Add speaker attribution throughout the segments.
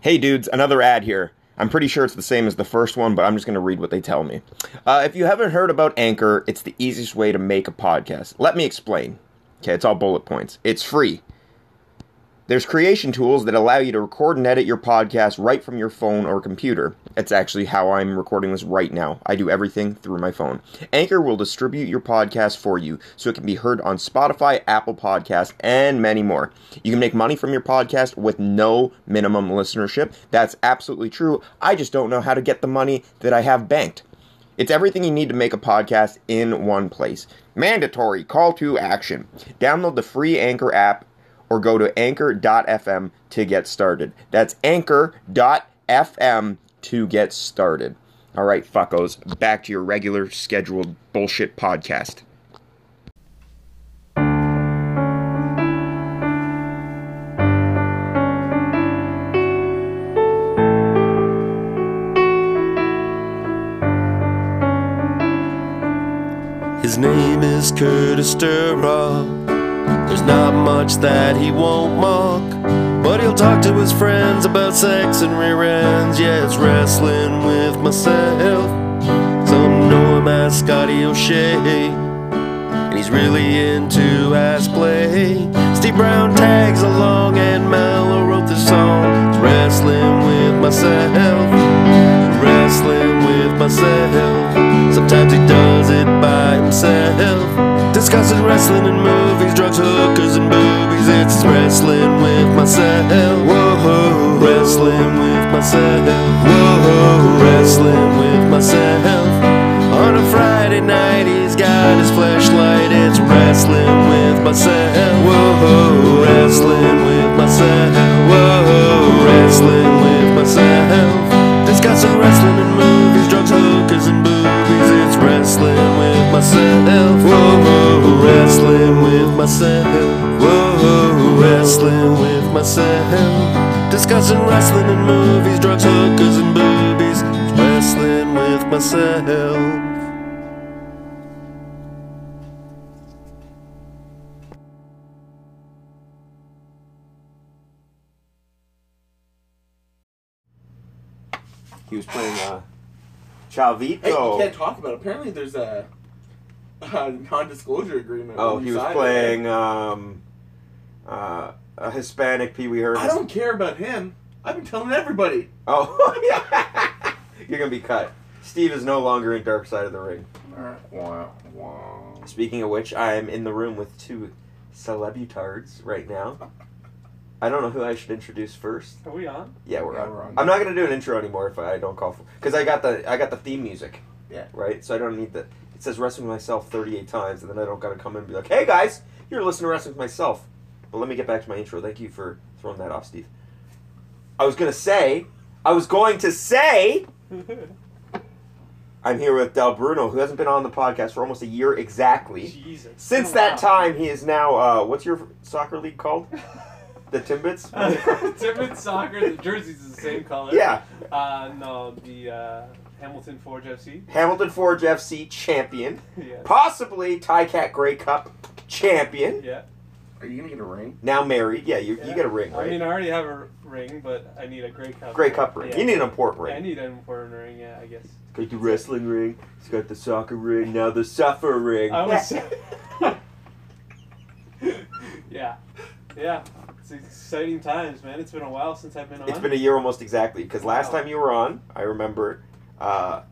Speaker 1: Hey dudes, another ad here. I'm pretty sure it's the same as the first one, but I'm just going to read what they tell me. Uh, if you haven't heard about Anchor, it's the easiest way to make a podcast. Let me explain. Okay, it's all bullet points. It's free. There's creation tools that allow you to record and edit your podcast right from your phone or computer. That's actually how I'm recording this right now. I do everything through my phone. Anchor will distribute your podcast for you so it can be heard on Spotify, Apple Podcasts, and many more. You can make money from your podcast with no minimum listenership. That's absolutely true. I just don't know how to get the money that I have banked. It's everything you need to make a podcast in one place. Mandatory call to action. Download the free Anchor app or go to anchor.fm to get started. That's anchor.fm to get started. All right, fuckos, back to your regular scheduled bullshit podcast.
Speaker 2: His name is Curtis Durrock. There's not much that he won't mock, but he'll talk to his friends about sex and rear ends. Yeah, it's wrestling with myself. Some know him as Scotty O'Shea, and he's really into ass play. Steve Brown tags along, and Mello wrote the song. It's wrestling with myself wrestling with myself. Sometimes he does it by himself. Discussing wrestling and movies, drugs, hookers, and boobies. It's wrestling with myself. Whoa, wrestling with myself. Whoa, wrestling with myself. On a Friday night, he's got his flashlight. It's wrestling with myself. Whoa, wrestling with myself. Whoa, wrestling with myself. Discussing wrestling and movies, drugs, hookers, and boobies. It's wrestling with myself. Whoa, whoa, wrestling with myself. Whoa, whoa, wrestling with myself. Discussing wrestling and movies, drugs, hookers, and boobies. It's wrestling with myself.
Speaker 1: He was playing uh,
Speaker 3: Hey, you
Speaker 1: Chavito.
Speaker 3: can't talk about. It. Apparently, there's a, a non-disclosure agreement.
Speaker 1: Oh,
Speaker 3: when
Speaker 1: he
Speaker 3: you
Speaker 1: was
Speaker 3: sign it.
Speaker 1: playing um, uh, a Hispanic Pee Wee Herman.
Speaker 3: I don't care about him. I've been telling everybody.
Speaker 1: Oh, yeah. You're going to be cut. Steve is no longer in Dark Side of the Ring. Speaking of which, I am in the room with two celebutards right now. I don't know who I should introduce first.
Speaker 4: Are we on?
Speaker 1: Yeah, we're,
Speaker 3: Yeah,
Speaker 1: on.
Speaker 3: we're on.
Speaker 1: I'm not gonna do an intro anymore if I don't call for because I got the I got the theme music.
Speaker 3: Yeah.
Speaker 1: Right. So I don't need the. It says wrestling with myself 38 times, and then I don't gotta come in and be like, "Hey guys, you're listening to wrestling with myself." But let me get back to my intro. Thank you for throwing that off, Steve. I was gonna say, I was going to say, I'm here with Del Bruno, who hasn't been on the podcast for almost a year exactly.
Speaker 4: Jesus.
Speaker 1: Since that time, he is now. Uh, what's your soccer league called? The Timbits.
Speaker 4: Different soccer. The jersey's the same color.
Speaker 1: yeah.
Speaker 4: Uh, no, the uh, Hamilton Forge FC.
Speaker 1: Hamilton Forge FC champion,
Speaker 4: Yeah.
Speaker 1: possibly Ticat Grey Cup champion.
Speaker 4: Yeah.
Speaker 3: Are you gonna get a ring?
Speaker 1: Now married, yeah, you, you
Speaker 4: Yeah.
Speaker 1: get a ring,
Speaker 4: I
Speaker 1: right?
Speaker 4: mean, I already have a ring, but I need a Grey Cup.
Speaker 1: Grey Cup ring.
Speaker 4: Yeah.
Speaker 1: You need an important
Speaker 4: I
Speaker 1: ring.
Speaker 4: need an important ring. Yeah, I guess.
Speaker 1: He's got the wrestling ring. He's got the soccer ring. Now the suffering.
Speaker 4: I was. yeah. Yeah. It's exciting times, man. It's been a while since I've been on.
Speaker 1: It's been a year almost exactly because last
Speaker 4: Wow.
Speaker 1: time you were on, I remember, uh,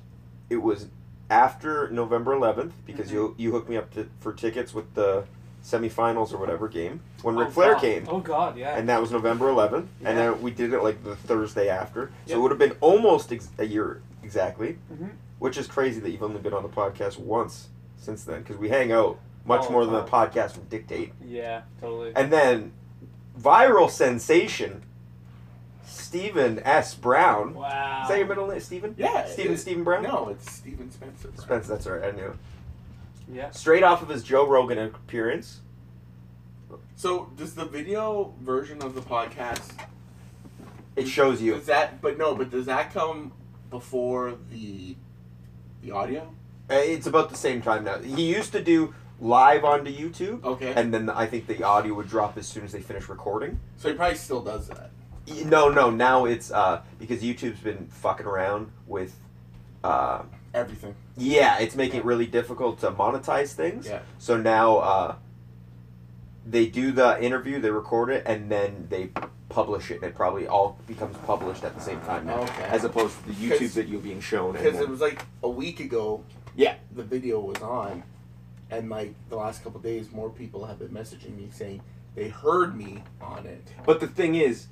Speaker 1: it was after November 11th because
Speaker 4: Mm-hmm.
Speaker 1: you you hooked me up to, for tickets with the semifinals or whatever game when Ric
Speaker 4: Oh,
Speaker 1: Flair
Speaker 4: God.
Speaker 1: came.
Speaker 4: Oh God, yeah.
Speaker 1: and that was November 11th,
Speaker 4: Yeah.
Speaker 1: and then we did it like the Thursday after, so
Speaker 4: Yep.
Speaker 1: it would have been almost ex- a year exactly,
Speaker 4: Mhm.
Speaker 1: which is crazy that you've only been on the podcast once since then because we hang out much
Speaker 4: All
Speaker 1: more
Speaker 4: the
Speaker 1: than the podcast would dictate.
Speaker 4: yeah, totally.
Speaker 1: And then viral sensation Stephen S. Brown.
Speaker 4: wow.
Speaker 1: Is that your middle name, Stephen?
Speaker 3: Yeah,
Speaker 1: Stephen
Speaker 3: it-
Speaker 1: Stephen Brown.
Speaker 3: No, it's Steven Spencer. Brown.
Speaker 1: Spence. That's right. I knew.
Speaker 4: Yeah.
Speaker 1: Straight off of his Joe Rogan appearance.
Speaker 3: So does the video version of the podcast?
Speaker 1: It shows you.
Speaker 3: Does that? But no. But does that come before the the audio?
Speaker 1: Uh, It's about the same time now. He used to do live onto YouTube,
Speaker 3: Okay.
Speaker 1: and then I think the audio would drop as soon as they finish recording.
Speaker 3: so he probably still does that.
Speaker 1: Y- No, no. Now it's uh, because YouTube's been fucking around with. Uh,
Speaker 3: Everything.
Speaker 1: yeah, it's making it really difficult to monetize things.
Speaker 3: Yeah.
Speaker 1: So now uh, they do the interview, they record it, and then they publish it. And it probably all becomes published at the same time now,
Speaker 3: Okay.
Speaker 1: as opposed to the
Speaker 3: 'Cause-
Speaker 1: YouTube video being shown. And
Speaker 3: Because it
Speaker 1: then,
Speaker 3: was like a week ago.
Speaker 1: Yeah.
Speaker 3: The video was on, and like the last couple days, more people have been messaging me saying they heard me on it,
Speaker 1: but the thing is,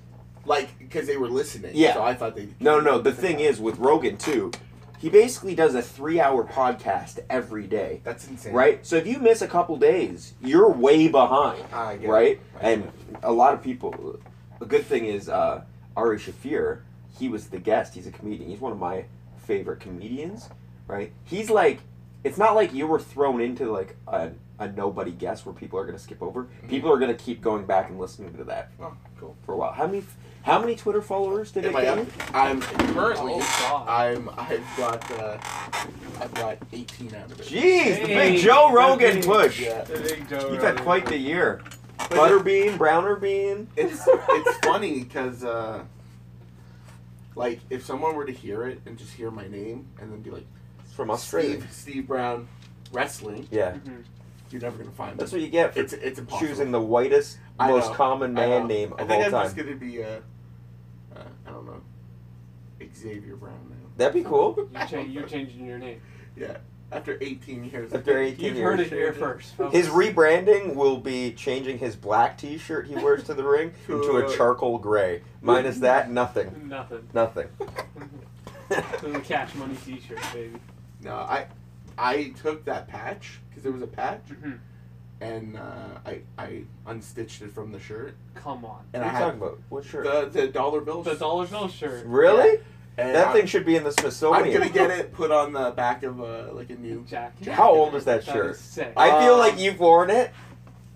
Speaker 3: like because they were listening.
Speaker 1: Yeah.
Speaker 3: So I thought they.
Speaker 1: No, no. The thing is with Rogan too, he basically does a three-hour podcast every day,
Speaker 3: that's insane,
Speaker 1: right? So if you miss a couple days, you're way behind,
Speaker 3: I get it.
Speaker 1: right?
Speaker 3: I get
Speaker 1: And a lot of people. A good thing is uh, Ari Shafir. He was the guest. He's a comedian. He's one of my favorite comedians, right? He's like, it's not like you were thrown into like a, a nobody guest where people are gonna skip over. People are gonna keep going back and listening to that
Speaker 3: Oh, cool.
Speaker 1: for a while. How many, how many Twitter followers did it
Speaker 3: Am I
Speaker 1: get?
Speaker 3: up?
Speaker 1: you?
Speaker 3: I'm currently.
Speaker 4: Oh, God.
Speaker 3: I'm. I've got. Uh, I've got 18 out of it.
Speaker 1: Jeez, the
Speaker 4: Hey,
Speaker 1: big Joe Rogan
Speaker 4: fucking-
Speaker 1: push.
Speaker 3: Yeah.
Speaker 1: You've had quite the year.
Speaker 3: But
Speaker 1: Butterbean, browner bean.
Speaker 3: it's it's funny because uh, like if someone were to hear it and just hear my name and then be like
Speaker 1: It's from Australia.
Speaker 3: Steve, Steve Brown wrestling,
Speaker 1: Yeah,
Speaker 4: Mhm.
Speaker 3: you're never gonna find
Speaker 1: that's
Speaker 3: it.
Speaker 1: what you get for
Speaker 3: It's it's impossible.
Speaker 1: choosing the whitest,
Speaker 3: I know,
Speaker 1: most common
Speaker 3: I know.
Speaker 1: man name
Speaker 3: I
Speaker 1: of
Speaker 3: think
Speaker 1: all
Speaker 3: I'm
Speaker 1: time.
Speaker 3: just gonna be uh, uh, I don't know Xavier Brown now.
Speaker 1: That'd be cool.
Speaker 4: You cha- you're changing your name.
Speaker 3: Yeah, after 18 years.
Speaker 1: After
Speaker 3: I think-
Speaker 1: 18
Speaker 4: You've
Speaker 1: years.
Speaker 4: heard it here first. folks.
Speaker 1: His rebranding will be changing his black T-shirt he wears to the ring into a
Speaker 3: Cool.
Speaker 1: charcoal gray. Minus that, nothing.
Speaker 4: Nothing.
Speaker 1: Nothing.
Speaker 4: So the cash money T-shirt, baby.
Speaker 3: No, I I took that patch because there was a patch
Speaker 1: Mm-hmm.
Speaker 4: Mhm.
Speaker 3: and uh, I I unstitched it from the shirt
Speaker 4: Come on.
Speaker 1: what
Speaker 3: and
Speaker 1: are
Speaker 3: I
Speaker 1: you
Speaker 3: had
Speaker 1: talking about? What shirt?
Speaker 3: the the dollar bills.
Speaker 4: The dollar bill shirt.
Speaker 1: really?
Speaker 3: And
Speaker 1: That
Speaker 3: I-
Speaker 1: thing should be in the Smithsonian.
Speaker 3: I'm gonna get it put on the back of a like a new.
Speaker 4: Jacket.
Speaker 1: How old is that
Speaker 4: That
Speaker 1: shirt?
Speaker 4: is sick.
Speaker 1: I feel
Speaker 3: Um,
Speaker 1: like you've worn it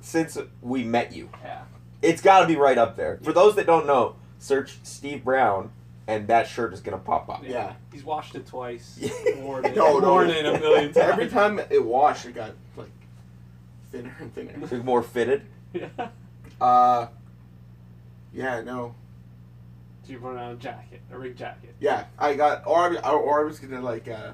Speaker 1: since we met you.
Speaker 4: yeah.
Speaker 1: It's got to be right up there. For those that don't know, search Steve Brown, and that shirt is gonna pop up.
Speaker 3: Yeah.
Speaker 4: Uh, He's washed it twice.
Speaker 1: Yeah.
Speaker 4: Worn it.
Speaker 3: No, no.
Speaker 4: Worn it a million times.
Speaker 3: Every time it washed, it got like thinner and thinner.
Speaker 1: It's more fitted.
Speaker 4: Yeah.
Speaker 3: Uh, yeah, no,
Speaker 4: So you run out of jacket, a rig jacket.
Speaker 3: yeah, I got or I, was- or I was gonna like uh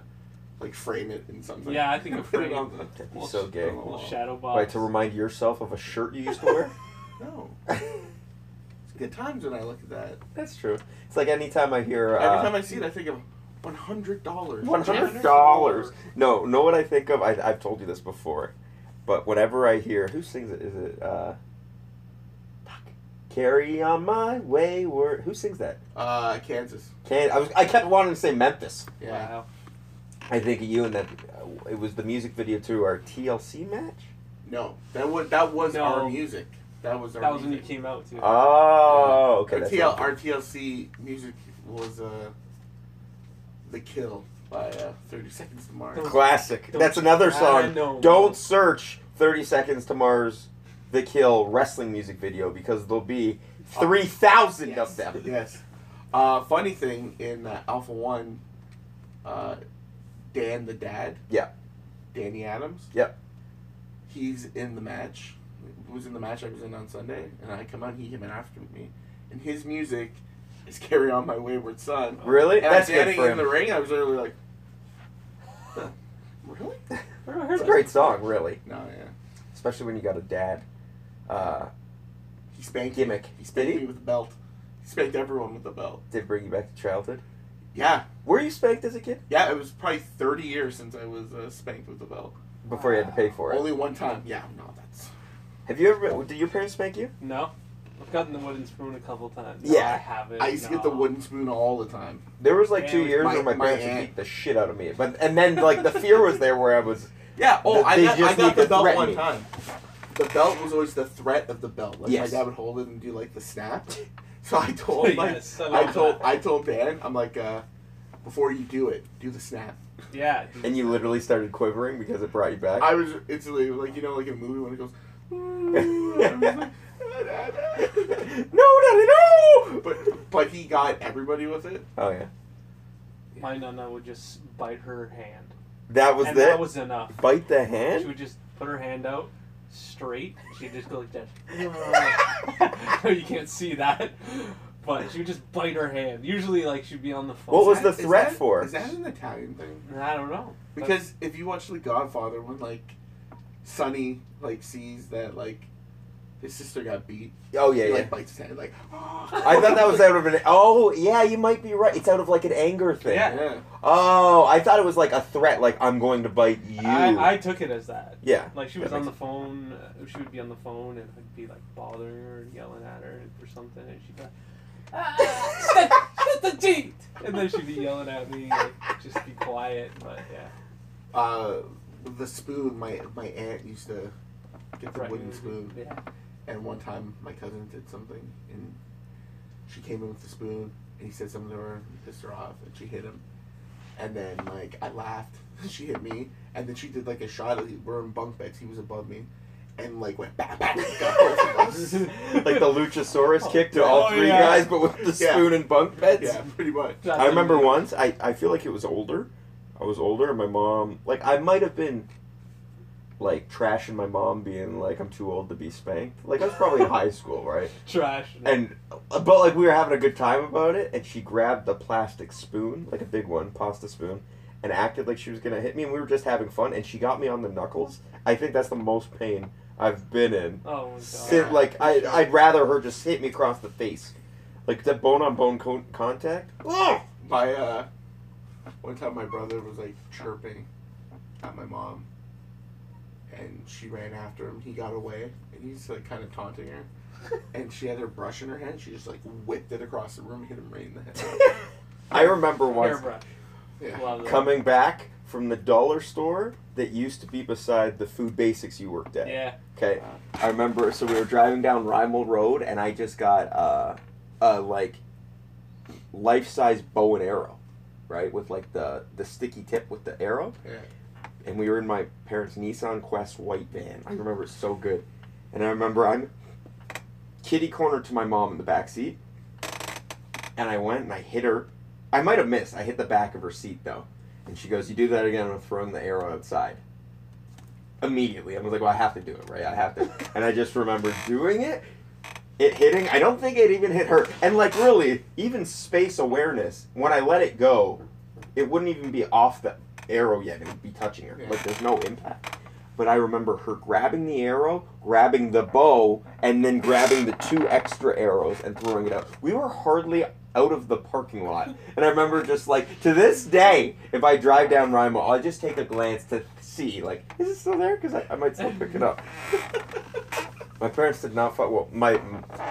Speaker 3: like frame it in something.
Speaker 4: Yeah, I think a
Speaker 3: Put it
Speaker 4: frame.
Speaker 3: on the-
Speaker 1: That'd be
Speaker 4: Little
Speaker 1: so
Speaker 4: sh-
Speaker 1: gay.
Speaker 4: little shadow box.
Speaker 1: Right to remind yourself of a shirt you used to wear.
Speaker 3: No, it's good times when I look at that.
Speaker 1: That's true. It's like anytime I hear
Speaker 3: Every
Speaker 1: uh,
Speaker 3: time I see it, I think of one hundred dollars.
Speaker 1: one hundred dollars. No, know what I think of? I, I've told you this before, but whenever I hear who sings it, is it? Uh, fuck. Carry on my wayward. Who sings that?
Speaker 3: Uh, Kansas.
Speaker 1: Can I was I kept wanting to say Memphis.
Speaker 3: Yeah.
Speaker 4: Wow.
Speaker 1: I think of you and that uh, it was the music video to our TLC match.
Speaker 3: No, that was that was
Speaker 4: No.
Speaker 3: our music. That was our.
Speaker 4: That was when you
Speaker 3: music.
Speaker 4: came out too.
Speaker 1: Uh, Oh, okay.
Speaker 3: Our,
Speaker 1: That's
Speaker 3: TL,
Speaker 1: not-
Speaker 3: our TLC music was uh, The Kill by uh, 30 Seconds to Mars.
Speaker 1: classic.
Speaker 4: Don't-
Speaker 1: that's another
Speaker 4: I
Speaker 1: song.
Speaker 4: know.
Speaker 1: Don't search 30 Seconds to Mars, The Kill wrestling music video because there'll be 3,000 of them.
Speaker 3: Yes. Uh, funny thing in uh, Alpha 1, uh, Dan the Dad.
Speaker 1: Yeah.
Speaker 3: Danny Adams.
Speaker 1: Yep.
Speaker 3: He's in the match. Was in the match I was in on Sunday, and I come out. He came in after me, and his music is "Carry On My Wayward Son."
Speaker 1: Really?
Speaker 3: And
Speaker 1: that's
Speaker 3: I'm
Speaker 1: good
Speaker 3: standing
Speaker 1: for
Speaker 3: in
Speaker 1: him.
Speaker 3: the ring. I was literally like, huh, "Really?"
Speaker 4: Where do I hear
Speaker 1: It's a
Speaker 4: that?
Speaker 1: great song, really.
Speaker 3: No, yeah.
Speaker 1: Especially when you got a dad. Uh,
Speaker 3: He spanked me.
Speaker 1: gimmick.
Speaker 3: He spanked
Speaker 1: Did
Speaker 3: me
Speaker 1: he?
Speaker 3: with a belt. He spanked everyone with a belt.
Speaker 1: Did bring you back to childhood.
Speaker 3: Yeah,
Speaker 1: Were you spanked as a kid?
Speaker 3: yeah. It was probably thirty years since I was uh, spanked with a belt.
Speaker 1: Before you had to pay for it.
Speaker 3: Only one time. Yeah, no, that's.
Speaker 1: Have you ever been, did your parents spank you?
Speaker 4: No. I've gotten the wooden spoon a couple times.
Speaker 1: Yeah.
Speaker 4: I haven't.
Speaker 3: I used to get the
Speaker 4: no.
Speaker 3: wooden spoon all the time.
Speaker 1: There was like
Speaker 4: Yeah,
Speaker 1: two
Speaker 4: with
Speaker 1: years
Speaker 3: my-
Speaker 1: where my
Speaker 3: my
Speaker 1: parents would
Speaker 3: aunt.
Speaker 1: beat the shit out of me, but and then like the fear was there where I was.
Speaker 3: Yeah. Oh,
Speaker 1: Th-
Speaker 3: I
Speaker 1: they
Speaker 3: got,
Speaker 1: just
Speaker 3: I got
Speaker 1: need
Speaker 3: the
Speaker 1: to
Speaker 3: belt
Speaker 1: threaten
Speaker 3: one
Speaker 1: you.
Speaker 3: time. The belt was always the threat of the belt. Like
Speaker 1: Yes.
Speaker 3: my dad would hold it and do like the snap. So I told like
Speaker 4: Yes, I
Speaker 3: I
Speaker 4: love
Speaker 3: told
Speaker 4: that.
Speaker 3: I told Dan I'm like uh, before you do it, do the snap.
Speaker 4: Yeah.
Speaker 1: And you literally started quivering because it brought you back.
Speaker 3: I was instantly like you know like in a movie when it goes. I was like, "Ah, da, da."
Speaker 1: no, daddy, no!
Speaker 3: but but he got everybody with it.
Speaker 1: Oh yeah,
Speaker 4: My nana would just bite her hand.
Speaker 1: that was
Speaker 4: and
Speaker 1: that.
Speaker 4: that was enough.
Speaker 1: Bite the
Speaker 4: She
Speaker 1: hand.
Speaker 4: would just put her hand out straight. She'd just go like that.
Speaker 1: That's
Speaker 4: you can't see that. butt. She would just bite her hand. Usually, like she'd be on the phone.
Speaker 5: What was
Speaker 3: Is
Speaker 5: the
Speaker 3: that- is
Speaker 5: threat
Speaker 3: that-
Speaker 5: for?
Speaker 3: Is that an Italian thing?
Speaker 4: I don't know.
Speaker 3: Because if you watch The Godfather, when like Sonny like sees that like his sister got beat,
Speaker 1: Oh yeah,
Speaker 3: he
Speaker 1: yeah.
Speaker 3: like bites his head. Like
Speaker 1: I thought that was out of an. Oh yeah, you might be right. It's out of like an anger thing.
Speaker 4: Yeah.
Speaker 3: yeah.
Speaker 1: Oh, I thought it was like a threat, like I'm going to bite you.
Speaker 4: I, I took it as that.
Speaker 1: yeah.
Speaker 4: Like she was
Speaker 1: That
Speaker 4: on the
Speaker 1: makes-
Speaker 4: phone. Uh, she would be on the phone and I'd be like bothering her and yelling at her or something, and she'd be like, ah, shut, shut the gate!" And then she'd be yelling at me, like, just be quiet. But yeah,
Speaker 3: Uh, the spoon. My my aunt used to get the
Speaker 4: Right.
Speaker 3: wooden spoon,
Speaker 4: Yeah.
Speaker 3: and one time my cousin did something, and she came in with the spoon, and he said something to her, and pissed her off, and she hit him. And then like I laughed, she hit me, and then she did like a shot. Like, we're in bunk beds. He was above me, and like went back back. Got both of us.
Speaker 1: like the Luchasaurus kick to all
Speaker 4: Oh,
Speaker 1: three
Speaker 4: yeah.
Speaker 1: guys, but with the
Speaker 3: Yeah.
Speaker 1: spoon and bunk beds.
Speaker 3: Yeah, pretty much.
Speaker 1: I remember once. I, I feel like it was older. I was older, and my mom like I might have been like trashing my mom, being like I'm too old to be spanked. Like I was probably in high school, right?
Speaker 4: trash.
Speaker 1: And uh, but like we were having a good time about it, and she grabbed the plastic spoon, like a big one, pasta spoon, and acted like she was gonna hit me, and we were just having fun, and she got me on the knuckles. I think that's the most pain I've been in.
Speaker 4: oh my
Speaker 1: Sit,
Speaker 4: god.
Speaker 1: like I, I'd rather her just hit me across the face, like the bone on bone con- contact. Ugh!
Speaker 3: My uh, one time my brother was like chirping at my mom, and she ran after him. He got away, and he's like kind of taunting her. And she had her brush in her hand. She just like whipped it across the room, hit him right in the head.
Speaker 1: I remember once
Speaker 4: Hairbrush.
Speaker 3: Yeah.
Speaker 4: Love that.
Speaker 1: coming back from the dollar store that used to be beside the food basics you worked at.
Speaker 4: Yeah.
Speaker 1: Okay, I remember. So we were driving down Rymel Road, and I just got uh, a like life-size bow and arrow, right, with like the the sticky tip with the arrow.
Speaker 3: Yeah.
Speaker 1: And we were in my parents' Nissan Quest white van. I remember it so good, and I remember I'm kitty corner to my mom in the back seat, and I went and I hit her. I might have missed. I hit the back of her seat though, and she goes, "You do that again, I'm throwing the arrow outside." immediately. I was like, well, I have to do it, right? I have to. And I just remember doing it, it hitting. I don't think it even hit her. And like, really, even space awareness, when I let it go, it wouldn't even be off the arrow yet. It would be touching her.
Speaker 3: Yeah.
Speaker 1: Like, there's no impact. But I remember her grabbing the arrow, grabbing the bow, and then grabbing the two extra arrows and throwing it out. We were hardly out of the parking lot. And I remember just like, to this day, if I drive down Rhino, I'll just take a glance to see, like, is it still there? Because I, I might still pick it up. my parents did not fuck, well, my,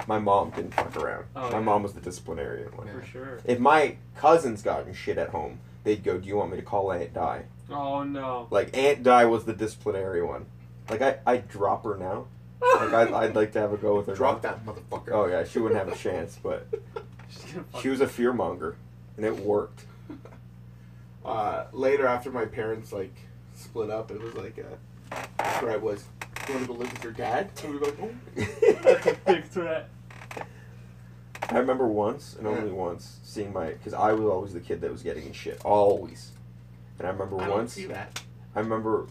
Speaker 1: my mom didn't fuck around.
Speaker 4: Oh,
Speaker 1: my
Speaker 4: yeah.
Speaker 1: mom was the disciplinarian one.
Speaker 4: For sure.
Speaker 1: If my cousins got in shit at home, they'd go, do you want me to call Aunt Di?
Speaker 4: Oh no.
Speaker 1: Like, Aunt Di was the disciplinary one. Like, I, I'd drop her now. Like, I'd, I'd like to have a go with her.
Speaker 3: Drop
Speaker 1: now.
Speaker 3: that motherfucker.
Speaker 1: Oh, yeah, she wouldn't have a chance, but
Speaker 4: She's gonna fuck
Speaker 1: she was a fearmonger, and it worked.
Speaker 3: Uh, later, after my parents like split up, it was like uh, where I was. You want to go live with your dad? And we were like, oh.
Speaker 4: That's a big threat.
Speaker 1: I remember once and
Speaker 3: Yeah.
Speaker 1: only once seeing my because I was always the kid that was getting in shit always, and I remember
Speaker 3: I don't
Speaker 1: once
Speaker 3: see that.
Speaker 1: I remember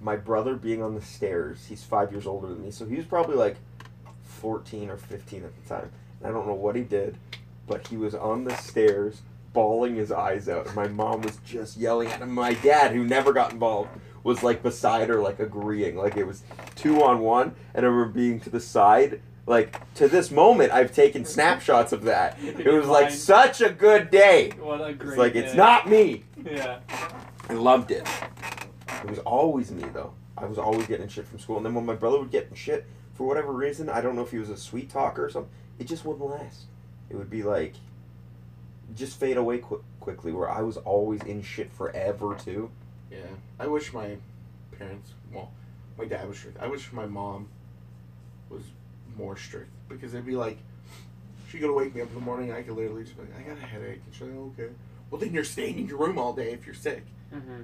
Speaker 1: my brother being on the stairs. He's five years older than me, so he was probably like fourteen or fifteen at the time. And I don't know what he did, but he was on the stairs bawling his eyes out. And my mom was just yelling at him. My dad, who never got involved, was like beside her, like agreeing, like it was two on one. And I remember being to the side. Like to this moment, I've taken snapshots of that. It was like such a good day.
Speaker 4: What a great.
Speaker 1: It's like it's
Speaker 4: day.
Speaker 1: not me.
Speaker 4: Yeah.
Speaker 1: I loved it. It was always me though. I was always getting shit from school, and then when my brother would get in shit for whatever reason, I don't know if he was a sweet talker or something. It just wouldn't last. It would be like just fade away qu- quickly. Where I was always in shit forever too.
Speaker 3: Yeah, I wish my parents. Well, my dad was strict. I wish my mom was more strict because it'd be like she could wake me up in the morning. I could literally just be like, I got a headache, and she's like, "Oh, okay. Well, then you're staying in your room all day if you're sick.
Speaker 4: Mm-hmm.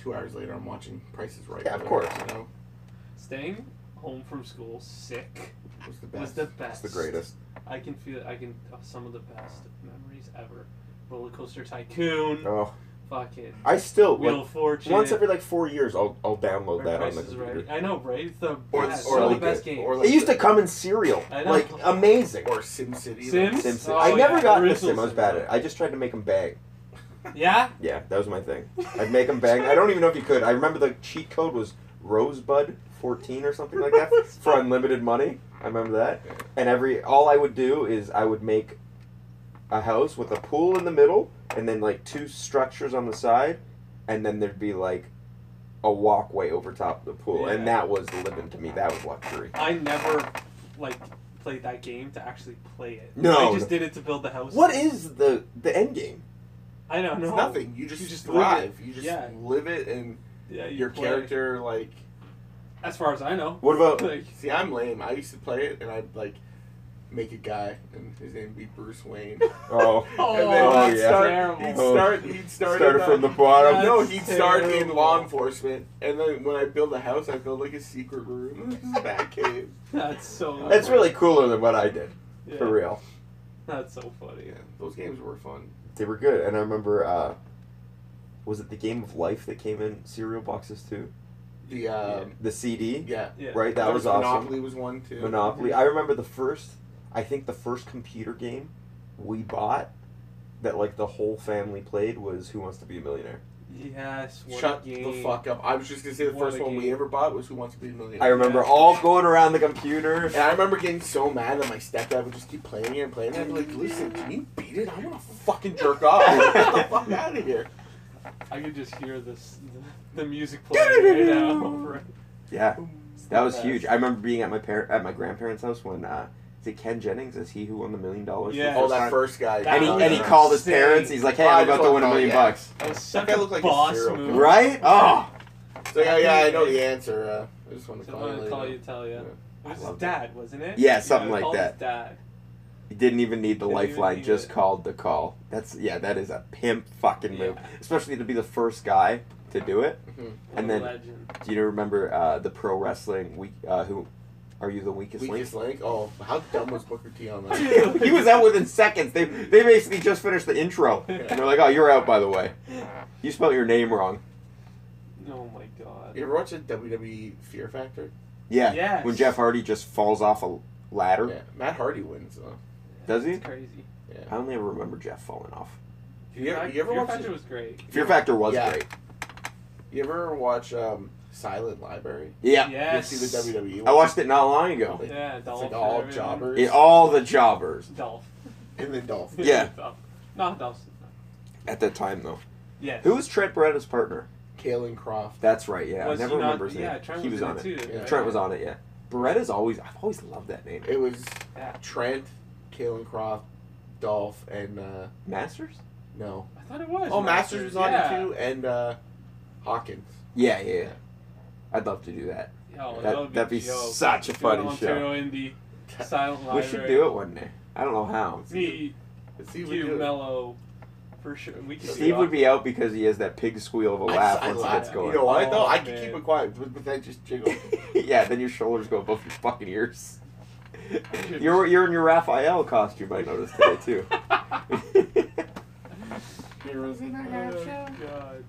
Speaker 3: Two hours later, I'm watching Price is Right.
Speaker 1: Yeah, of
Speaker 3: but,
Speaker 1: course.
Speaker 3: You know,
Speaker 4: Staying home from school sick
Speaker 3: it was the
Speaker 4: was
Speaker 3: best.
Speaker 4: the best.
Speaker 1: That's the greatest.
Speaker 4: I uh, can feel. I can. Some of the best memories ever. Roller Coaster Tycoon.
Speaker 1: Oh,
Speaker 4: Fuck it.
Speaker 1: I still
Speaker 4: Wheel
Speaker 1: like,
Speaker 4: of Fortune.
Speaker 1: once every like four years, I'll I'll download
Speaker 4: or
Speaker 1: that on
Speaker 4: Price
Speaker 1: the
Speaker 4: is
Speaker 1: computer.
Speaker 4: right. I know, right? It's the,
Speaker 3: Or-
Speaker 4: yeah, it's
Speaker 1: or
Speaker 4: still the
Speaker 1: like
Speaker 4: best
Speaker 3: it-
Speaker 4: game.
Speaker 3: or-
Speaker 1: It used to come in cereal,
Speaker 4: I know.
Speaker 1: like amazing.
Speaker 3: Or SimCity.
Speaker 4: Sims?
Speaker 1: Simpson.
Speaker 4: Oh,
Speaker 1: I never
Speaker 4: yeah.
Speaker 1: got the
Speaker 4: Original
Speaker 1: Sim. I was bad at
Speaker 4: Simpson.
Speaker 1: it. I just tried to make them bang.
Speaker 4: yeah.
Speaker 1: Yeah, that was my thing. I'd make them bang. I don't even know if you could. I remember the cheat code was Rosebud fourteen or something like that for unlimited money. I remember that. And every all I would do is I would make a house with a pool in the middle and then like two structures on the side, and then there'd be like a walkway over top of the pool, and
Speaker 4: Yeah.
Speaker 1: that was living to me. That was luxury.
Speaker 4: I never like played that game to actually play it.
Speaker 1: No.
Speaker 4: I just did it to build the house.
Speaker 1: What is the the end game?
Speaker 4: I don't
Speaker 3: It's
Speaker 4: know.
Speaker 3: nothing. You just,
Speaker 4: You just
Speaker 3: thrive. You just
Speaker 4: Yeah.
Speaker 3: live it, and
Speaker 4: Yeah, you
Speaker 3: your
Speaker 4: play.
Speaker 3: character like.
Speaker 4: As far as I know.
Speaker 1: What about
Speaker 4: Like,
Speaker 3: See, I'm lame. I used to play it, and I'd like make a guy, and his name would be Bruce Wayne.
Speaker 1: oh
Speaker 4: oh,
Speaker 3: then
Speaker 1: Oh,
Speaker 4: that's
Speaker 1: yeah.
Speaker 4: terrible.
Speaker 3: He'd
Speaker 1: Oh.
Speaker 3: start. He'd start.
Speaker 1: started
Speaker 3: in, uh,
Speaker 1: from the bottom?
Speaker 4: That's
Speaker 3: No, he'd start in
Speaker 4: terrible.
Speaker 3: law enforcement, and then when I build a house, I build like a secret room, This is a back cave.
Speaker 4: That's so.
Speaker 1: That's really cooler than what I did
Speaker 4: yeah,
Speaker 1: for real.
Speaker 4: That's so funny.
Speaker 3: Yeah, those games were fun.
Speaker 1: They were good, and I remember. Uh, was it the game of life that came in cereal boxes too?
Speaker 3: The um,
Speaker 1: The CD,
Speaker 3: yeah,
Speaker 4: Yeah.
Speaker 1: right? That
Speaker 3: there
Speaker 1: was
Speaker 3: Monopoly was one too.
Speaker 1: awesome. Monopoly. I remember the first. I think the first computer game we bought that like the whole family played was Who Wants to Be a Millionaire.
Speaker 4: Yes. What
Speaker 3: Shut
Speaker 4: a game.
Speaker 3: the fuck up! I was just gonna say the
Speaker 4: What
Speaker 3: first
Speaker 4: a
Speaker 3: one we
Speaker 4: game.
Speaker 3: ever bought was Who Wants to Be a Millionaire.
Speaker 1: I remember all going around the computer.
Speaker 3: And I remember getting so mad that my stepdad would just keep playing it and playing it. I'd be like, listen, can you beat it? I want to fucking jerk off. Get the fuck out of here.
Speaker 4: I could just hear this, the, the music playing right now. Over it.
Speaker 1: Yeah, that was
Speaker 4: Badass.
Speaker 1: huge. I remember being at my parent at my grandparents' house when uh, is it Ken Jennings? Is he who won the million dollars? for the
Speaker 4: Yeah.
Speaker 1: first
Speaker 3: Oh, that
Speaker 1: time?
Speaker 3: first guy.
Speaker 4: That
Speaker 1: and he,
Speaker 4: was
Speaker 1: and he called his
Speaker 4: insane.
Speaker 1: parents. He's like, "Hey,
Speaker 3: Oh, I
Speaker 1: I'm about
Speaker 3: just
Speaker 1: to win
Speaker 3: wanna
Speaker 1: a
Speaker 3: know,
Speaker 1: million
Speaker 3: yeah.
Speaker 1: bucks."
Speaker 4: That was
Speaker 3: That
Speaker 4: such
Speaker 3: guy
Speaker 4: a
Speaker 3: looked like a
Speaker 4: boss
Speaker 3: serial
Speaker 4: move.
Speaker 3: killer.
Speaker 1: Right? Oh,
Speaker 3: So yeah, yeah, I know the answer. Uh, I just wanted to
Speaker 4: So
Speaker 3: call
Speaker 4: I'm
Speaker 3: you
Speaker 4: gonna call you
Speaker 3: later.
Speaker 4: tell you. It was
Speaker 1: I love
Speaker 4: his dad, wasn't it?
Speaker 1: Yeah, something
Speaker 4: I
Speaker 1: like
Speaker 4: called
Speaker 1: that.
Speaker 4: His dad.
Speaker 1: he didn't even need the
Speaker 4: Didn't even
Speaker 1: lifeline.
Speaker 4: need
Speaker 1: Just
Speaker 4: it.
Speaker 1: called the call. That's yeah. That is a pimp fucking move,
Speaker 4: Yeah. Mm-hmm.
Speaker 1: especially to be the first guy to do it.
Speaker 3: Mhm.
Speaker 4: What
Speaker 1: And
Speaker 4: a
Speaker 1: then-
Speaker 4: legend.
Speaker 1: Do you remember uh, the pro wrestling week? Uh, who are you the weakest,
Speaker 3: Weakest link. Oh, how dumb was Booker T on that?
Speaker 1: link? he was out within seconds. They they basically just finished the intro, and they're like, "Oh, you're out by the way. You spelled your name wrong."
Speaker 4: Oh my god.
Speaker 3: You ever watch the WWE E Fear Factor?
Speaker 1: Yeah.
Speaker 4: Yes.
Speaker 1: When Jeff Hardy just falls off a ladder,
Speaker 3: Yeah, Matt Hardy wins. Though.
Speaker 1: Does he?
Speaker 4: It's crazy.
Speaker 1: I only ever remember Jeff falling off.
Speaker 3: You ever-
Speaker 4: Fact-
Speaker 3: you ever
Speaker 4: Fear
Speaker 3: watch
Speaker 4: Factor
Speaker 3: it?
Speaker 4: was great.
Speaker 1: Fear Factor was
Speaker 3: Yeah.
Speaker 1: great.
Speaker 3: You ever watch um, Silent Library?
Speaker 1: Yeah.
Speaker 4: Yes.
Speaker 3: You see the WWE.
Speaker 1: I watched it not long ago.
Speaker 3: It's
Speaker 4: Yeah, Dolph.
Speaker 3: It's like
Speaker 4: and
Speaker 3: all
Speaker 4: everything.
Speaker 3: jobbers.
Speaker 1: It, all the jobbers
Speaker 4: Dolph.
Speaker 3: and then Dolph.
Speaker 1: Yeah.
Speaker 4: Dolph. Not Dolph.
Speaker 1: at that time though.
Speaker 4: Yes.
Speaker 1: Who was Trent Beretta's partner?
Speaker 3: Kalen Croft.
Speaker 1: That's right. Yeah,
Speaker 4: Was
Speaker 1: I
Speaker 4: he
Speaker 1: never
Speaker 4: not-
Speaker 1: remember his name.
Speaker 4: Yeah, Trent
Speaker 1: he was,
Speaker 4: in
Speaker 1: on it.
Speaker 4: too.
Speaker 3: Yeah.
Speaker 1: Trent was on it. Yeah. Beretta's always. I've always loved that name.
Speaker 3: It was
Speaker 4: Yeah.
Speaker 3: Trent, Kalen Croft, Dolph, and uh,
Speaker 1: Masters.
Speaker 3: no.
Speaker 4: I thought it was.
Speaker 3: Oh, Masters was on
Speaker 4: yeah.
Speaker 3: it too, and uh, Hawkins.
Speaker 1: Yeah, yeah. yeah. I'd love to do that.
Speaker 4: Oh,
Speaker 1: that
Speaker 4: that
Speaker 1: would
Speaker 4: would
Speaker 1: be that'd be
Speaker 4: joke.
Speaker 1: such a
Speaker 4: Doing
Speaker 1: funny
Speaker 4: Ontario in the silent
Speaker 1: we
Speaker 4: library.
Speaker 1: should do it one day. I don't know how.
Speaker 4: Me,
Speaker 3: Let's see if we
Speaker 4: you,
Speaker 3: do it.
Speaker 4: Mello, for sure. We could
Speaker 1: Steve would be out because he has that pig squeal of a laugh
Speaker 3: I- I
Speaker 1: once he
Speaker 3: lied.
Speaker 1: gets going.
Speaker 3: You know what though?
Speaker 4: Oh,
Speaker 3: I can
Speaker 4: man.
Speaker 3: keep it quiet, but, but that just jiggle.
Speaker 1: yeah, then your shoulders go above your fucking ears. You're you're in your Raphael costume. I noticed today too.
Speaker 4: Oh, God.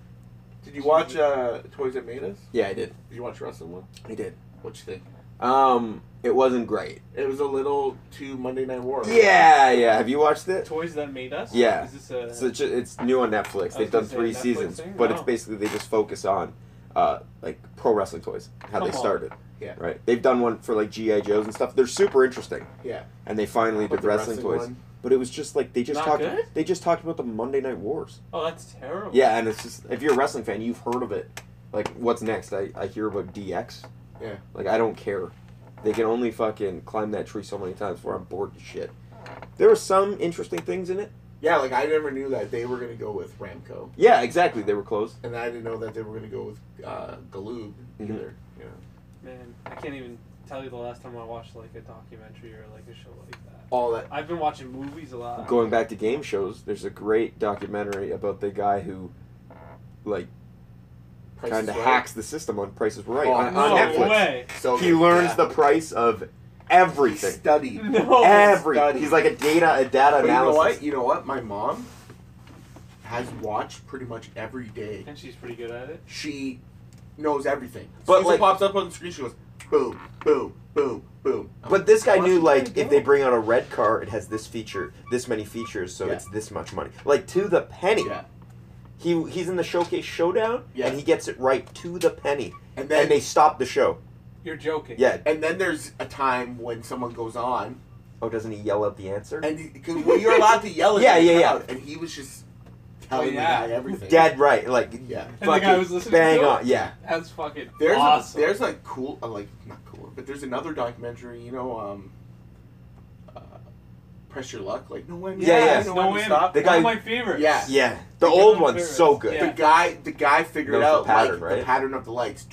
Speaker 3: Did you watch uh, Toys That Made Us?
Speaker 1: yeah, I did.
Speaker 3: Did you watch Wrestling One?
Speaker 1: I did.
Speaker 3: What you think?
Speaker 1: Um, it wasn't great.
Speaker 3: It was a little too Monday Night War.
Speaker 1: Yeah, yeah. Have you watched it?
Speaker 4: Toys that made us.
Speaker 1: Yeah.
Speaker 4: Is this a?
Speaker 1: It's, it's, it's new on Netflix.
Speaker 4: I
Speaker 1: They've
Speaker 4: was
Speaker 1: done
Speaker 4: gonna say
Speaker 1: three
Speaker 4: Netflix
Speaker 1: seasons,
Speaker 4: thing?
Speaker 1: but
Speaker 4: Wow.
Speaker 1: it's basically they just focus on, uh, like pro wrestling toys, how they
Speaker 4: Come on.
Speaker 1: started.
Speaker 3: Yeah.
Speaker 1: Right. They've done one for like GI Joes and stuff. They're super interesting,
Speaker 3: Yeah.
Speaker 1: and they finally
Speaker 3: But
Speaker 1: did
Speaker 3: the
Speaker 1: wrestling,
Speaker 3: wrestling
Speaker 1: toys.
Speaker 3: one-
Speaker 1: But it was just like they just
Speaker 4: Not
Speaker 1: talked.
Speaker 4: good?
Speaker 1: They just talked about the Monday Night Wars.
Speaker 4: oh, that's terrible.
Speaker 1: Yeah, and it's just if you're a wrestling fan, you've heard of it. Like, what's next? I, I hear about DX.
Speaker 3: Yeah.
Speaker 1: Like, I don't care. They can only fucking climb that tree so many times before I'm bored to shit. There were some interesting things in it.
Speaker 3: Yeah, like I never knew that they were gonna go with Ramco,
Speaker 1: Yeah, exactly. They were close.
Speaker 3: and I didn't know that they were gonna go with uh, Galoob
Speaker 1: Mhm.
Speaker 3: either. You know,
Speaker 4: Man, I can't even tell you the last time I watched like a documentary or like a show like that.
Speaker 3: all that.
Speaker 4: I've been watching movies a lot.
Speaker 1: Going back to game shows, there's a great documentary about the guy who, like,
Speaker 3: Price
Speaker 1: kind of
Speaker 3: is Right.
Speaker 1: hacks the system on Price is Right
Speaker 3: Oh,
Speaker 1: on,
Speaker 4: no
Speaker 1: on Netflix.
Speaker 4: way.
Speaker 3: So
Speaker 1: He learns
Speaker 3: yeah.
Speaker 1: the price of
Speaker 3: He
Speaker 1: everything.
Speaker 3: studied.
Speaker 4: No.
Speaker 1: Every.
Speaker 3: study.
Speaker 1: He's like a data a data
Speaker 3: But you know
Speaker 1: analysis.
Speaker 3: what? You know what? My mom has watched pretty much every day.
Speaker 4: And she's pretty good at it.
Speaker 3: She knows everything.
Speaker 1: But,
Speaker 3: But
Speaker 1: like-
Speaker 3: like, pops up on the screen, she goes boom, boom, boom, boom. I'm
Speaker 1: But this guy
Speaker 3: Why
Speaker 1: knew
Speaker 3: don't you
Speaker 1: like
Speaker 3: do it?
Speaker 1: if they bring out a red car, it has this feature, this many features, so
Speaker 3: Yeah.
Speaker 1: it's this much money, like to the penny.
Speaker 3: Yeah.
Speaker 1: He he's in the showcase showdown,
Speaker 3: Yeah.
Speaker 1: and he gets it right to the penny,
Speaker 3: And then
Speaker 1: and they stop the show.
Speaker 4: You're joking.
Speaker 1: Yeah.
Speaker 3: and then there's a time when someone goes on,
Speaker 1: Oh, doesn't he yell out the answer?
Speaker 3: and he, 'cause when you're allowed to yell at
Speaker 1: Yeah,
Speaker 3: the
Speaker 1: yeah, yeah.
Speaker 3: crowd, and he was just telling
Speaker 4: Oh, yeah.
Speaker 3: the guy everything.
Speaker 1: Dead right, like
Speaker 3: Yeah.
Speaker 4: And the guy
Speaker 1: fucking
Speaker 4: was listening
Speaker 1: bang
Speaker 4: to it?
Speaker 1: on, yeah.
Speaker 4: That's fucking
Speaker 3: There's
Speaker 4: awesome.
Speaker 3: a, there's like cool, uh, like not cool, but there's another documentary. You know, um, uh, press your luck. Like no one.
Speaker 1: Yeah, yeah.
Speaker 3: No
Speaker 4: No
Speaker 3: one
Speaker 4: way.
Speaker 3: stop.
Speaker 1: The
Speaker 4: One
Speaker 1: guy-
Speaker 4: of my favorites.
Speaker 3: Yeah.
Speaker 1: Yeah, the
Speaker 3: They
Speaker 1: old
Speaker 4: give him
Speaker 1: one's so
Speaker 4: clearance.
Speaker 1: good.
Speaker 3: The guy, the guy figured
Speaker 1: Knows the
Speaker 3: out
Speaker 1: pattern,
Speaker 3: like
Speaker 1: right?
Speaker 3: the pattern of the lights.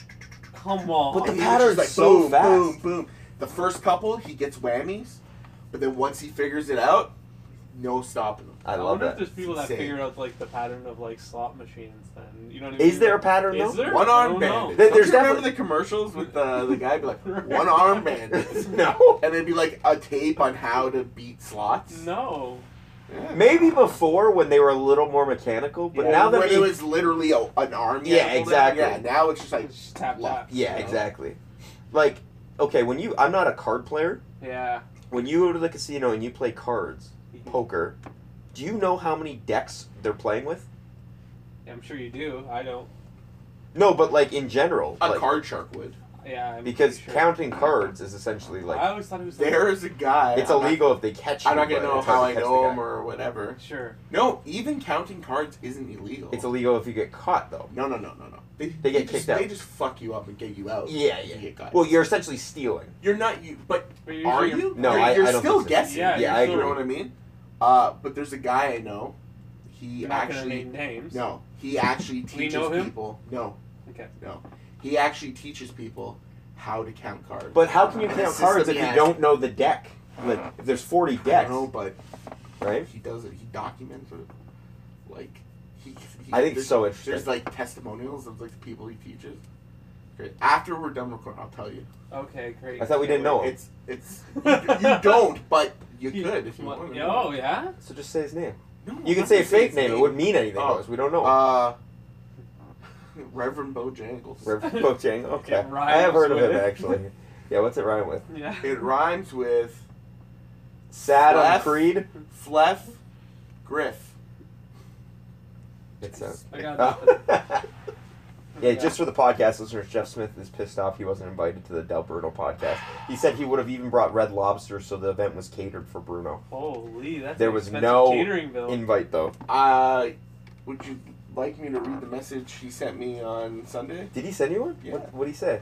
Speaker 4: Come on.
Speaker 1: But the
Speaker 3: He was
Speaker 1: pattern's
Speaker 3: just like,
Speaker 1: so
Speaker 3: boom,
Speaker 1: fast.
Speaker 3: Boom, boom. The first couple, he gets whammies, but then once he figures it out, no stopping him.
Speaker 1: I
Speaker 4: I
Speaker 1: love
Speaker 4: wonder
Speaker 1: that.
Speaker 4: if there's people that
Speaker 3: Insane.
Speaker 4: figure out like the pattern of like slot machines. Then you know what I mean.
Speaker 1: Is there a pattern
Speaker 4: Is
Speaker 1: though?
Speaker 4: there?
Speaker 3: One
Speaker 4: I
Speaker 3: arm
Speaker 4: don't
Speaker 3: bandit.
Speaker 1: There-
Speaker 3: Don't
Speaker 1: there's
Speaker 3: you remember
Speaker 1: definitely-
Speaker 3: the commercials with the the guy be like one arm bandit,
Speaker 1: no.
Speaker 3: and it'd be like a tape on how to beat slots.
Speaker 4: No.
Speaker 3: Yeah.
Speaker 1: Maybe before when they were a little more mechanical, but
Speaker 4: Yeah.
Speaker 1: now that
Speaker 3: when
Speaker 1: they-
Speaker 3: it was literally a, an arm.
Speaker 1: Yeah,
Speaker 3: gamble,
Speaker 1: exactly.
Speaker 3: Yeah, now it's just like
Speaker 4: It's just tap
Speaker 3: luck,
Speaker 4: tap.
Speaker 1: yeah,
Speaker 3: you know?
Speaker 1: exactly. Like, okay, when you I'm not a card player.
Speaker 4: Yeah.
Speaker 1: When you go to the casino and you play cards, poker, do you know how many decks they're playing with?
Speaker 4: I'm sure you do. I don't.
Speaker 1: No, but like in general,
Speaker 3: A
Speaker 1: like,
Speaker 3: card shark would.
Speaker 4: Yeah. I'm
Speaker 1: because
Speaker 4: pretty sure.
Speaker 1: counting cards is essentially
Speaker 4: I
Speaker 1: like
Speaker 4: always thought it was like,
Speaker 3: There is a guy.
Speaker 1: it's
Speaker 3: I'm not-
Speaker 1: illegal if they catch you.
Speaker 3: I'm not gonna
Speaker 1: but
Speaker 3: know
Speaker 1: it's hard
Speaker 3: how
Speaker 1: to
Speaker 3: I
Speaker 1: catch the
Speaker 3: know
Speaker 1: guy.
Speaker 3: him or whatever.
Speaker 4: Sure.
Speaker 3: No, even counting cards isn't illegal.
Speaker 1: It's illegal if you get caught though.
Speaker 3: No, no, no, no, no. They,
Speaker 1: They get
Speaker 3: just,
Speaker 1: kicked
Speaker 3: They
Speaker 1: out.
Speaker 3: just fuck you up and get you out.
Speaker 1: Yeah,
Speaker 3: You
Speaker 1: yeah.
Speaker 3: get caught.
Speaker 1: Well, you're essentially stealing.
Speaker 3: you're not you, but
Speaker 4: But you're
Speaker 3: are
Speaker 4: usually-
Speaker 3: you?
Speaker 1: No,
Speaker 3: you're,
Speaker 1: I-
Speaker 3: you're
Speaker 1: I don't
Speaker 3: still
Speaker 1: think so.
Speaker 3: guessing.
Speaker 4: Yeah,
Speaker 1: Yeah,
Speaker 4: you're
Speaker 1: I
Speaker 4: still-
Speaker 3: You know what I mean? Uh, but there's a guy I know. He
Speaker 4: You're not gonna
Speaker 3: actually
Speaker 4: name names.
Speaker 3: no. He actually
Speaker 4: We
Speaker 3: teaches
Speaker 4: know him?
Speaker 3: people. No,
Speaker 4: Okay.
Speaker 3: he actually teaches people how to count cards. Uh,
Speaker 1: But how can you
Speaker 3: The
Speaker 1: count
Speaker 3: system
Speaker 1: cards if
Speaker 3: he
Speaker 1: you
Speaker 3: has-
Speaker 1: don't know the deck? Like if there's 40
Speaker 3: I
Speaker 1: decks,
Speaker 3: don't know, but
Speaker 1: right?
Speaker 3: he does it. He documents it. Like he. he
Speaker 1: I think
Speaker 3: there's-
Speaker 1: it's so interesting.
Speaker 3: There's like testimonials of like the people he teaches. Okay, after we're done recording, I'll tell you.
Speaker 4: Okay. Great.
Speaker 1: I thought we didn't know him.
Speaker 3: It's it's you, you don't, but you could if you
Speaker 4: What-
Speaker 3: want.
Speaker 4: Oh yeah.
Speaker 1: So just say his name.
Speaker 3: No,
Speaker 1: You can
Speaker 3: not
Speaker 1: say a
Speaker 3: his
Speaker 1: fake
Speaker 3: name.
Speaker 1: name. It wouldn't mean anything
Speaker 3: Oh.
Speaker 1: to us. We don't know.
Speaker 3: Uh, Reverend Bojangles.
Speaker 1: Rev Bojang. Okay,
Speaker 4: It
Speaker 1: I have heard of
Speaker 4: rhymes
Speaker 1: him
Speaker 4: with-
Speaker 1: actually. Yeah, what's it rhyme with?
Speaker 4: Yeah.
Speaker 3: it rhymes with
Speaker 1: Sad on
Speaker 3: Slash.
Speaker 1: Creed.
Speaker 3: Fleff Griff.
Speaker 1: It's a.
Speaker 4: I got nothing.
Speaker 1: yeah, just for the podcast listeners, Jeff Smith is pissed off he wasn't invited to the Del Bruno podcast. He said he would have even brought Red Lobster, so the event was catered for Bruno.
Speaker 4: Holy, that's
Speaker 1: There
Speaker 4: an
Speaker 1: was
Speaker 4: expensive
Speaker 1: no
Speaker 4: catering bill.
Speaker 1: Invite though.
Speaker 3: Uh, would you like me to read the message he sent me on Sunday?
Speaker 1: Did he send you one?
Speaker 3: Yeah.
Speaker 1: What What did he say?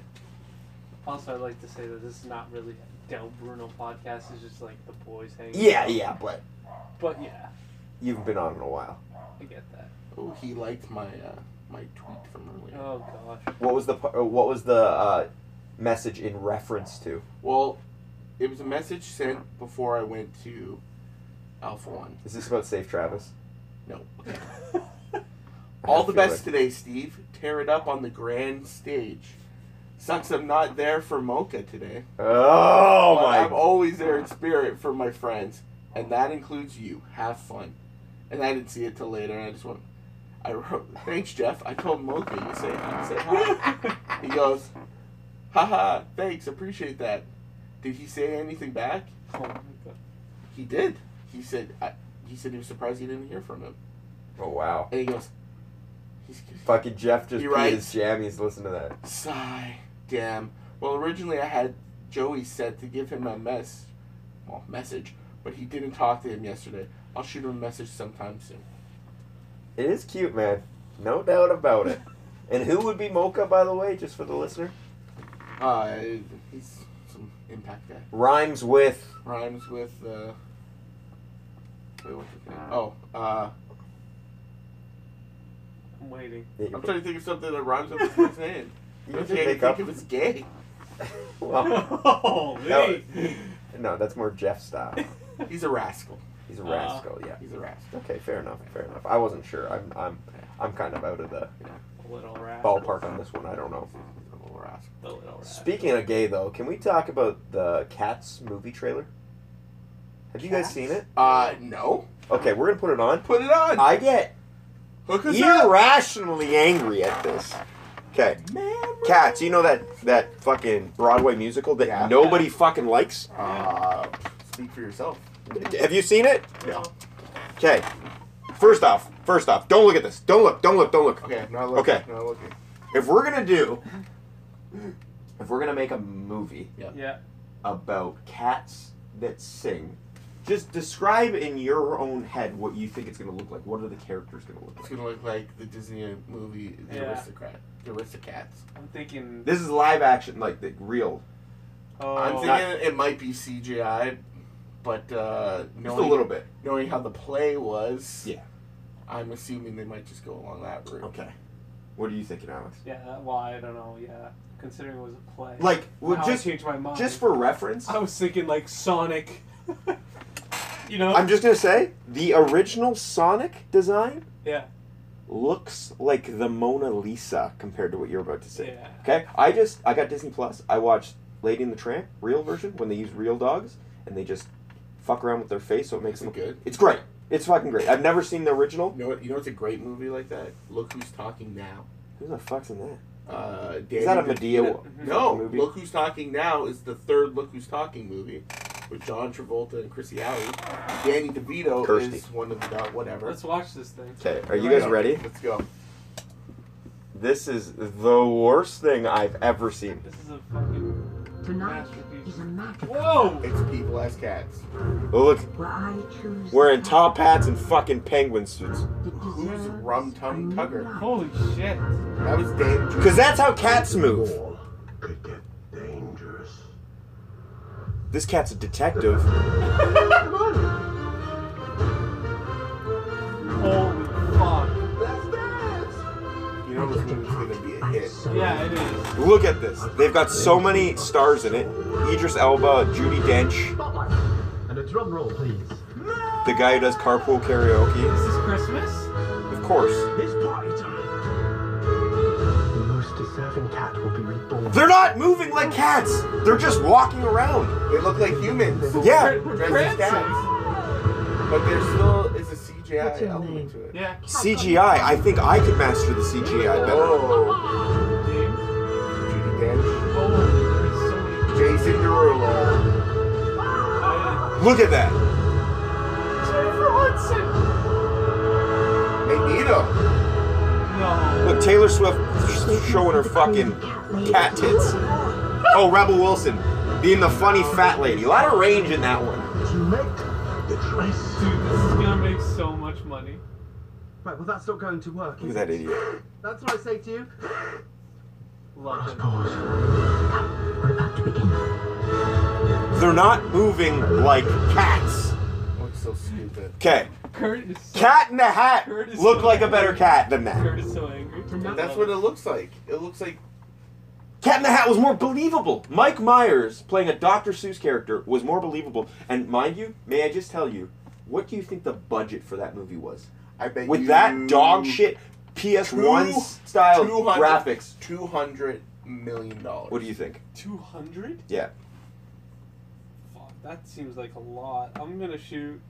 Speaker 4: also, I'd like to say that this is not really a Del Bruno podcast. It's just like the boys hanging.
Speaker 1: Yeah,
Speaker 4: out.
Speaker 1: yeah, but
Speaker 4: But yeah,
Speaker 1: you haven't been on in a while.
Speaker 4: I get that.
Speaker 3: Oh, he liked my uh, my tweet from earlier.
Speaker 4: Oh gosh.
Speaker 1: What was the par- uh, What was the uh, message in reference to?
Speaker 3: Well, it was a message sent before I went to Alpha One.
Speaker 1: Is this about Safe Travis?
Speaker 3: No.
Speaker 1: I
Speaker 3: All the
Speaker 1: feel
Speaker 3: best
Speaker 1: like-
Speaker 3: today, Steve. Tear it up on the grand stage. Sucks I'm not there for Mocha today.
Speaker 1: Oh
Speaker 3: but
Speaker 1: my!
Speaker 3: I'm always there in spirit for my friends, and that includes you. Have fun. And I didn't see it till later, and I just went. I wrote, thanks, Jeff. I told Mocha you say you say
Speaker 4: Oh,
Speaker 3: hi. he goes, haha, thanks, appreciate that. Did he say anything back?
Speaker 4: Oh my god.
Speaker 3: He did. He said, I, he said he was surprised he didn't hear from him.
Speaker 1: oh wow!
Speaker 3: And he goes, he's,
Speaker 1: Fucking Jeff just
Speaker 3: He
Speaker 1: peed his
Speaker 3: writes-
Speaker 1: jammies. Listen to that.
Speaker 3: Sigh. Damn. Well, originally I had Joey set to give him a mess, well, message, but he didn't talk to him yesterday. I'll shoot him a message sometime soon.
Speaker 1: It is cute, man. No doubt about it. And who would be Mocha, by the way, just for the listener?
Speaker 3: Uh, he's some impact guy.
Speaker 1: Rhymes with
Speaker 3: Rhymes with, uh, wait, what's his name? Oh, uh,
Speaker 4: I'm waiting.
Speaker 1: you
Speaker 3: I'm trying to think of something that rhymes with his first name.
Speaker 1: can
Speaker 3: I
Speaker 1: just
Speaker 3: can't
Speaker 1: make
Speaker 3: think
Speaker 1: up.
Speaker 3: of his gay.
Speaker 1: Well,
Speaker 4: Oh, Holy.
Speaker 1: no, that's more Jeff style.
Speaker 3: He's a rascal.
Speaker 1: He's a
Speaker 4: Uh.
Speaker 1: rascal, yeah.
Speaker 3: He's a rascal.
Speaker 1: Okay, fair enough, fair enough. I wasn't sure. I'm, I'm, I'm kind of out of the
Speaker 4: The little rat.
Speaker 1: ballpark on this one. I don't know.
Speaker 3: He's a little rascal.
Speaker 4: The little rat.
Speaker 1: Speaking of gay, though, can we talk about the Cats movie trailer? Have you guys
Speaker 3: Cats?
Speaker 1: seen it?
Speaker 3: Uh, no.
Speaker 1: Okay, we're gonna put it on.
Speaker 3: Put it on.
Speaker 1: I get
Speaker 3: Hook us up.
Speaker 1: irrationally angry at this. Okay, Cats, you know that that fucking Broadway musical that
Speaker 3: Yeah.
Speaker 1: nobody fucking likes.
Speaker 3: Uh, speak for yourself.
Speaker 1: Have you seen it?
Speaker 3: No.
Speaker 1: Okay, first off, first off, don't look at this. Don't look. Don't look. Don't look.
Speaker 3: Okay, I'm not looking.
Speaker 1: Okay.
Speaker 3: I'm not looking.
Speaker 1: If we're gonna do, if we're gonna make a movie
Speaker 4: Yeah.
Speaker 1: about cats that sing, just describe in your own head what you think it's gonna look like. What are the characters gonna look like?
Speaker 3: It's gonna look like the Disney movie, The
Speaker 4: Yeah.
Speaker 3: Aristocrat, The Aristocats.
Speaker 4: I'm thinking.
Speaker 1: This is live action, like the real.
Speaker 4: oh,
Speaker 3: I'm thinking it might be CGI, but uh,
Speaker 1: Just
Speaker 3: knowing,
Speaker 1: a little bit.
Speaker 3: knowing how the play was,
Speaker 1: Yeah. Oh,
Speaker 3: I'm assuming they might just go along that route.
Speaker 1: Okay. What are you thinking, Alex?
Speaker 4: Yeah. That, well, I don't know. Yeah. Considering it was a play.
Speaker 1: Like, well,
Speaker 4: How I Oh.
Speaker 1: just
Speaker 4: changed my mind.
Speaker 1: just for reference,
Speaker 4: I was thinking like Sonic. you know.
Speaker 1: I'm just gonna say the original Sonic design
Speaker 4: yeah.
Speaker 1: looks like the Mona Lisa compared to what you're about to say.
Speaker 4: Yeah.
Speaker 1: Okay, I just I got Disney Plus. I watched Lady and the Tramp real version when they use real dogs and they just fuck around with their face so it makes
Speaker 3: Is it
Speaker 1: them
Speaker 3: good?
Speaker 1: It's great. It's fucking great. I've never seen the original.
Speaker 3: You know what? You know what's a great movie like that? Look who's talking now.
Speaker 1: Who the fuck's in that?
Speaker 3: Uh, Danny
Speaker 1: Is that a
Speaker 3: DeVito-
Speaker 1: Medea?
Speaker 3: No,
Speaker 1: movie?
Speaker 3: Look Who's Talking Now is the third Look Who's Talking movie with John Travolta and Chrissy Alley. Danny DeVito
Speaker 1: Kirsty.
Speaker 3: is one of the whatever.
Speaker 4: Let's watch this thing.
Speaker 1: Okay, are you
Speaker 3: Here we
Speaker 1: guys
Speaker 3: go.
Speaker 1: ready?
Speaker 3: Let's go.
Speaker 1: This is the worst thing I've ever seen.
Speaker 4: This is a fucking.
Speaker 6: Tonight
Speaker 4: Masterpiece.
Speaker 6: is a magic
Speaker 4: Whoa.
Speaker 3: It's people as cats.
Speaker 1: Look,
Speaker 6: where I choose.
Speaker 1: wearing top hats and fucking penguin suits.
Speaker 3: Who's Rum Tum Tugger?
Speaker 4: Holy shit.
Speaker 3: That was Dan.
Speaker 1: Because that's how cats move.
Speaker 7: could get dangerous.
Speaker 1: This cat's a detective.
Speaker 4: Holy fuck.
Speaker 3: You know this movie's gonna be a hit.
Speaker 4: Yeah, it is.
Speaker 1: Look at this. They've got so many stars in it. Idris Elba, Judy Dench,
Speaker 7: And a drum roll, please.
Speaker 1: the guy who does carpool
Speaker 4: Is
Speaker 1: karaoke.
Speaker 4: this Christmas?
Speaker 1: Of course.
Speaker 7: It's party time. The most deserving cat will be reborn.
Speaker 1: They're not moving like cats. They're just walking around.
Speaker 3: They look like humans.
Speaker 1: Yeah.
Speaker 4: We're
Speaker 3: Dressed as
Speaker 4: prancing.
Speaker 3: cats. But there still is a
Speaker 6: What's
Speaker 3: CGI
Speaker 6: your
Speaker 3: element
Speaker 6: name?
Speaker 3: to it.
Speaker 4: Yeah.
Speaker 1: CGI. I think I could master the CGI better.
Speaker 3: Oh,
Speaker 4: James.
Speaker 3: Judy Dench,
Speaker 4: Holy. There's so many.
Speaker 3: Jason Derulo.
Speaker 4: I,
Speaker 1: Look at that.
Speaker 3: Magneto.
Speaker 4: no.
Speaker 1: Look, Taylor Swift sh- showing her fucking cat tits. Oh, Rebel Wilson being the funny fat lady. A lot of range in that one.
Speaker 7: You make the dress.
Speaker 4: Dude, this is gonna make so much money.
Speaker 7: Right, well, that's not going to work.
Speaker 1: Look at that idiot.
Speaker 7: That's what I say to you.
Speaker 4: Love it.
Speaker 7: Pause.
Speaker 1: They're not moving like cats.
Speaker 3: Looks Oh, so stupid.
Speaker 1: Okay.
Speaker 4: Kurt is so,
Speaker 1: Cat in the Hat
Speaker 4: Kurt is
Speaker 1: looked
Speaker 4: so
Speaker 1: like a better
Speaker 4: angry.
Speaker 1: cat than that.
Speaker 4: Kurt is so angry.
Speaker 6: Tonight-
Speaker 3: That's what it looks like. It looks like
Speaker 1: Cat in the Hat was more believable. Mike Myers playing a Dr. Seuss character was more believable. And mind you, may I just tell you, what do you think the budget for that movie was?
Speaker 3: I bet
Speaker 1: With
Speaker 3: you
Speaker 1: that dog shit PS1 style graphics.
Speaker 3: Two hundred million dollars.
Speaker 1: What do you think?
Speaker 4: 200?
Speaker 1: Yeah.
Speaker 4: Fuck, that seems like a lot. I'm gonna shoot.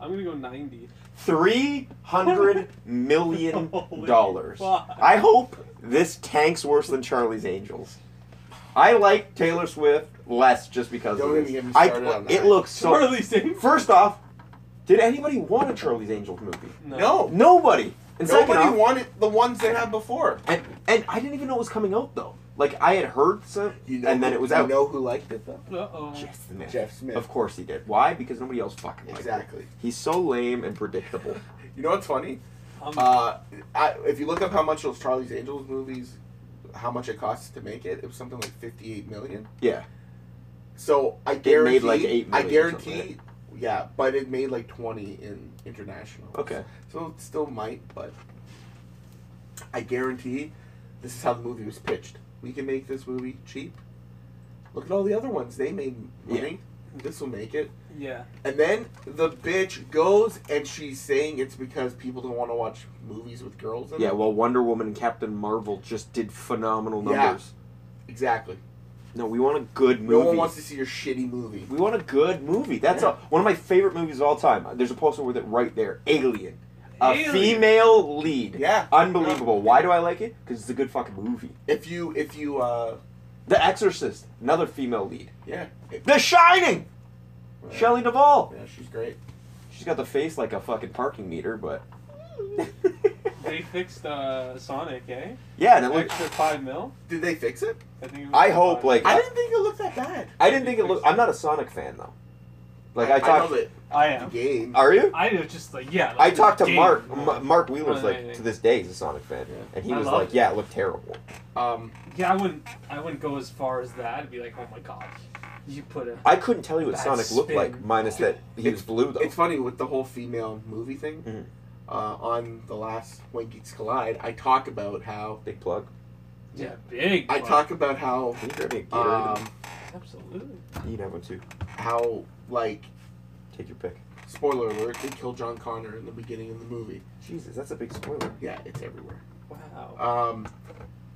Speaker 4: I'm gonna go 90.
Speaker 1: Three hundred million
Speaker 4: Holy
Speaker 1: dollars.
Speaker 4: fuck.
Speaker 1: I hope this tanks worse than Charlie's Angels. I like Taylor Swift less just because
Speaker 3: Don't
Speaker 1: of this.
Speaker 3: even get me
Speaker 1: I-
Speaker 3: started on
Speaker 1: It
Speaker 3: that.
Speaker 1: looks so
Speaker 4: Charlie Sings?
Speaker 1: First off, did anybody want a Charlie's Angels movie?
Speaker 3: No,
Speaker 1: Nobody. And second
Speaker 3: nobody
Speaker 1: off,
Speaker 3: wanted the ones they had before.
Speaker 1: and, and I didn't even know it was coming out though. Like I had heard some, and then
Speaker 3: who-
Speaker 1: it was
Speaker 3: you
Speaker 1: out.
Speaker 3: know who liked it though?
Speaker 4: Uh oh.
Speaker 1: Jeff Smith.
Speaker 3: Jeff Smith.
Speaker 1: Of course he did. Why? Because nobody else fucking liked
Speaker 3: Exactly.
Speaker 1: it. He's so lame and predictable.
Speaker 3: You know what's funny?
Speaker 1: Um,
Speaker 4: I'm,
Speaker 3: Uh, I, if you look up how much those Charlie's Angels movies, how much it costs to make it, it was something like fifty-eight million.
Speaker 1: yeah.
Speaker 3: So I
Speaker 1: made,
Speaker 3: guarantee,
Speaker 1: like, eight
Speaker 3: I
Speaker 1: million or
Speaker 3: guarantee, yeah, but it made like twenty in international.
Speaker 1: Okay.
Speaker 3: So it still might, but I guarantee this is how the movie was pitched. We can make this movie cheap. Look at all the other ones; they made money. This will make it.
Speaker 4: yeah.
Speaker 3: And then the bitch goes and she's saying it's because people don't want to watch movies with girls in
Speaker 1: Yeah.
Speaker 3: it.
Speaker 1: Well, Wonder Woman and Captain Marvel just did phenomenal
Speaker 3: Yeah.
Speaker 1: numbers.
Speaker 3: Exactly.
Speaker 1: No, we want a good movie.
Speaker 3: No one wants to see your shitty movie.
Speaker 1: We want a good movie. That's a, one of my favorite movies of all time. There's a poster with it right there. Alien. a
Speaker 4: Alien.
Speaker 1: female lead.
Speaker 3: Yeah.
Speaker 1: Unbelievable. Why do I like it? Because it's a good fucking movie.
Speaker 3: If you if you uh
Speaker 1: The Exorcist, another female lead.
Speaker 3: yeah. If,
Speaker 1: The Shining,
Speaker 3: uh,
Speaker 1: Shelley Duvall.
Speaker 3: Yeah, she's great.
Speaker 1: She's got the face like a fucking parking meter, but
Speaker 4: They fixed uh, Sonic, eh?
Speaker 1: yeah, and it looked.
Speaker 4: Extra five mil.
Speaker 3: Did they fix it?
Speaker 4: I think. It was
Speaker 1: I hope
Speaker 4: five.
Speaker 1: like
Speaker 3: I
Speaker 1: I,
Speaker 3: didn't think it looked that bad.
Speaker 1: didn't think it looked. I'm not a Sonic fan though. Like I,
Speaker 3: I,
Speaker 1: talked.
Speaker 3: love it.
Speaker 4: I
Speaker 3: The
Speaker 4: am.
Speaker 3: game.
Speaker 1: Are you?
Speaker 4: I was just like yeah.
Speaker 1: I
Speaker 4: like,
Speaker 1: talked to
Speaker 4: game.
Speaker 1: Mark. M- Mark Wheeler's
Speaker 4: Oh, yeah,
Speaker 1: like
Speaker 4: yeah.
Speaker 1: to this day he's a Sonic fan,
Speaker 3: Yeah.
Speaker 1: and he
Speaker 4: I
Speaker 1: was
Speaker 4: love
Speaker 1: like,
Speaker 4: it.
Speaker 1: "Yeah, it looked terrible."
Speaker 3: Um,
Speaker 4: Yeah, I wouldn't. I wouldn't go as far as that. I'd be like, oh my god, you put a.
Speaker 1: I couldn't tell you what
Speaker 4: That
Speaker 1: Sonic looked
Speaker 4: spin.
Speaker 1: like, minus that he was blue though.
Speaker 3: it's funny with the whole female movie thing.
Speaker 1: Mhm.
Speaker 3: Uh, on the last When Geeks Collide, I talk about how
Speaker 1: Big plug.
Speaker 4: Yeah, big.
Speaker 3: I
Speaker 4: one.
Speaker 3: talk about how
Speaker 1: Can you grab me a Gatorade?
Speaker 3: um
Speaker 4: Absolutely.
Speaker 1: you can have one too.
Speaker 3: how like
Speaker 1: Take your pick.
Speaker 3: spoiler alert they kill John Connor in the beginning of the movie.
Speaker 1: Jesus, that's a big spoiler.
Speaker 3: Yeah, it's everywhere.
Speaker 4: Wow.
Speaker 3: Um,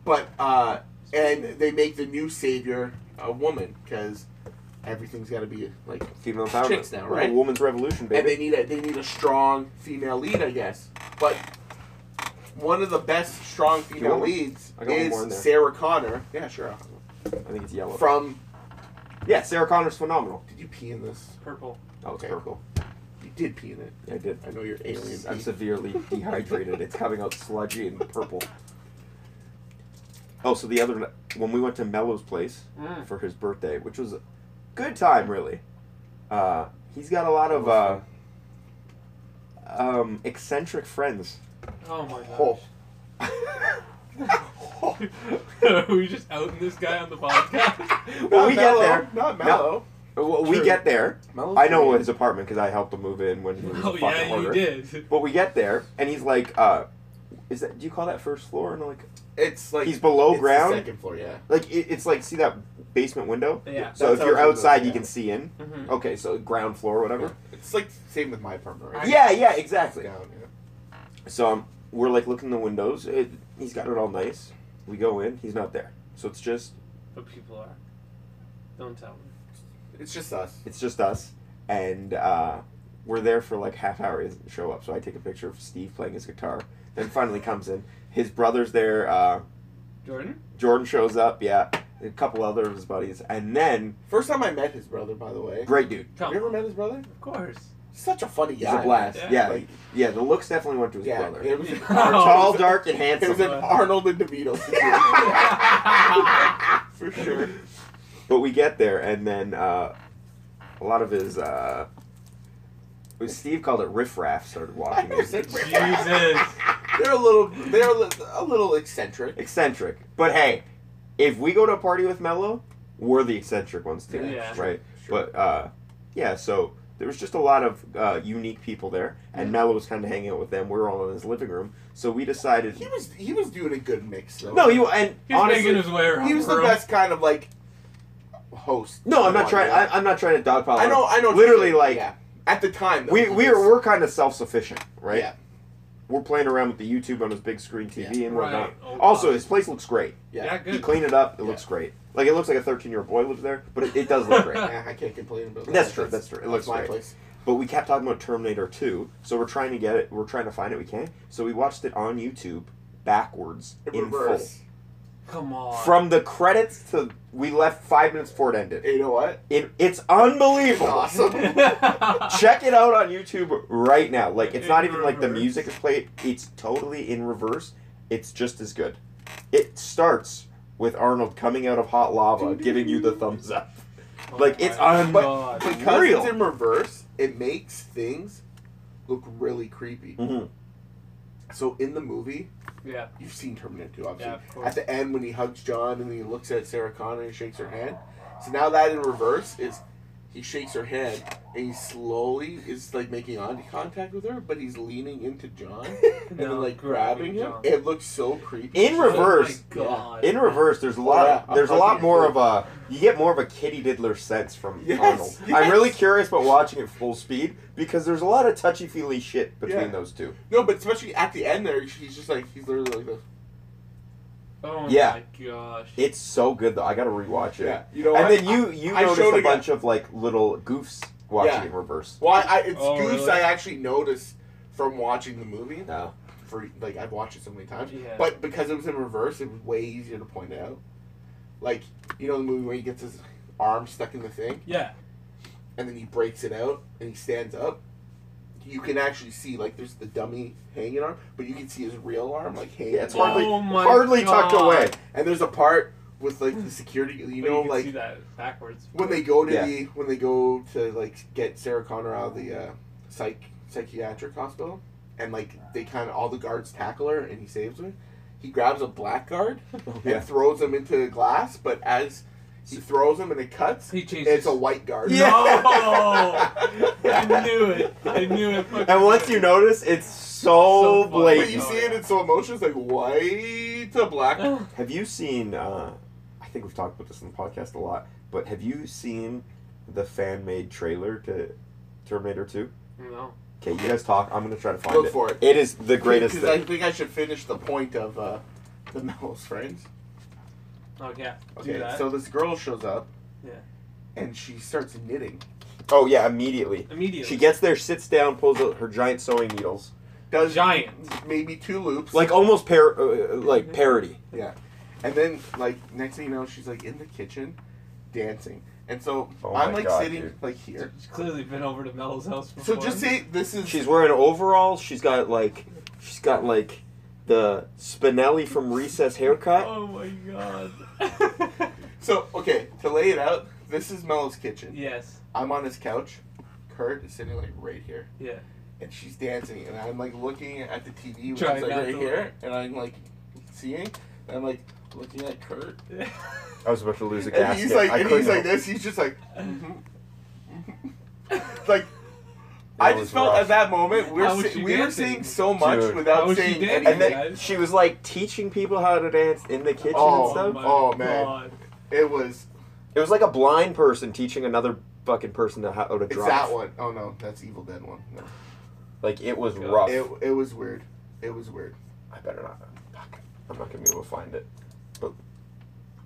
Speaker 3: but uh, and they make the new savior a woman because everything's got to be like,
Speaker 1: Female empowerment.
Speaker 3: Chicks now,
Speaker 1: We're
Speaker 3: right?
Speaker 1: A woman's revolution,
Speaker 3: and they
Speaker 1: baby.
Speaker 3: need a they need a strong female lead, I guess. But one of the best strong female
Speaker 1: want one?
Speaker 3: leads
Speaker 1: I got one more in
Speaker 3: is
Speaker 1: there.
Speaker 3: Sarah Connor. Yeah, sure.
Speaker 1: I think it's yellow.
Speaker 3: From
Speaker 1: yeah, Sarah Connor's phenomenal.
Speaker 3: did you pee in this?
Speaker 4: Purple.
Speaker 1: Oh, it's
Speaker 3: Okay.
Speaker 1: purple.
Speaker 3: You did pee in it.
Speaker 1: Yeah, I did.
Speaker 3: I know you're alien.
Speaker 1: I'm
Speaker 3: pee.
Speaker 1: severely dehydrated. It's coming out sludgy and purple. Oh, so the other n- when we went to Mello's place
Speaker 4: Mm.
Speaker 1: for his birthday, which was a good time, really. Uh, he's got a lot of uh, um, eccentric friends.
Speaker 4: Oh my gosh.
Speaker 3: Oh.
Speaker 4: Are we just outing this guy on the podcast? Oh,
Speaker 1: Well,
Speaker 3: Not
Speaker 1: we get
Speaker 3: mellow,
Speaker 1: there.
Speaker 3: Not
Speaker 1: No.
Speaker 3: mellow.
Speaker 1: Well, we
Speaker 3: True.
Speaker 1: get there.
Speaker 3: Mellow's
Speaker 1: I know
Speaker 3: great.
Speaker 1: his apartment because I helped him move in when he was
Speaker 4: oh
Speaker 1: a fucking
Speaker 4: yeah, you
Speaker 1: hoarder.
Speaker 4: did.
Speaker 1: But we get there, and he's like, uh, "Is that? Do you call that first floor?" And I'm like,
Speaker 3: It's like
Speaker 1: He's below
Speaker 3: it's the
Speaker 1: ground?
Speaker 3: second floor, yeah.
Speaker 1: like it, it's like see that basement window.
Speaker 4: Yeah.
Speaker 1: So
Speaker 3: That's
Speaker 1: if you're
Speaker 3: how it goes,
Speaker 1: outside, you
Speaker 3: yeah.
Speaker 1: can see in.
Speaker 4: Mhm.
Speaker 1: Okay, so ground floor, whatever.
Speaker 3: It's like same with my apartment. Right?
Speaker 1: Yeah, yeah, exactly.
Speaker 3: Down, yeah.
Speaker 1: So um, we're like looking in the windows. It, he's got it all nice. We go in, he's not there. So it's just
Speaker 4: But people are. Don't tell me.
Speaker 3: It's just us.
Speaker 1: it's just us, and uh, we're there for like half hour. He doesn't show up. So I take a picture of Steve playing his guitar. Then finally comes in. His brother's there. Uh,
Speaker 4: Jordan.
Speaker 1: Jordan shows up. Yeah, a couple other of his buddies, and then
Speaker 3: First time I met his brother, by the way.
Speaker 1: great dude.
Speaker 3: Have
Speaker 4: Come.
Speaker 3: you ever met his brother?
Speaker 4: Of course.
Speaker 3: Such a funny
Speaker 1: He's
Speaker 3: guy.
Speaker 1: a blast.
Speaker 4: Yeah.
Speaker 1: Yeah,
Speaker 3: Like-
Speaker 1: yeah. The looks definitely went to his
Speaker 3: Yeah,
Speaker 1: brother.
Speaker 3: it was,
Speaker 1: Tall, dark, and
Speaker 3: it was
Speaker 1: handsome.
Speaker 3: an Arnold and DeVito situation. for sure.
Speaker 1: But we get there, and then uh, a lot of his. Uh, what Steve called it riffraff started walking
Speaker 3: I
Speaker 1: in.
Speaker 3: said riffraff.
Speaker 4: Jesus.
Speaker 3: They're a little, they're a li- a little eccentric.
Speaker 1: Eccentric. But hey, if we go to a party with Mello, we're the eccentric ones too.
Speaker 4: Yeah.
Speaker 1: Right?
Speaker 3: Sure.
Speaker 1: But uh, yeah, so there was just a lot of uh, unique people there, and Mello was kind of hanging out with them. We were all in his living room, so we decided.
Speaker 3: he was, he was doing a good mix though.
Speaker 1: No, you and
Speaker 4: He's making
Speaker 1: honestly,
Speaker 4: his way around.
Speaker 3: he was the
Speaker 4: room.
Speaker 3: best kind of like host.
Speaker 1: no, I'm not trying.
Speaker 3: I,
Speaker 1: I, I'm not trying to dogpile.
Speaker 3: I
Speaker 1: on
Speaker 3: know,
Speaker 1: him.
Speaker 3: I know.
Speaker 1: Literally, like
Speaker 3: yeah. at the time, though,
Speaker 1: we
Speaker 3: he
Speaker 1: we
Speaker 3: was-
Speaker 1: are we're kind of self sufficient, right?
Speaker 3: Yeah,
Speaker 1: we're playing around with the YouTube on his big screen TV and
Speaker 4: Right.
Speaker 1: whatnot.
Speaker 4: Oh,
Speaker 1: also,
Speaker 4: God.
Speaker 1: his place looks great.
Speaker 3: yeah.
Speaker 4: Yeah,
Speaker 1: He
Speaker 4: good.
Speaker 1: cleaned it up. It
Speaker 3: Yeah.
Speaker 1: looks great. Like it looks like a 13 year old boy lives there, but it, it does look great.
Speaker 3: Eh, I can't complain about that.
Speaker 1: That's true, that's true. It looks
Speaker 3: my
Speaker 1: great.
Speaker 3: place.
Speaker 1: but we kept talking about Terminator 2, so we're trying to get it. We're trying to find it. We can't. So we watched it on YouTube backwards
Speaker 3: It
Speaker 1: in
Speaker 3: reverse.
Speaker 4: Come
Speaker 1: full.
Speaker 4: on.
Speaker 1: From the credits to we left five minutes before it ended.
Speaker 3: You know what?
Speaker 1: It, it's unbelievable.
Speaker 3: Awesome.
Speaker 1: Check it out on YouTube right now. Like it's
Speaker 4: In
Speaker 1: not even like the
Speaker 4: reverse.
Speaker 1: music is played. It's totally in reverse. It's just as good. It starts with Arnold coming out of hot lava, giving you the thumbs up.
Speaker 4: Oh
Speaker 1: Like it's
Speaker 4: my
Speaker 1: un-
Speaker 4: God.
Speaker 3: because
Speaker 1: Real.
Speaker 3: it's in reverse, it makes things look really creepy.
Speaker 1: Mhm.
Speaker 3: So in the movie,
Speaker 4: Yeah.
Speaker 3: you've seen Terminator 2, obviously.
Speaker 4: Yeah, of course.
Speaker 3: at the end, when he hugs John and he looks at Sarah Connor and shakes her hand. So now that in reverse is he shakes her hand and he slowly is like making eye contact with her, but he's leaning into John and then
Speaker 4: No,
Speaker 3: like grabbing him.
Speaker 4: John.
Speaker 3: It looks so creepy.
Speaker 1: In reverse.
Speaker 4: Oh my God.
Speaker 1: In reverse, there's a lot.
Speaker 3: yeah.
Speaker 1: There's a lot
Speaker 3: Okay.
Speaker 1: more of a. You get more of a kitty diddler sense from
Speaker 3: Yes,
Speaker 1: Arnold. I'm
Speaker 3: yes.
Speaker 1: really curious about watching it full speed because there's a lot of touchy feely shit between
Speaker 3: Yeah.
Speaker 1: those two.
Speaker 3: No, but especially at the end there, he's just like he's literally like this.
Speaker 4: oh
Speaker 1: Yeah.
Speaker 4: my gosh.
Speaker 1: It's so good though. I gotta rewatch it.
Speaker 3: Yeah, you know.
Speaker 1: and
Speaker 3: what?
Speaker 1: then you you
Speaker 3: I
Speaker 1: noticed
Speaker 3: showed
Speaker 1: a
Speaker 3: a guy-
Speaker 1: bunch of like little goofs watching
Speaker 3: Yeah.
Speaker 1: in reverse.
Speaker 3: Well, I, I, it's
Speaker 4: Oh,
Speaker 3: goofs
Speaker 4: really?
Speaker 3: I actually noticed from watching the movie.
Speaker 1: No.
Speaker 3: For like I've watched it so many times,
Speaker 4: Yeah.
Speaker 3: but because it was in reverse, it was way easier to point out. Like you know the movie where he gets his arm stuck in the thing,
Speaker 4: Yeah.
Speaker 3: and then he breaks it out and he stands up. You can actually see like there's the dummy hanging arm, but you can see his real arm like hanging.
Speaker 1: Yeah, it's
Speaker 3: hardly
Speaker 4: Oh my
Speaker 3: hardly tucked
Speaker 4: God.
Speaker 3: away. And there's a part with like the security, you
Speaker 4: But
Speaker 3: know,
Speaker 4: can
Speaker 3: like
Speaker 4: see that backwards.
Speaker 3: when they go to
Speaker 1: Yeah.
Speaker 3: the when they go to like get Sarah Connor out of the uh, psych psychiatric hospital, and like they kind of all the guards tackle her and he saves her. He grabs a black guard
Speaker 1: Oh, Yeah.
Speaker 3: and throws him into the glass, but as he throws him and it cuts,
Speaker 4: He changes.
Speaker 3: it's a white guard.
Speaker 4: No! I knew it. I knew it. Fucking
Speaker 1: And once you notice, it's so,
Speaker 4: So funny.
Speaker 3: But you
Speaker 1: blatant.
Speaker 4: Oh,
Speaker 3: see it in slow motion, it's like white to black.
Speaker 1: Have you seen? Uh, I think we've talked about this in the podcast a lot, but have you seen the fan made trailer to Terminator Two?
Speaker 4: no.
Speaker 1: Okay, you guys talk. I'm gonna try to find
Speaker 3: Look
Speaker 1: it.
Speaker 3: for it.
Speaker 1: It is the greatest
Speaker 3: Because I
Speaker 1: thing.
Speaker 3: think I should finish the point of uh, the Mel's friends.
Speaker 4: Oh, yeah. Do
Speaker 3: Okay,
Speaker 4: that.
Speaker 3: so this girl shows up.
Speaker 4: Yeah.
Speaker 3: And she starts knitting.
Speaker 1: Oh yeah, immediately.
Speaker 4: Immediately.
Speaker 1: She gets there, sits down, pulls out her giant sewing needles,
Speaker 3: Does
Speaker 4: Giant.
Speaker 3: maybe two loops.
Speaker 1: like almost par- uh, uh,
Speaker 4: Mhm.
Speaker 1: like parody.
Speaker 3: yeah. And then like next thing you know, she's like in the kitchen dancing. And so
Speaker 1: Oh
Speaker 3: I'm
Speaker 1: my
Speaker 3: like
Speaker 1: God,
Speaker 3: sitting
Speaker 1: dude.
Speaker 3: like here.
Speaker 4: She's clearly been over to Mel's house
Speaker 3: So
Speaker 4: before.
Speaker 3: just say this is
Speaker 1: She's wearing overalls. She's got like, she's got like, the Spinelli from Recess haircut.
Speaker 4: Oh my god.
Speaker 3: so okay, to lay it out, this is Mello's kitchen.
Speaker 4: yes.
Speaker 3: I'm on his couch. Kurt is sitting like right here.
Speaker 4: Yeah.
Speaker 3: And she's dancing and I'm like looking at the TV which
Speaker 4: Trying
Speaker 3: is like
Speaker 4: not
Speaker 3: right
Speaker 4: to
Speaker 3: here and I'm like seeing and I'm like looking at Kurt.
Speaker 1: I was about to lose a
Speaker 3: And
Speaker 1: gasket.
Speaker 3: he's like
Speaker 1: I
Speaker 3: and he's
Speaker 1: couldn't
Speaker 3: like
Speaker 1: help-
Speaker 3: this, he's just like mhm, mhm. like I
Speaker 1: That was
Speaker 3: just felt
Speaker 1: rough.
Speaker 3: at that moment we're
Speaker 4: How was
Speaker 3: si-
Speaker 4: she
Speaker 3: we were
Speaker 4: dancing?
Speaker 3: saying so much
Speaker 1: Dude.
Speaker 4: How
Speaker 3: without
Speaker 4: was she
Speaker 3: saying
Speaker 4: dancing?
Speaker 3: anything.
Speaker 1: And then
Speaker 4: guys.
Speaker 1: she was like teaching people how to dance in the kitchen
Speaker 3: Oh,
Speaker 1: and stuff.
Speaker 3: my- oh, man.
Speaker 4: God.
Speaker 3: It was
Speaker 1: It was like a blind person teaching another fucking person to how to
Speaker 3: it's
Speaker 1: drive.
Speaker 3: that one. Oh no, that's Evil Dead one. No.
Speaker 1: Like it was
Speaker 4: God.
Speaker 1: rough.
Speaker 3: It it was weird. It was weird.
Speaker 1: I better not. Fuck. I'm not gonna be able to find it. But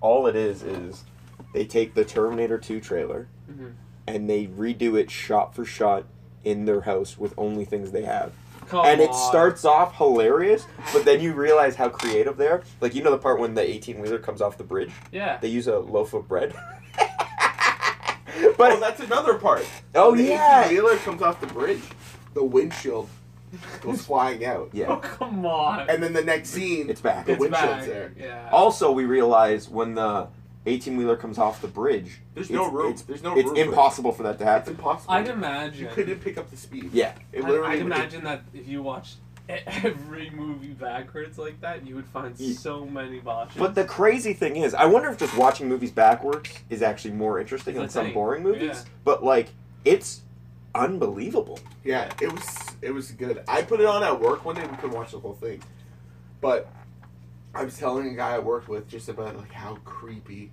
Speaker 1: all it is is they take the Terminator 2 trailer
Speaker 3: Mm-hmm.
Speaker 4: Mhm.
Speaker 1: and they redo it shot for shot in their house with only things they have.
Speaker 3: Oh
Speaker 4: Come
Speaker 1: and it
Speaker 4: on.
Speaker 1: starts off hilarious, but then you realize how creative they are. Like you know the part when the 18 wheeler comes off the bridge,
Speaker 4: Yeah.
Speaker 1: they use a loaf of bread.
Speaker 3: But
Speaker 1: but
Speaker 3: that's another part.
Speaker 1: oh
Speaker 3: When the
Speaker 1: yeah.
Speaker 3: Wheeler comes off the bridge. The windshield goes flying out.
Speaker 1: Yeah.
Speaker 4: Oh, come on.
Speaker 3: And then the next scene,
Speaker 1: It's back.
Speaker 3: the
Speaker 4: it's
Speaker 3: windshield's
Speaker 4: back.
Speaker 3: there.
Speaker 4: Yeah.
Speaker 1: Also, we realize when the 18 wheeler comes off the bridge,
Speaker 3: There's
Speaker 1: it's-
Speaker 3: no room.
Speaker 1: It's,
Speaker 3: There's no
Speaker 1: it's
Speaker 3: room. for it.
Speaker 1: impossible for that to
Speaker 3: It's
Speaker 1: happen.
Speaker 3: impossible.
Speaker 4: I'd
Speaker 3: you
Speaker 4: imagine.
Speaker 3: couldn't pick up the speed.
Speaker 1: Yeah.
Speaker 3: It
Speaker 4: I, I'd
Speaker 3: would-
Speaker 4: imagine that if you watched e- every movie backwards like that, you would find
Speaker 1: Ye-
Speaker 4: so many botches.
Speaker 1: But the crazy thing is, I wonder if just watching movies backwards is actually more interesting
Speaker 4: It's
Speaker 1: than
Speaker 4: a
Speaker 1: some
Speaker 4: thing.
Speaker 1: boring movies.
Speaker 4: Yeah.
Speaker 1: But like, it's unbelievable.
Speaker 3: Yeah, it was it was good. I put it on at work one day. We couldn't watch the whole thing, but I was telling a guy I worked with just about like how creepy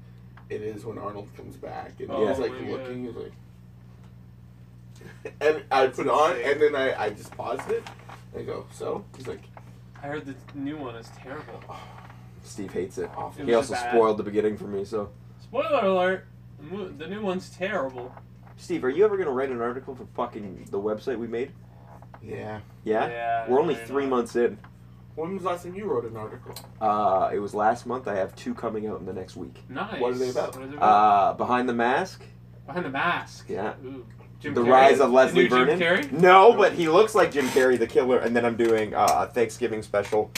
Speaker 3: it is when Arnold comes back, and
Speaker 4: Oh,
Speaker 3: he's like
Speaker 4: yeah.
Speaker 3: looking, he's like, and I put it on, and then I I just paused it. And I go so he's like
Speaker 4: I heard the new one is terrible.
Speaker 1: Steve hates it.
Speaker 3: awful.
Speaker 4: Oh, It
Speaker 1: He
Speaker 4: was
Speaker 1: also
Speaker 4: bad.
Speaker 1: spoiled the beginning for me. So,
Speaker 4: Spoiler alert! the mo- The new one's terrible.
Speaker 1: Steve, are you ever gonna write an article for fucking the website we made?
Speaker 3: Yeah.
Speaker 1: Yeah. We're only
Speaker 4: probably
Speaker 1: three
Speaker 4: not.
Speaker 1: months in.
Speaker 3: When was the last time you wrote an article?
Speaker 1: Uh, it was last month. I have two coming out in the next week.
Speaker 4: Nice.
Speaker 3: What are they about?
Speaker 4: What are they about?
Speaker 1: Uh, Behind the Mask,
Speaker 4: Behind the mask.
Speaker 1: yeah.
Speaker 4: Ooh. Jim
Speaker 1: The
Speaker 4: Carrey?
Speaker 1: Rise of
Speaker 4: The
Speaker 1: Leslie
Speaker 4: new
Speaker 1: Vernon. Mm.
Speaker 4: Jim Carrey?
Speaker 1: No, but he looks like Jim Carrey, the killer. And then I'm doing uh, a Thanksgiving special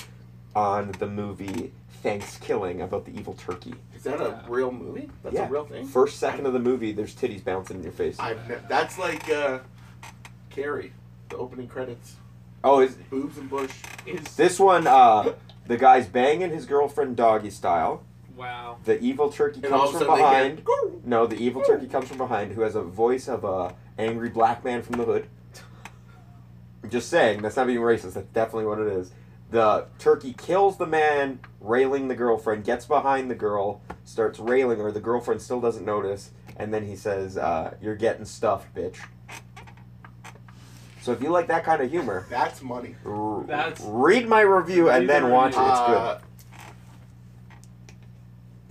Speaker 1: on the movie Thanksgiving about the evil turkey.
Speaker 3: Is that a real movie? That's
Speaker 1: Yeah.
Speaker 3: a real thing.
Speaker 1: First second of the movie, there's titties bouncing in your face.
Speaker 3: I've ne- that's like uh, Carrie, the opening credits,
Speaker 1: Oh, is
Speaker 3: boobs and bush.
Speaker 4: Is
Speaker 1: this one? Uh, the guy's banging his girlfriend doggy style.
Speaker 4: wow.
Speaker 1: The evil turkey
Speaker 3: And all
Speaker 1: comes
Speaker 3: of a
Speaker 1: from
Speaker 3: sudden
Speaker 1: behind.
Speaker 3: they hear,
Speaker 1: No, the evil turkey comes from behind, who has a voice of a angry black man from the hood. I'm just saying, that's not being racist. That's definitely what it is. The turkey kills the man, railing the girlfriend, gets behind the girl, starts railing her. The girlfriend still doesn't notice, and then he says, uh, "You're getting stuffed, bitch." So if you like that kind of humor,
Speaker 3: That's money.
Speaker 1: r-
Speaker 4: That's-
Speaker 1: read my review
Speaker 4: Read
Speaker 1: and
Speaker 4: the
Speaker 1: then watch it.
Speaker 4: review.
Speaker 1: It's good.
Speaker 3: Uh,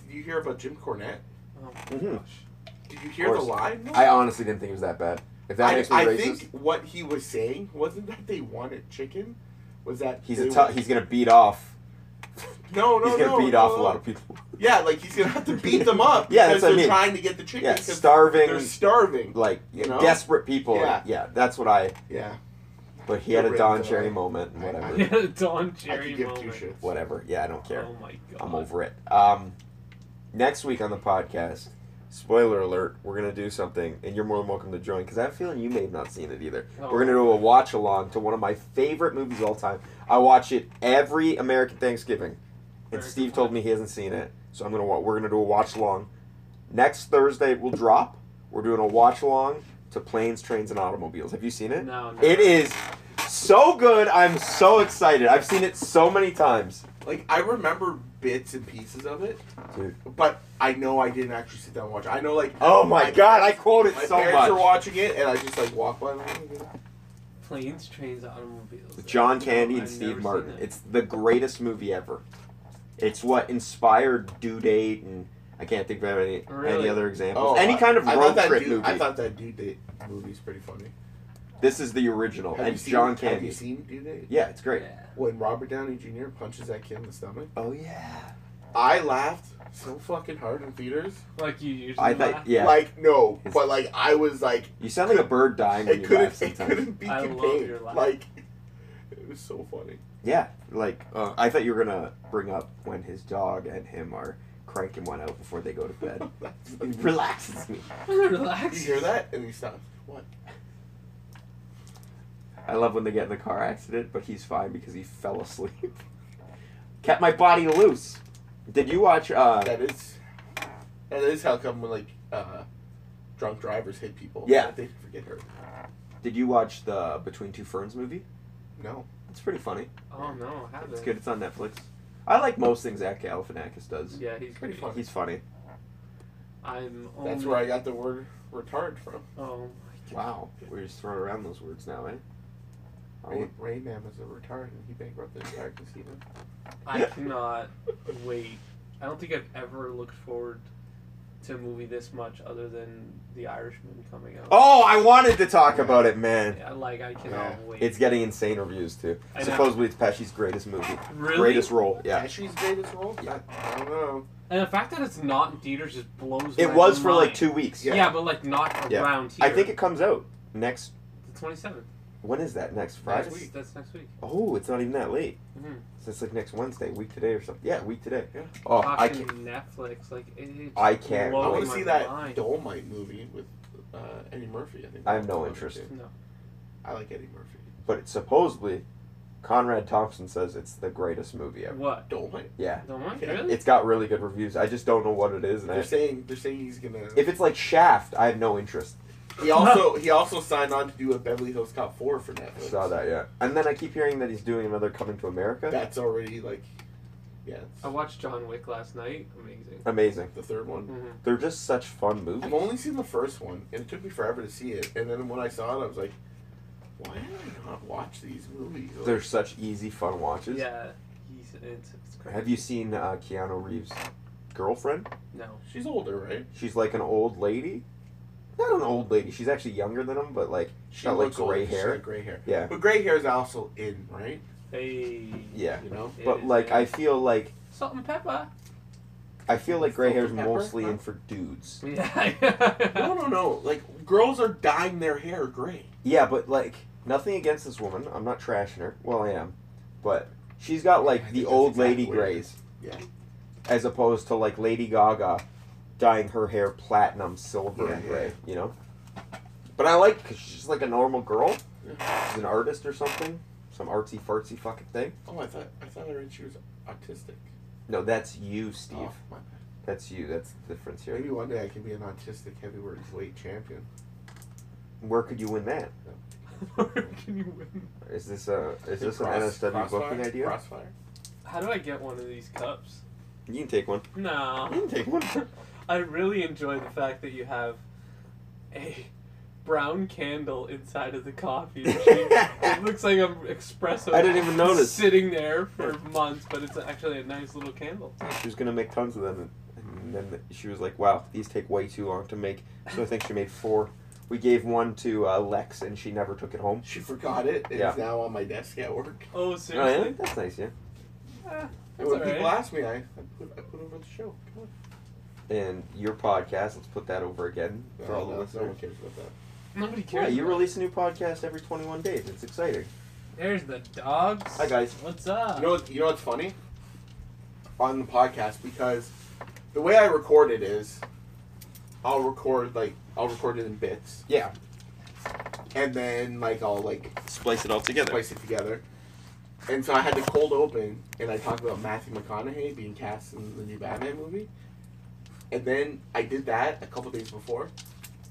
Speaker 3: Did you hear about Jim Cornette?
Speaker 4: Oh,
Speaker 1: Mhm.
Speaker 4: gosh.
Speaker 3: Did you hear
Speaker 1: Of
Speaker 3: the
Speaker 1: course.
Speaker 3: line?
Speaker 1: I honestly didn't think it was that bad. If that
Speaker 3: I,
Speaker 1: makes me
Speaker 3: I
Speaker 1: racist,
Speaker 3: think what he was saying wasn't that they wanted chicken, was that
Speaker 1: he's
Speaker 3: they
Speaker 1: a tough.
Speaker 3: were-
Speaker 1: He's gonna beat off.
Speaker 3: no no
Speaker 1: he's
Speaker 3: no
Speaker 1: gonna beat
Speaker 3: no,
Speaker 1: off
Speaker 3: no.
Speaker 1: a lot of people.
Speaker 3: yeah like he's gonna have to beat them up
Speaker 1: Yeah,
Speaker 3: because
Speaker 1: that's what I
Speaker 3: they're
Speaker 1: mean.
Speaker 3: trying to get the chicken
Speaker 1: Yeah,
Speaker 3: 'cause
Speaker 1: starving.
Speaker 3: they're starving
Speaker 1: like
Speaker 3: You know?
Speaker 1: desperate people.
Speaker 3: Yeah.
Speaker 1: Yeah. that's what I.
Speaker 3: yeah
Speaker 1: But he
Speaker 3: You're
Speaker 1: had a
Speaker 3: right,
Speaker 1: Don
Speaker 3: though.
Speaker 1: Cherry moment and
Speaker 3: I-
Speaker 1: whatever.
Speaker 3: I-
Speaker 4: Yeah, Don
Speaker 3: I
Speaker 4: Cherry
Speaker 3: could give two
Speaker 4: moment.
Speaker 3: shits
Speaker 1: whatever. Yeah, I don't care.
Speaker 4: Oh my god.
Speaker 1: I'm over it. Um, next week on the podcast, spoiler alert, we're gonna do something, and you're more than welcome to join because I have a feeling you may have not seen it either.
Speaker 4: Oh.
Speaker 1: We're gonna do a watch along to one of my favorite movies of all time. I watch it every American Thanksgiving, and
Speaker 4: Very
Speaker 1: Steve
Speaker 4: good
Speaker 1: told me he hasn't seen it, so I'm gonna wa- we're gonna do a watch along. Next Thursday we will drop. We're doing a watch along to Planes, Trains, and Automobiles. Have you seen it?
Speaker 4: No, no.
Speaker 1: It is so good. I'm so excited. I've seen it so many times.
Speaker 3: like I remember bits and pieces of it
Speaker 1: Dude.
Speaker 3: but I know I didn't actually sit down and watch it. I know like
Speaker 1: Oh my god, I quote it
Speaker 3: my
Speaker 1: so
Speaker 3: parents
Speaker 1: much.
Speaker 3: are watching it and I just like walk by and I'm like, "Oh,
Speaker 4: Planes, trains, automobiles.
Speaker 1: John Candy and
Speaker 4: I've never
Speaker 1: Steve
Speaker 4: seen
Speaker 1: Martin.
Speaker 4: that.
Speaker 1: It's the greatest movie ever. It's what inspired Due Date and I can't think of any
Speaker 4: Really?
Speaker 1: any other examples.
Speaker 3: Oh,
Speaker 1: any
Speaker 3: I-
Speaker 1: kind of
Speaker 3: I thought
Speaker 1: road
Speaker 3: that
Speaker 1: trip
Speaker 3: dude,
Speaker 1: movie.
Speaker 3: I thought that dude date movie's pretty funny.
Speaker 1: this is the original
Speaker 3: Have you
Speaker 1: Oh, and
Speaker 3: seen,
Speaker 1: John
Speaker 3: Have
Speaker 1: Candy.
Speaker 3: you seen Dude Date?
Speaker 1: yeah, it's great.
Speaker 4: Yeah.
Speaker 3: When Robert Downey Jr. punches that kid in the stomach,
Speaker 1: Oh yeah.
Speaker 3: I laughed so fucking hard in theaters.
Speaker 4: Like you usually.
Speaker 1: I thought
Speaker 4: laugh.
Speaker 1: yeah.
Speaker 3: Like no,
Speaker 1: It's-
Speaker 3: but like I was like
Speaker 1: you sound like a bird dying when
Speaker 3: it
Speaker 1: you laugh
Speaker 3: couldn't it
Speaker 1: sometimes.
Speaker 3: couldn't be
Speaker 4: I love your
Speaker 3: contained.
Speaker 4: laugh.
Speaker 3: Like it was so funny.
Speaker 1: Yeah, like uh, I thought you were gonna bring up when his dog and him are cranking one out before they go to bed. it relaxes me.
Speaker 3: you
Speaker 4: Relax.
Speaker 3: hear that? And he stops. What?
Speaker 1: I love when they get in the car accident, but he's fine because he fell asleep. Kept my body loose. Did you watch? Uh,
Speaker 3: That is that is how come when like uh drunk drivers hit people.
Speaker 1: Yeah.
Speaker 3: They forget her.
Speaker 1: did you watch the Between Two Ferns movie?
Speaker 3: No.
Speaker 1: It's pretty funny.
Speaker 4: Oh no, I haven't.
Speaker 1: It's good. It's on Netflix. I like most things Zach Galifianakis does.
Speaker 4: Yeah, he's
Speaker 3: Pretty
Speaker 4: pretty
Speaker 3: funny.
Speaker 4: fun.
Speaker 1: He's funny.
Speaker 4: I'm. Only,
Speaker 3: That's where I got the word retard from.
Speaker 4: Oh.
Speaker 1: Wow, we're just throwing around those words now, eh? I
Speaker 3: Ray,
Speaker 1: want-
Speaker 3: Ray Man was a retard and he bankrupted the entire casino.
Speaker 4: I cannot wait. I don't think I've ever looked forward to a movie this much, other than The Irishman coming out.
Speaker 1: Oh, I wanted to talk about it, man.
Speaker 4: Yeah, like I cannot
Speaker 3: Yeah.
Speaker 4: wait.
Speaker 1: It's getting insane reviews too.
Speaker 4: I know.
Speaker 1: Supposedly, it's Pesci's greatest movie,
Speaker 4: really.
Speaker 1: greatest role. Yeah.
Speaker 3: Pesci's greatest role? Yeah. I don't know.
Speaker 4: And the fact that it's not in theaters just blows.
Speaker 1: It
Speaker 4: my
Speaker 1: was for like
Speaker 4: mind.
Speaker 1: two weeks.
Speaker 4: Yeah, but like not
Speaker 1: Yeah.
Speaker 4: around here.
Speaker 1: I think it comes out next.
Speaker 4: the twenty seventh.
Speaker 1: When is that? Next Friday.
Speaker 4: That's, that's next week.
Speaker 1: Oh, it's not even that late.
Speaker 4: Mhm.
Speaker 1: So it's like next Wednesday, week today or something. Yeah, week today. Oh, I
Speaker 4: Fucking
Speaker 1: can't.
Speaker 4: Netflix. Like it, it
Speaker 1: I
Speaker 4: just
Speaker 1: can't.
Speaker 4: blows
Speaker 1: wanna
Speaker 3: I want
Speaker 4: Oh, my
Speaker 3: to see that
Speaker 4: mind.
Speaker 3: Dolmite movie with uh, Eddie Murphy. I think.
Speaker 1: I have no interest.
Speaker 4: No.
Speaker 3: I like Eddie Murphy.
Speaker 1: But it's supposedly, Conrad Thompson says it's the greatest movie ever.
Speaker 4: What?
Speaker 3: Dolmite.
Speaker 1: Yeah,
Speaker 4: Don't want
Speaker 3: Yeah.
Speaker 4: really?
Speaker 1: it's got really good reviews. I just don't know what it is, and
Speaker 3: They're
Speaker 1: I,
Speaker 3: saying they're saying he's gonna.
Speaker 1: if it's like Shaft, I have no interest.
Speaker 3: he also he also signed on to do a Beverly Hills Cop four for
Speaker 1: I
Speaker 3: Netflix.
Speaker 1: saw that, yeah. And then I keep hearing that he's doing another Coming to America.
Speaker 3: That's already like, yeah, it's
Speaker 4: I watched John Wick last night. Amazing.
Speaker 1: Amazing.
Speaker 3: the third one.
Speaker 4: Mhm.
Speaker 1: They're just such fun movies.
Speaker 3: I've only seen the first one, and it took me forever to see it. And then when I saw it, I was like, why did I not watch these movies? Like,
Speaker 1: They're such easy, fun watches.
Speaker 4: Yeah. He's it's, it's crazy.
Speaker 1: Have you seen uh, Keanu Reeves' girlfriend?
Speaker 4: No.
Speaker 3: she's older, right?
Speaker 1: She's like an old lady. Not an old lady. She's actually younger than him, but like she's got like
Speaker 3: looks older,
Speaker 1: gray
Speaker 3: she's
Speaker 1: hair.
Speaker 3: got gray hair.
Speaker 1: Yeah,
Speaker 3: But gray hair is also in, right?
Speaker 4: Hey.
Speaker 1: yeah.
Speaker 3: You know,
Speaker 4: It
Speaker 1: But
Speaker 4: is,
Speaker 1: like,
Speaker 4: yeah.
Speaker 1: I feel like
Speaker 4: salt and pepper.
Speaker 1: I feel like gray hair is
Speaker 3: Salt and pepper,
Speaker 1: mostly
Speaker 3: huh?
Speaker 1: in for dudes.
Speaker 3: no,
Speaker 4: Yeah.
Speaker 3: no, no. Like girls are dyeing their hair gray.
Speaker 1: Yeah, but like nothing against this woman. I'm not trashing her. Well, I am, but she's got
Speaker 3: I
Speaker 1: like
Speaker 3: think
Speaker 1: the
Speaker 3: that's
Speaker 1: old
Speaker 3: exactly
Speaker 1: lady
Speaker 3: what it
Speaker 1: grays.
Speaker 3: Yeah.
Speaker 1: As opposed to like Lady Gaga dyeing her hair platinum, silver,
Speaker 3: Yeah,
Speaker 1: and
Speaker 3: yeah.
Speaker 1: gray. You know. But I like because she's just like a normal girl. She's an artist or something. Some artsy fartsy fucking thing.
Speaker 3: Oh, I thought I thought I read she was autistic.
Speaker 1: No, that's you, Steve.
Speaker 3: Oh, my bad.
Speaker 1: That's you. That's the difference here.
Speaker 3: Maybe one day I can be an autistic heavyweight champion.
Speaker 1: Where could you win that?
Speaker 4: Can you win?
Speaker 1: Is this a is this
Speaker 3: Cross-
Speaker 1: an NSW
Speaker 3: crossfire?
Speaker 1: booking idea?
Speaker 3: Crossfire.
Speaker 4: How do I get one of these cups?
Speaker 1: You can take one.
Speaker 4: No.
Speaker 1: take one.
Speaker 4: I really enjoy the fact that you have a brown candle inside of the coffee machine. It looks like an espresso.
Speaker 1: I didn't even notice.
Speaker 4: Sitting there for months, but it's actually a nice little candle.
Speaker 1: she was gonna make tons of them, and, and then she was like, "Wow, these take way too long to make." So I think she made four. We gave one to uh, Lex, and she never took it home.
Speaker 3: She forgot it. It's
Speaker 1: Yeah.
Speaker 3: now on my desk at work.
Speaker 1: Oh,
Speaker 4: Oh,
Speaker 1: yeah?
Speaker 4: seriously?
Speaker 1: That's nice, yeah.
Speaker 4: Ah,
Speaker 3: And
Speaker 4: that's
Speaker 3: when
Speaker 4: all
Speaker 3: people
Speaker 4: right.
Speaker 3: ask me, I, I, put, I put over the show. Come on.
Speaker 1: And your podcast, let's put that over again for all
Speaker 3: no,
Speaker 1: the
Speaker 3: no, no
Speaker 1: listeners.
Speaker 3: one cares about that.
Speaker 4: Nobody
Speaker 1: Yeah,
Speaker 4: cares.
Speaker 1: you
Speaker 4: about-
Speaker 1: release a new podcast every 21 days. It's exciting.
Speaker 4: There's the dogs.
Speaker 1: Hi, guys.
Speaker 4: What's up?
Speaker 3: You know, what, you know what's funny? On the podcast, because the way I record it is, I'll record like I'll record it in bits,
Speaker 1: Yeah.
Speaker 3: and then like I'll like
Speaker 1: Splice it all together.
Speaker 3: splice it together. And so I had the cold open, and I talked about Matthew McConaughey being cast in the new Batman movie. And then I did that a couple days before,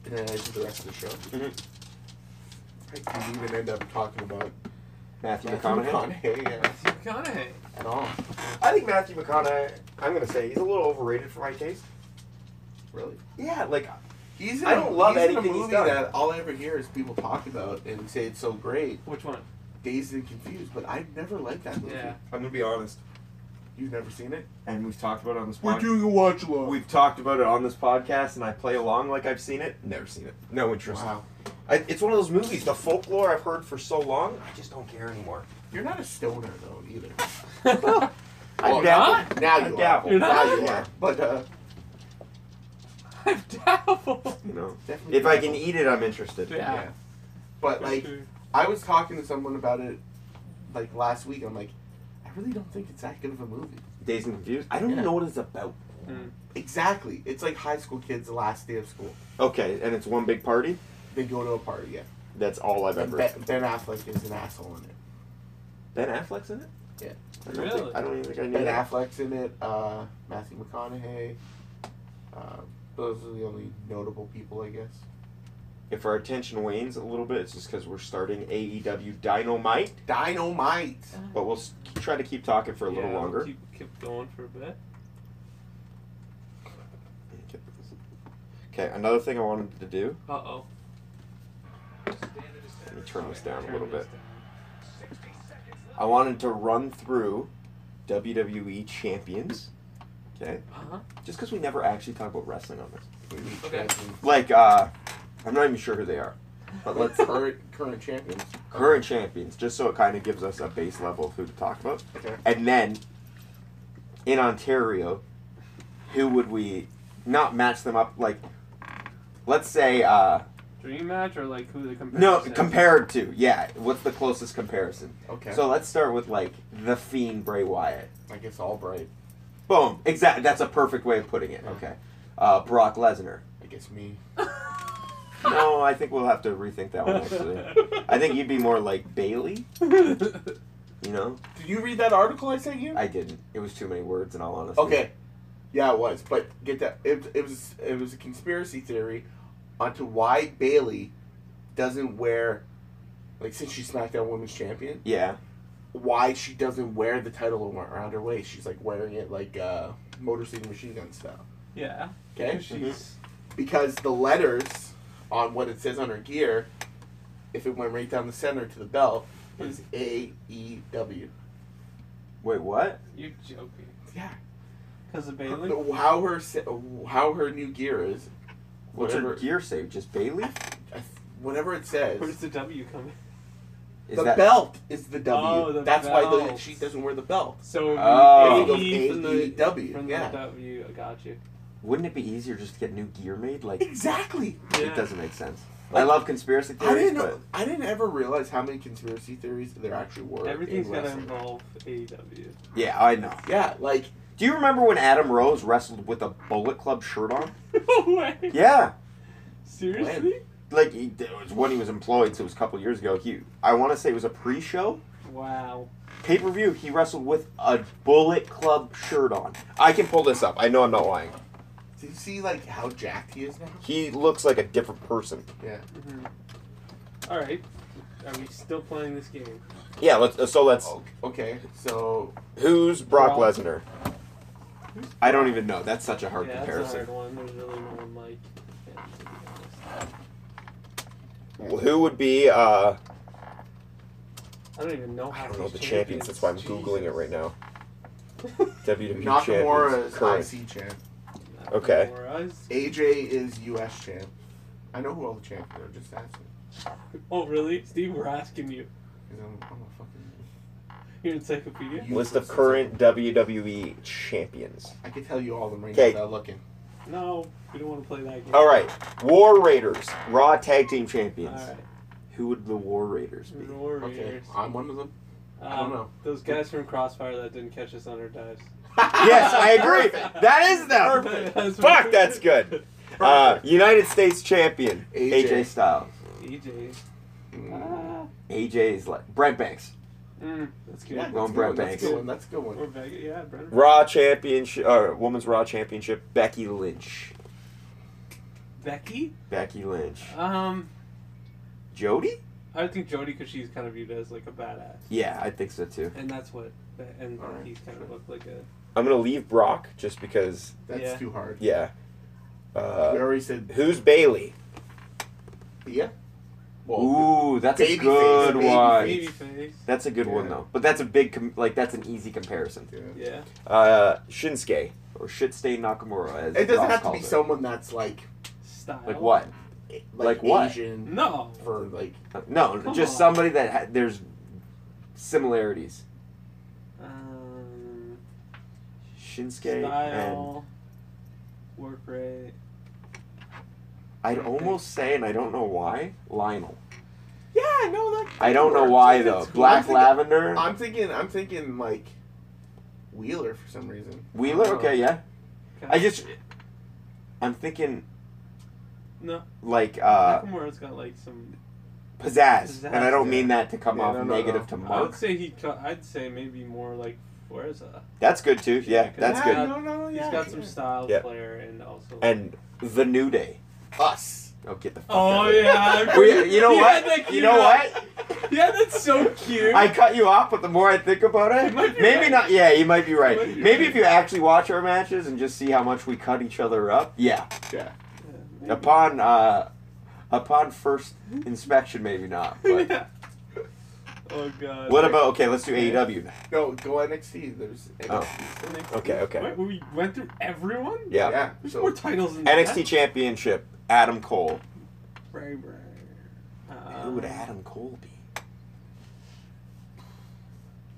Speaker 3: and then I did the rest of the show.
Speaker 1: Mhm.
Speaker 3: I didn't even end up talking about
Speaker 1: Mm-hmm. Matthew
Speaker 3: Matthew
Speaker 1: McConaughey.
Speaker 3: McConaughey yeah,
Speaker 4: Matthew McConaughey.
Speaker 3: at all.
Speaker 1: I think Matthew McConaughey, I'm going to say, he's a little overrated for my taste.
Speaker 3: Really?
Speaker 1: Yeah, like,
Speaker 3: He's in
Speaker 1: I
Speaker 3: a-
Speaker 1: don't love
Speaker 3: he's in a
Speaker 1: anything he's
Speaker 3: movie
Speaker 1: done.
Speaker 3: that all I ever hear is people talk about and say it's so great,
Speaker 4: Which one?
Speaker 3: dazed and confused. But I've never liked that movie.
Speaker 4: Yeah.
Speaker 1: I'm going to be honest.
Speaker 3: You've never seen it?
Speaker 1: And we've talked about it on this
Speaker 3: doing a watch along.
Speaker 1: We've talked about it on this podcast, and I play along like I've seen it. Never seen it. No interest.
Speaker 3: Wow.
Speaker 1: I, it's one of those movies, the folklore I've heard for so long, I just don't care anymore.
Speaker 3: You're not a stoner though either.
Speaker 1: I
Speaker 3: Well,
Speaker 1: dabble.
Speaker 3: Now
Speaker 1: I
Speaker 3: you
Speaker 1: dabble.
Speaker 3: are.
Speaker 4: You're
Speaker 3: Now
Speaker 4: not?
Speaker 3: you are. But uh,
Speaker 4: I'm doubtful.
Speaker 1: You know,
Speaker 3: definitely
Speaker 1: if I can
Speaker 3: dabble.
Speaker 1: eat it, I'm interested.
Speaker 4: Yeah.
Speaker 3: Yeah. But like, I was talking to someone about it, like last week. I'm like, I really don't think it's that good of a movie.
Speaker 1: Days and Confused. I don't
Speaker 3: Yeah.
Speaker 1: even know what it's about.
Speaker 4: Mm.
Speaker 3: Exactly. It's like high school kids' last day of school.
Speaker 1: Okay, and it's one big party.
Speaker 3: They go to a party. Yeah.
Speaker 1: That's all I've
Speaker 3: And
Speaker 1: ever.
Speaker 3: ben, ben Affleck is an asshole in it.
Speaker 1: ben Affleck's in it.
Speaker 3: Yeah.
Speaker 1: I don't,
Speaker 4: Really?
Speaker 1: think, I don't even think I knew
Speaker 3: Ben
Speaker 1: that.
Speaker 3: Affleck's in it. Uh, Matthew McConaughey. Uh, those are the only notable people, I guess.
Speaker 1: If our attention wanes a little bit, it's just because we're starting AEW Dynamite.
Speaker 3: Dynamite.
Speaker 1: But we'll s- try to keep talking for a little
Speaker 4: Yeah, we'll
Speaker 1: longer.
Speaker 4: Keep, keep going for a bit.
Speaker 1: Okay, another thing I wanted to do.
Speaker 4: Uh oh.
Speaker 1: Let me turn this down a little bit. I wanted to run through WWE champions. Okay,
Speaker 4: Uh huh.
Speaker 1: just because we never actually talk about wrestling on this.
Speaker 4: Okay.
Speaker 1: Like, uh, I'm not even sure who they are, but
Speaker 3: Let's
Speaker 1: let's
Speaker 3: current current champions.
Speaker 1: current champions, just so it kind of gives us a base level of who to talk about.
Speaker 3: Okay.
Speaker 1: And then in Ontario, who would we not match them up? Like, let's say, uh,
Speaker 4: Dream match or like who the comparison?
Speaker 1: no,
Speaker 4: is?
Speaker 1: compared to, yeah, what's the closest comparison?
Speaker 3: Okay.
Speaker 1: So let's start with like the Fiend Bray Wyatt.
Speaker 3: I guess Albright.
Speaker 1: Boom. Exactly. That's a perfect way of putting it. Okay. Uh, Brock Lesnar.
Speaker 3: I guess me.
Speaker 1: No, I think we'll have to rethink that one actually. I think you'd be more like Bailey. You know,
Speaker 3: Did you read that article I sent you?
Speaker 1: I didn't. It was too many words in all honesty.
Speaker 3: Okay. Yeah, it was. But get that it, it was it was a conspiracy theory onto why Bailey doesn't wear like since she's SmackDown Women's Champion,
Speaker 1: Yeah.
Speaker 3: why she doesn't wear the title around her waist. She's like wearing it like uh Motor City Machine Gun style.
Speaker 4: Yeah.
Speaker 3: Okay?
Speaker 1: Mm-hmm.
Speaker 4: She's.
Speaker 3: Because the letters on what it says on her gear, if it went right down the center to the belt, is A E W.
Speaker 1: Wait, what?
Speaker 4: You're joking.
Speaker 3: Yeah.
Speaker 4: Because of Bailey.
Speaker 3: Her- How her se- how her new gear is,
Speaker 1: What's her
Speaker 3: whatever
Speaker 1: gear save? Just Bailey?
Speaker 3: I th- whatever it
Speaker 4: Where's
Speaker 3: says.
Speaker 4: the W coming?
Speaker 1: Is
Speaker 3: the
Speaker 1: that
Speaker 3: belt is the W.
Speaker 4: Oh, the
Speaker 3: That's why the,
Speaker 4: belt.
Speaker 3: she doesn't wear the belt.
Speaker 4: So it'd be
Speaker 1: Oh.
Speaker 4: A E from the
Speaker 3: AEW,
Speaker 4: From
Speaker 3: yeah.
Speaker 4: the W. I got you.
Speaker 1: Wouldn't it be easier just to get new gear made? Like
Speaker 3: Exactly.
Speaker 4: Yeah.
Speaker 1: it doesn't make sense. I love conspiracy
Speaker 3: I
Speaker 1: theories,
Speaker 3: didn't.
Speaker 1: but
Speaker 3: Know, I didn't ever realize how many conspiracy theories there actually were.
Speaker 4: Everything's
Speaker 3: in
Speaker 4: gonna
Speaker 3: wrestling.
Speaker 4: involve E AEW.
Speaker 1: yeah, I know.
Speaker 3: Yeah, like
Speaker 1: Do you remember when Adam Rose wrestled with a Bullet Club shirt on?
Speaker 4: no way.
Speaker 1: Yeah.
Speaker 4: Seriously?
Speaker 1: like he, it was when he was employed, so it was a couple years ago. He, I want to say it was a pre-show
Speaker 4: Wow.
Speaker 1: pay-per-view. He wrestled with a Bullet Club shirt on. I can pull this up. I know I'm not lying.
Speaker 3: do you see like how jacked he is now?
Speaker 1: He looks like a different person.
Speaker 3: Yeah.
Speaker 4: Mhm. All right. Are we still playing this game?
Speaker 1: Yeah. Let's. uh, So let's.
Speaker 3: Okay. Oh, okay, So
Speaker 1: Who's Brock
Speaker 4: Brock.
Speaker 1: Lesnar? I don't even know. That's such a hard
Speaker 4: yeah, that's a
Speaker 1: comparison.
Speaker 4: hard one. There's really no one like. him, to be honest.
Speaker 1: Who would be? Uh,
Speaker 4: I don't even know how.
Speaker 1: I don't
Speaker 4: these
Speaker 1: know oh, the champions. That's why I'm googling it right now. WWE
Speaker 3: Nakamura
Speaker 1: champions.
Speaker 3: is
Speaker 1: Current.
Speaker 3: IC champ.
Speaker 4: Jesus.
Speaker 1: Okay.
Speaker 4: Nakamura is-
Speaker 3: AJ is US champ. I know who all the champions are. Just ask me.
Speaker 4: Oh, really? Steve, we're asking you.
Speaker 3: 'Cause I'm, I'm a fucking.
Speaker 4: Your encyclopedia?
Speaker 1: List of current WWE champions.
Speaker 3: I could tell you all them right
Speaker 1: Okay.
Speaker 3: now without looking.
Speaker 4: No, we don't want to play that game.
Speaker 1: All right, War Raiders, Raw Tag Team
Speaker 4: All
Speaker 1: Champions.
Speaker 4: right.
Speaker 1: Who would the War Raiders be?
Speaker 4: The Warriors.
Speaker 3: Okay, I'm one of them. I don't
Speaker 4: Um,
Speaker 3: know.
Speaker 4: Those guys from Crossfire that didn't catch us on our dives.
Speaker 1: yes, I agree. That is them.
Speaker 4: Perfect.
Speaker 1: Fuck, that's good. Uh, United States champion AJ.
Speaker 3: AJ.
Speaker 1: Styles.
Speaker 4: EJ.
Speaker 3: Mm.
Speaker 4: E Ah.
Speaker 1: AJ is like Brent Banks.
Speaker 4: Mm, that's good.
Speaker 3: Yeah,
Speaker 1: Go on,
Speaker 3: that's a
Speaker 1: Brett
Speaker 3: good one, that's
Speaker 1: Banks.
Speaker 3: a good one. That's a good
Speaker 4: We're
Speaker 3: one.
Speaker 4: back. Yeah, Brennan.
Speaker 1: Raw championship, or Women's Raw championship. Becky Lynch.
Speaker 4: Becky?
Speaker 1: Becky Lynch.
Speaker 4: Um,
Speaker 1: Jody?
Speaker 4: I would think Jody because she's kind of viewed as like a badass.
Speaker 1: Yeah, I think so too.
Speaker 4: And that's what, and
Speaker 3: All right,
Speaker 4: he's kind
Speaker 3: sure.
Speaker 4: of looked like a.
Speaker 1: I'm gonna leave Brock just because.
Speaker 3: That's
Speaker 4: Yeah.
Speaker 3: too hard.
Speaker 1: Yeah.
Speaker 3: we
Speaker 1: Uh,
Speaker 3: already said
Speaker 1: who's Bailey?
Speaker 3: yeah. Well,
Speaker 1: Ooh, that's a
Speaker 3: Babyface,
Speaker 1: good one.
Speaker 3: babyface.
Speaker 4: Baby face.
Speaker 1: That's a good one
Speaker 3: Yeah.
Speaker 1: though. But that's a big, com- like that's an easy comparison.
Speaker 3: yeah.
Speaker 4: Yeah.
Speaker 1: Uh, Shinsuke or Shitstay Nakamura. As
Speaker 3: It doesn't
Speaker 1: Ross
Speaker 3: have to
Speaker 1: calls it.
Speaker 3: be someone that's like
Speaker 4: Style.
Speaker 1: Like what?
Speaker 3: like,
Speaker 1: Like what?
Speaker 3: Asian
Speaker 4: No.
Speaker 3: for like
Speaker 1: No,
Speaker 4: Come
Speaker 1: just
Speaker 4: on.
Speaker 1: somebody that ha- there's similarities.
Speaker 4: Um,
Speaker 1: Shinsuke and
Speaker 4: style. Work rate.
Speaker 1: I'd almost say, and I don't know why, Lionel.
Speaker 3: yeah, I know that.
Speaker 1: I don't know why
Speaker 3: That's
Speaker 1: though.
Speaker 3: cool. I'm
Speaker 1: Black
Speaker 3: thinking-
Speaker 1: Lavender,
Speaker 3: I'm thinking I'm thinking like Wheeler for some reason.
Speaker 1: Wheeler. Okay, yeah.
Speaker 4: Okay.
Speaker 1: I just, I'm thinking
Speaker 4: No.
Speaker 1: like uh
Speaker 4: Nakamura's got like some.
Speaker 1: pizzazz,
Speaker 4: Pizzazz,
Speaker 1: and I don't
Speaker 3: yeah.
Speaker 1: mean that to come
Speaker 3: Yeah,
Speaker 1: off
Speaker 3: no, no,
Speaker 1: negative
Speaker 3: no.
Speaker 1: to
Speaker 4: I would
Speaker 1: Mark.
Speaker 4: say he. co- I'd say maybe more like Forza.
Speaker 1: That's good too. Yeah, that's
Speaker 4: Yeah.
Speaker 1: good.
Speaker 3: No, no, no, Oh, yeah.
Speaker 4: He's got some style
Speaker 1: Yeah.
Speaker 4: player and also.
Speaker 1: And the New Day.
Speaker 3: us.
Speaker 1: Oh, get the fuck out
Speaker 4: oh
Speaker 1: of here.
Speaker 4: yeah.
Speaker 1: We, you know
Speaker 4: You had that
Speaker 1: what? You
Speaker 4: queued
Speaker 1: know
Speaker 4: up.
Speaker 1: what?
Speaker 4: Yeah, that's so cute.
Speaker 1: I cut you off, but the more I think about it,
Speaker 4: You might be
Speaker 1: maybe
Speaker 4: right.
Speaker 1: not. Yeah, you might be right.
Speaker 4: might be
Speaker 1: maybe
Speaker 4: right.
Speaker 1: if you actually watch our matches and just see how much we cut each other up. Yeah.
Speaker 3: Yeah.
Speaker 4: Yeah.
Speaker 1: Upon uh, upon first inspection, maybe not. But
Speaker 4: Yeah. Oh god.
Speaker 1: what about okay? Let's do E AEW. now.
Speaker 3: No, go NXT. There's
Speaker 1: Oh,
Speaker 3: NXT.
Speaker 1: Okay, okay.
Speaker 4: Wait, we went through everyone.
Speaker 1: Yeah.
Speaker 3: Yeah.
Speaker 4: There's
Speaker 3: So
Speaker 4: more titles in
Speaker 1: NXT Championship. Adam Cole.
Speaker 4: Bray Bray.
Speaker 1: Who
Speaker 4: Uh.
Speaker 1: would
Speaker 4: Um,
Speaker 1: Adam Cole be?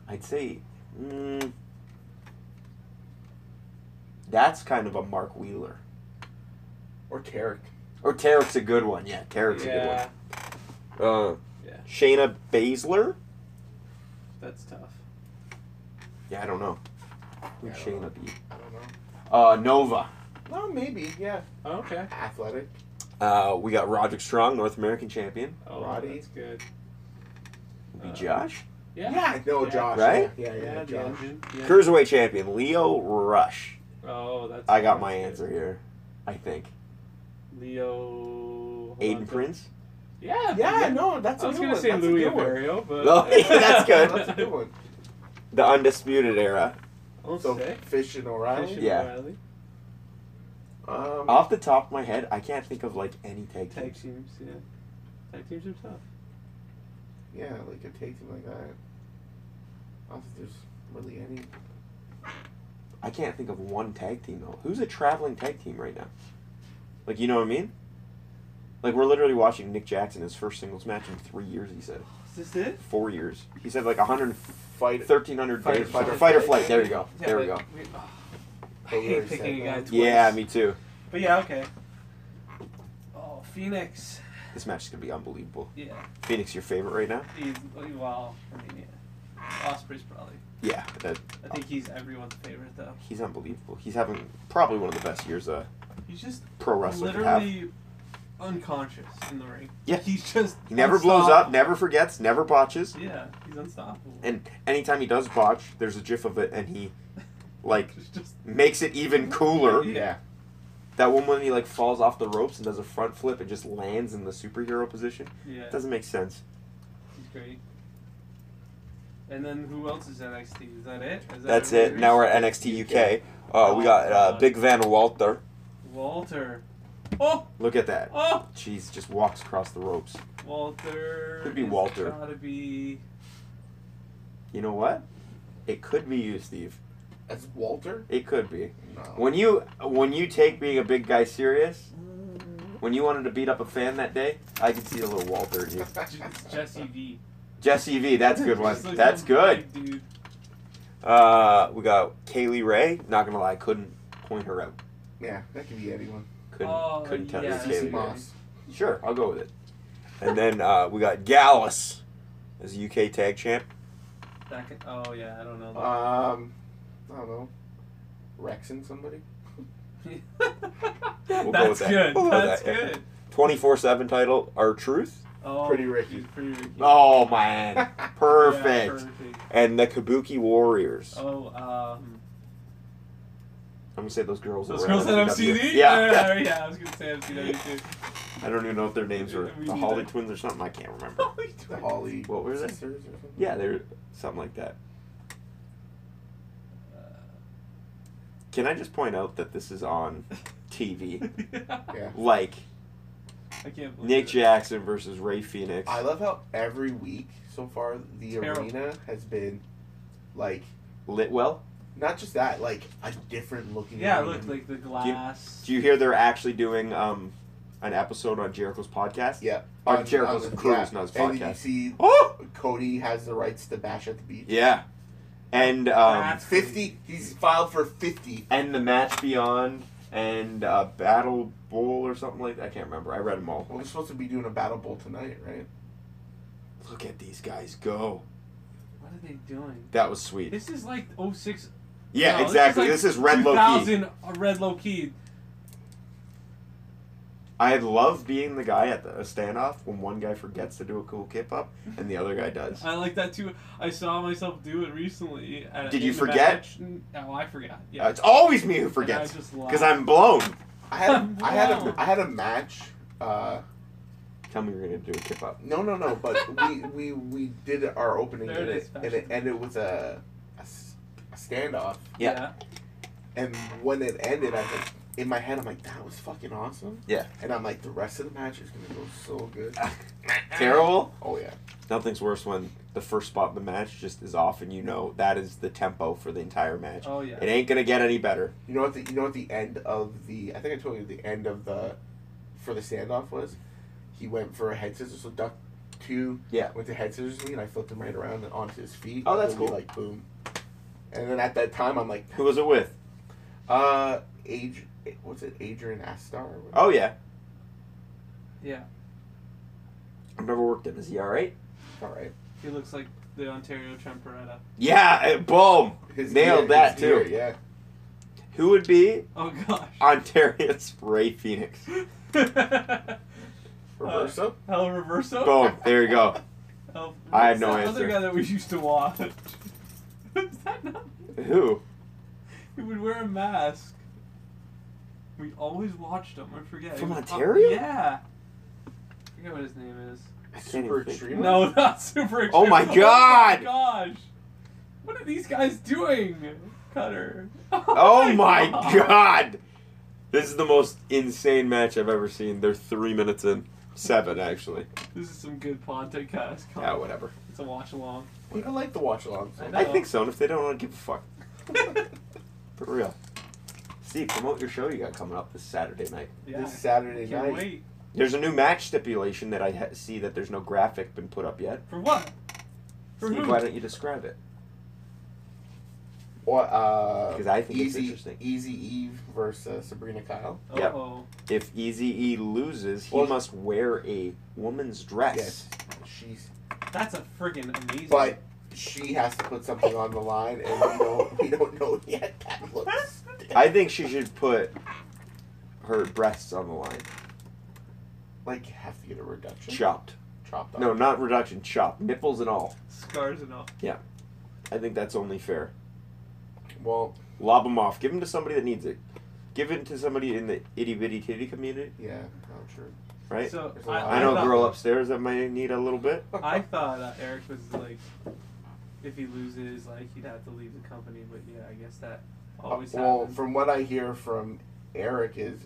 Speaker 1: I'd say. Mm, that's kind of a Mark Wheeler.
Speaker 3: or Tarek.
Speaker 1: Or Tarek's a good one. Yeah, Tarek's a good one.
Speaker 4: Yeah,
Speaker 1: Uh,
Speaker 4: Yeah.
Speaker 1: Shayna Baszler?
Speaker 4: that's tough.
Speaker 1: Yeah, I don't know. Who'd
Speaker 3: Yeah, I don't
Speaker 1: Shayna be?
Speaker 3: I don't know.
Speaker 1: Uh, Nova.
Speaker 3: No, maybe. Yeah.
Speaker 4: Okay.
Speaker 3: Athletic.
Speaker 1: Uh, we got Roderick Strong, North American champion.
Speaker 4: Oh,
Speaker 3: Roddy.
Speaker 4: that's good.
Speaker 1: Would be
Speaker 4: Uh,
Speaker 1: Josh.
Speaker 4: Yeah.
Speaker 3: No,
Speaker 4: Yeah.
Speaker 3: Josh.
Speaker 1: Right?
Speaker 3: Yeah, yeah,
Speaker 4: Yeah,
Speaker 3: yeah
Speaker 4: the
Speaker 3: Josh.
Speaker 4: engine, yeah.
Speaker 1: Cruiserweight champion, Leo Rush.
Speaker 4: Oh, that's.
Speaker 1: I got
Speaker 4: that's
Speaker 1: my
Speaker 4: good.
Speaker 1: answer here, I think.
Speaker 4: Leo. hold on,
Speaker 1: Aiden
Speaker 4: so-
Speaker 1: Prince?
Speaker 4: Yeah.
Speaker 3: Yeah, no, that's.
Speaker 4: I was
Speaker 3: a good
Speaker 4: gonna
Speaker 3: one.
Speaker 4: say
Speaker 3: that's a
Speaker 4: Louis
Speaker 3: good one.
Speaker 4: Aperio, but
Speaker 1: No, Oh, that's good.
Speaker 3: That's a good one.
Speaker 1: The Undisputed Era.
Speaker 4: I'll
Speaker 3: So
Speaker 4: say.
Speaker 3: fish and O'Reilly.
Speaker 4: Fish and
Speaker 1: Yeah.
Speaker 4: O'Reilly.
Speaker 3: Um,
Speaker 1: Off the top of my head, I can't think of like any tag
Speaker 4: Tag
Speaker 1: teams.
Speaker 4: teams, yeah. Tag teams are tough.
Speaker 3: yeah, like a take team like that. I don't think there's really any.
Speaker 1: I can't think of one tag team though. Who's a traveling tag team right now? Like, you know what I mean? Like, we're literally watching Nick Jackson his first singles match in three years. He said
Speaker 4: Is this it?
Speaker 1: four years. He said like 100
Speaker 3: Fight.
Speaker 1: 1300
Speaker 3: Fight or
Speaker 1: days.
Speaker 3: flight.
Speaker 1: Fight or, fight or flight. There you go. there we go.
Speaker 4: I hate picking a guy twice.
Speaker 1: Yeah, me too.
Speaker 4: But yeah, okay. Oh, Phoenix.
Speaker 1: This match is gonna be unbelievable.
Speaker 4: Yeah.
Speaker 1: Phoenix, your favorite right now?
Speaker 4: He's, well, I mean, yeah. Osprey's probably.
Speaker 1: Yeah, that,
Speaker 4: I think he's everyone's favorite, though.
Speaker 1: he's unbelievable. He's having probably one of the best years a
Speaker 4: He's just
Speaker 1: pro wrestler could have.
Speaker 4: literally unconscious in the ring.
Speaker 1: Yeah.
Speaker 4: He's just.
Speaker 1: He never blows up,
Speaker 4: unstoppable.
Speaker 1: never forgets, never botches.
Speaker 4: Yeah, he's unstoppable.
Speaker 1: And anytime he does botch, there's a gif of it, and he like
Speaker 4: It's just.
Speaker 1: makes it even cooler.
Speaker 3: Yeah.
Speaker 1: That one when he like falls off the ropes and does a front flip and just lands in the superhero position.
Speaker 4: Yeah.
Speaker 1: It doesn't make sense.
Speaker 4: He's great. And then who else is NXT? Is that it? Is that
Speaker 1: That's it.
Speaker 4: everybody?
Speaker 1: Now we're at NXT UK. Uh, we got uh, Big Van Walter.
Speaker 4: Walter. Oh,
Speaker 1: Look at that.
Speaker 4: oh,
Speaker 1: Jeez, just walks across the ropes.
Speaker 4: Walter.
Speaker 1: Could be
Speaker 4: is
Speaker 1: Walter.
Speaker 4: Gotta be.
Speaker 1: You know what? It could be you, Steve.
Speaker 3: um, That's Walter.
Speaker 1: It could be.
Speaker 3: No.
Speaker 1: When you when you take being a big guy serious, When you wanted to beat up a fan that day, I could see a little Walter in you.
Speaker 4: It's Jesse V.
Speaker 1: Jesse V, that's a good one.
Speaker 4: Just like
Speaker 1: That's
Speaker 4: some
Speaker 1: good.
Speaker 4: big Dude.
Speaker 1: Uh, we got Kaylee Ray. Not gonna lie, couldn't point her out.
Speaker 3: Yeah, that could be anyone.
Speaker 1: Couldn't,
Speaker 4: Oh,
Speaker 1: couldn't tell you
Speaker 4: yeah.
Speaker 1: it's
Speaker 3: CC
Speaker 1: Kaylee Ray.
Speaker 3: Moss.
Speaker 1: Sure, I'll go with it. And then uh, we got Gallus as UK tag champ.
Speaker 4: That could, oh yeah, I don't know.
Speaker 3: Um, I don't know. Rexing somebody?
Speaker 1: with
Speaker 4: That's
Speaker 1: that.
Speaker 4: good.
Speaker 1: We'll go with
Speaker 4: That's
Speaker 1: that, yeah.
Speaker 4: good.
Speaker 1: 24 7 title, Our Truth.
Speaker 4: Oh,
Speaker 3: Pretty Ricky.
Speaker 4: he's Pretty Ricky.
Speaker 1: Oh, man. Perfect.
Speaker 4: Yeah, perfect.
Speaker 1: And the Kabuki Warriors.
Speaker 4: Oh, um,
Speaker 1: I'm going to say those girls.
Speaker 4: those
Speaker 1: were
Speaker 4: girls at
Speaker 1: MCW.
Speaker 4: MCD?
Speaker 1: Yeah.
Speaker 4: Oh, yeah, yeah, I was gonna say MCW too.
Speaker 1: I don't even know if their names were
Speaker 4: We
Speaker 1: the
Speaker 4: need
Speaker 1: Holly
Speaker 4: that.
Speaker 1: Twins or something. I can't remember.
Speaker 4: Holy
Speaker 3: The
Speaker 4: twins.
Speaker 3: Holly
Speaker 1: What were they?
Speaker 3: sisters or something?
Speaker 1: Yeah, they're something like that. Can I just point out that this is on TV?
Speaker 3: Yeah.
Speaker 1: like
Speaker 4: I can't believe
Speaker 1: Nick
Speaker 4: it.
Speaker 1: Jackson versus Ray Phoenix.
Speaker 3: I love how every week so far the
Speaker 4: Terrible.
Speaker 3: arena has been like
Speaker 1: Litwell.
Speaker 3: not just that, like a different looking.
Speaker 4: Yeah, it
Speaker 3: arena.
Speaker 4: looked like the glass.
Speaker 1: Do you hear they're actually doing um, an episode on Jericho's podcast?
Speaker 3: yeah.
Speaker 1: Or Jericho's
Speaker 3: the-
Speaker 1: cruise, not his
Speaker 3: And then
Speaker 1: podcast.
Speaker 3: you see
Speaker 1: Oh!
Speaker 3: Cody has the rights to bash at the beach.
Speaker 1: Yeah. And um,
Speaker 4: That's
Speaker 3: Fifty. He's filed for fifty.
Speaker 1: and the match beyond and uh, Battle Bowl or something like that. I can't remember. I read them all.
Speaker 3: Well, we're supposed to be doing a battle bowl tonight, right?
Speaker 1: Look at these guys go.
Speaker 4: What are they doing?
Speaker 1: That was sweet.
Speaker 4: This is like 06.
Speaker 1: Yeah,
Speaker 4: no,
Speaker 1: exactly.
Speaker 4: This
Speaker 1: This
Speaker 4: is,
Speaker 1: is,
Speaker 4: like
Speaker 1: Red Low Key.
Speaker 4: 2000 uh, Red Low Key.
Speaker 1: I love being the guy at the a standoff when one guy forgets to do a cool kip up and the other guy does.
Speaker 4: I like that too. I saw myself do it recently. At,
Speaker 1: Did
Speaker 4: in
Speaker 1: you
Speaker 4: the
Speaker 1: forget?
Speaker 4: match. N- Oh, I forgot. Yeah.
Speaker 1: Uh, it's always me who
Speaker 4: And I
Speaker 1: forgets
Speaker 4: just
Speaker 1: because
Speaker 4: laughed.
Speaker 1: I'm blown.
Speaker 3: I had I had
Speaker 4: Wow.
Speaker 3: a I had a match. Uh,
Speaker 1: Tell me you're gonna do a kip up.
Speaker 3: no, no, no. But we we we did our opening
Speaker 4: There
Speaker 3: and
Speaker 4: it
Speaker 3: it,
Speaker 4: is,
Speaker 3: and it
Speaker 4: fashion.
Speaker 3: ended with a a s a a standoff.
Speaker 1: Yeah.
Speaker 3: And when it ended, I think in my head, I'm like, that was fucking awesome.
Speaker 1: Yeah.
Speaker 3: And I'm like, the rest of the match is gonna go so good.
Speaker 1: Terrible.
Speaker 3: Oh yeah.
Speaker 1: Nothing's worse when the first spot in the match just is off and you know that is the tempo for the entire match.
Speaker 4: Oh yeah.
Speaker 1: It ain't gonna get any better.
Speaker 3: You know what the you know what the end of the I think I told you the end of the for the standoff was he went for a head scissors so duck two
Speaker 1: Yeah.
Speaker 3: went to head scissors me and I flipped him right around and onto his feet.
Speaker 1: Oh, that's
Speaker 3: And we,
Speaker 1: cool.
Speaker 3: Like boom. And then at that time I'm like
Speaker 1: Who was it with?
Speaker 3: uh Adri- what's it Adrian Astar? or whatever.
Speaker 1: Oh yeah.
Speaker 4: Yeah.
Speaker 1: I've never worked him. Is he all right?
Speaker 3: all right.
Speaker 4: He looks like the Ontario Tremperetta.
Speaker 1: Yeah. eh, Boom. Nailed
Speaker 3: ear-
Speaker 1: that
Speaker 3: his
Speaker 1: too.
Speaker 3: ear, yeah.
Speaker 1: Who would be
Speaker 4: Oh gosh.
Speaker 1: Ontario's Ray Phoenix?
Speaker 4: Uh,
Speaker 3: Reverse up.
Speaker 4: El Reverso.
Speaker 1: Boom. There you go.
Speaker 4: El,
Speaker 1: I had no
Speaker 4: that
Speaker 1: answer.
Speaker 4: Other guy that we used to watch. Is that not?
Speaker 1: Who?
Speaker 4: He would wear a mask. We always watched him. I forget. He
Speaker 1: From
Speaker 4: was-
Speaker 1: Ontario?
Speaker 4: yeah. I forget what his name is.
Speaker 1: I can't even
Speaker 3: Super
Speaker 1: think.
Speaker 3: extreme.
Speaker 4: No, not super.
Speaker 1: Oh my
Speaker 4: Extreme.
Speaker 1: God!
Speaker 4: Oh my gosh! What are these guys doing, Cutter?
Speaker 1: Oh my god! This is the most insane match I've ever seen. They're three minutes in. Seven, actually.
Speaker 4: This is some good podcast. Content.
Speaker 1: Yeah, whatever.
Speaker 4: It's a watch along.
Speaker 3: People like the watch along.
Speaker 4: I know.
Speaker 1: I think so, and if they don't, I don't give a fuck. For real. Steve, promote your show you got coming up this Saturday night.
Speaker 4: Yeah.
Speaker 3: This Saturday
Speaker 4: Can't
Speaker 3: night.
Speaker 4: wait
Speaker 1: There's a new match stipulation that I ha- see that there's no graphic been put up yet.
Speaker 4: for what? For
Speaker 3: Mm-hmm.
Speaker 1: Steve,
Speaker 4: who?
Speaker 1: why don't you describe it?
Speaker 3: Or uh,
Speaker 1: 'Cause I think it's
Speaker 3: Easy,
Speaker 1: interesting.
Speaker 3: Easy Eve versus uh, Sabrina Kyle.
Speaker 1: Yeah.
Speaker 4: Oh,
Speaker 1: If Easy E loses, he
Speaker 3: Well-
Speaker 1: must wear a woman's dress.
Speaker 3: Yes, she's.
Speaker 4: that's a friggin' amazing.
Speaker 3: But she has to put something on the line, and we don't we don't know yet. That looks.
Speaker 1: I think she should put her breasts on the line.
Speaker 3: Like you have to get a reduction.
Speaker 1: Chopped.
Speaker 3: Chopped off.
Speaker 1: No, not reduction, chopped. Nipples and all.
Speaker 4: scars and all.
Speaker 1: I think that's only fair.
Speaker 3: Well,
Speaker 1: Lob them off. Give them to somebody that needs it. Give it to somebody in the itty bitty titty community,
Speaker 3: yeah, I'm sure.
Speaker 1: right?
Speaker 4: So
Speaker 3: There's a
Speaker 4: I,
Speaker 3: lot.
Speaker 1: I know a
Speaker 4: thought,
Speaker 1: girl upstairs that might need a little bit.
Speaker 4: I thought uh, Eric was like, if he loses, like he'd have to leave the company. But yeah, I guess that
Speaker 1: Uh,
Speaker 4: always
Speaker 3: well,
Speaker 4: happens.
Speaker 3: from what I hear from Eric is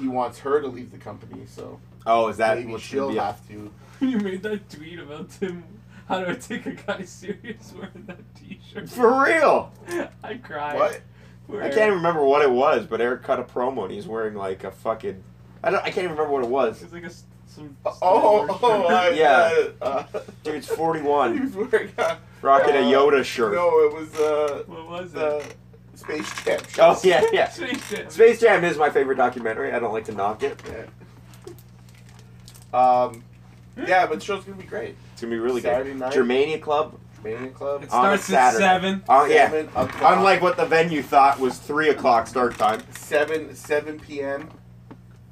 Speaker 3: he wants her to leave the company, so
Speaker 1: Oh, is that
Speaker 3: maybe
Speaker 1: what's gonna
Speaker 3: she'll
Speaker 1: be up?
Speaker 3: have to.
Speaker 4: you made that tweet about Tim. How do I take a guy serious wearing that T-shirt?
Speaker 1: For real?
Speaker 4: I cried.
Speaker 3: What?
Speaker 1: I can't even remember what it was, but Eric cut a promo and he's wearing like a fucking I don't. I can't even remember what it was.
Speaker 4: It's like a s- some.
Speaker 3: Oh,
Speaker 4: Star Wars
Speaker 3: oh,
Speaker 4: shirt.
Speaker 3: I,
Speaker 1: Yeah.
Speaker 3: uh,
Speaker 1: Dude's
Speaker 3: uh, he
Speaker 1: 41,
Speaker 3: was wearing a,
Speaker 1: rocking a
Speaker 3: uh,
Speaker 1: Yoda shirt.
Speaker 3: No, it was uh,
Speaker 4: what was it?
Speaker 3: the Space Jam.
Speaker 1: Oh yeah, yeah.
Speaker 4: Space Jam.
Speaker 1: Space Jam is my favorite documentary. I don't like to knock it.
Speaker 3: Yeah. Um, yeah, but the show's gonna be great.
Speaker 1: It's gonna be really
Speaker 3: Saturday
Speaker 1: good.
Speaker 3: night.
Speaker 1: Germania Club.
Speaker 3: Mania Club.
Speaker 4: It
Speaker 1: on a
Speaker 4: starts at
Speaker 1: Saturday.
Speaker 4: seven.
Speaker 1: Oh yeah.
Speaker 3: Seven o'clock.
Speaker 1: Unlike what the venue thought was three o'clock start time.
Speaker 3: seven seven p.m.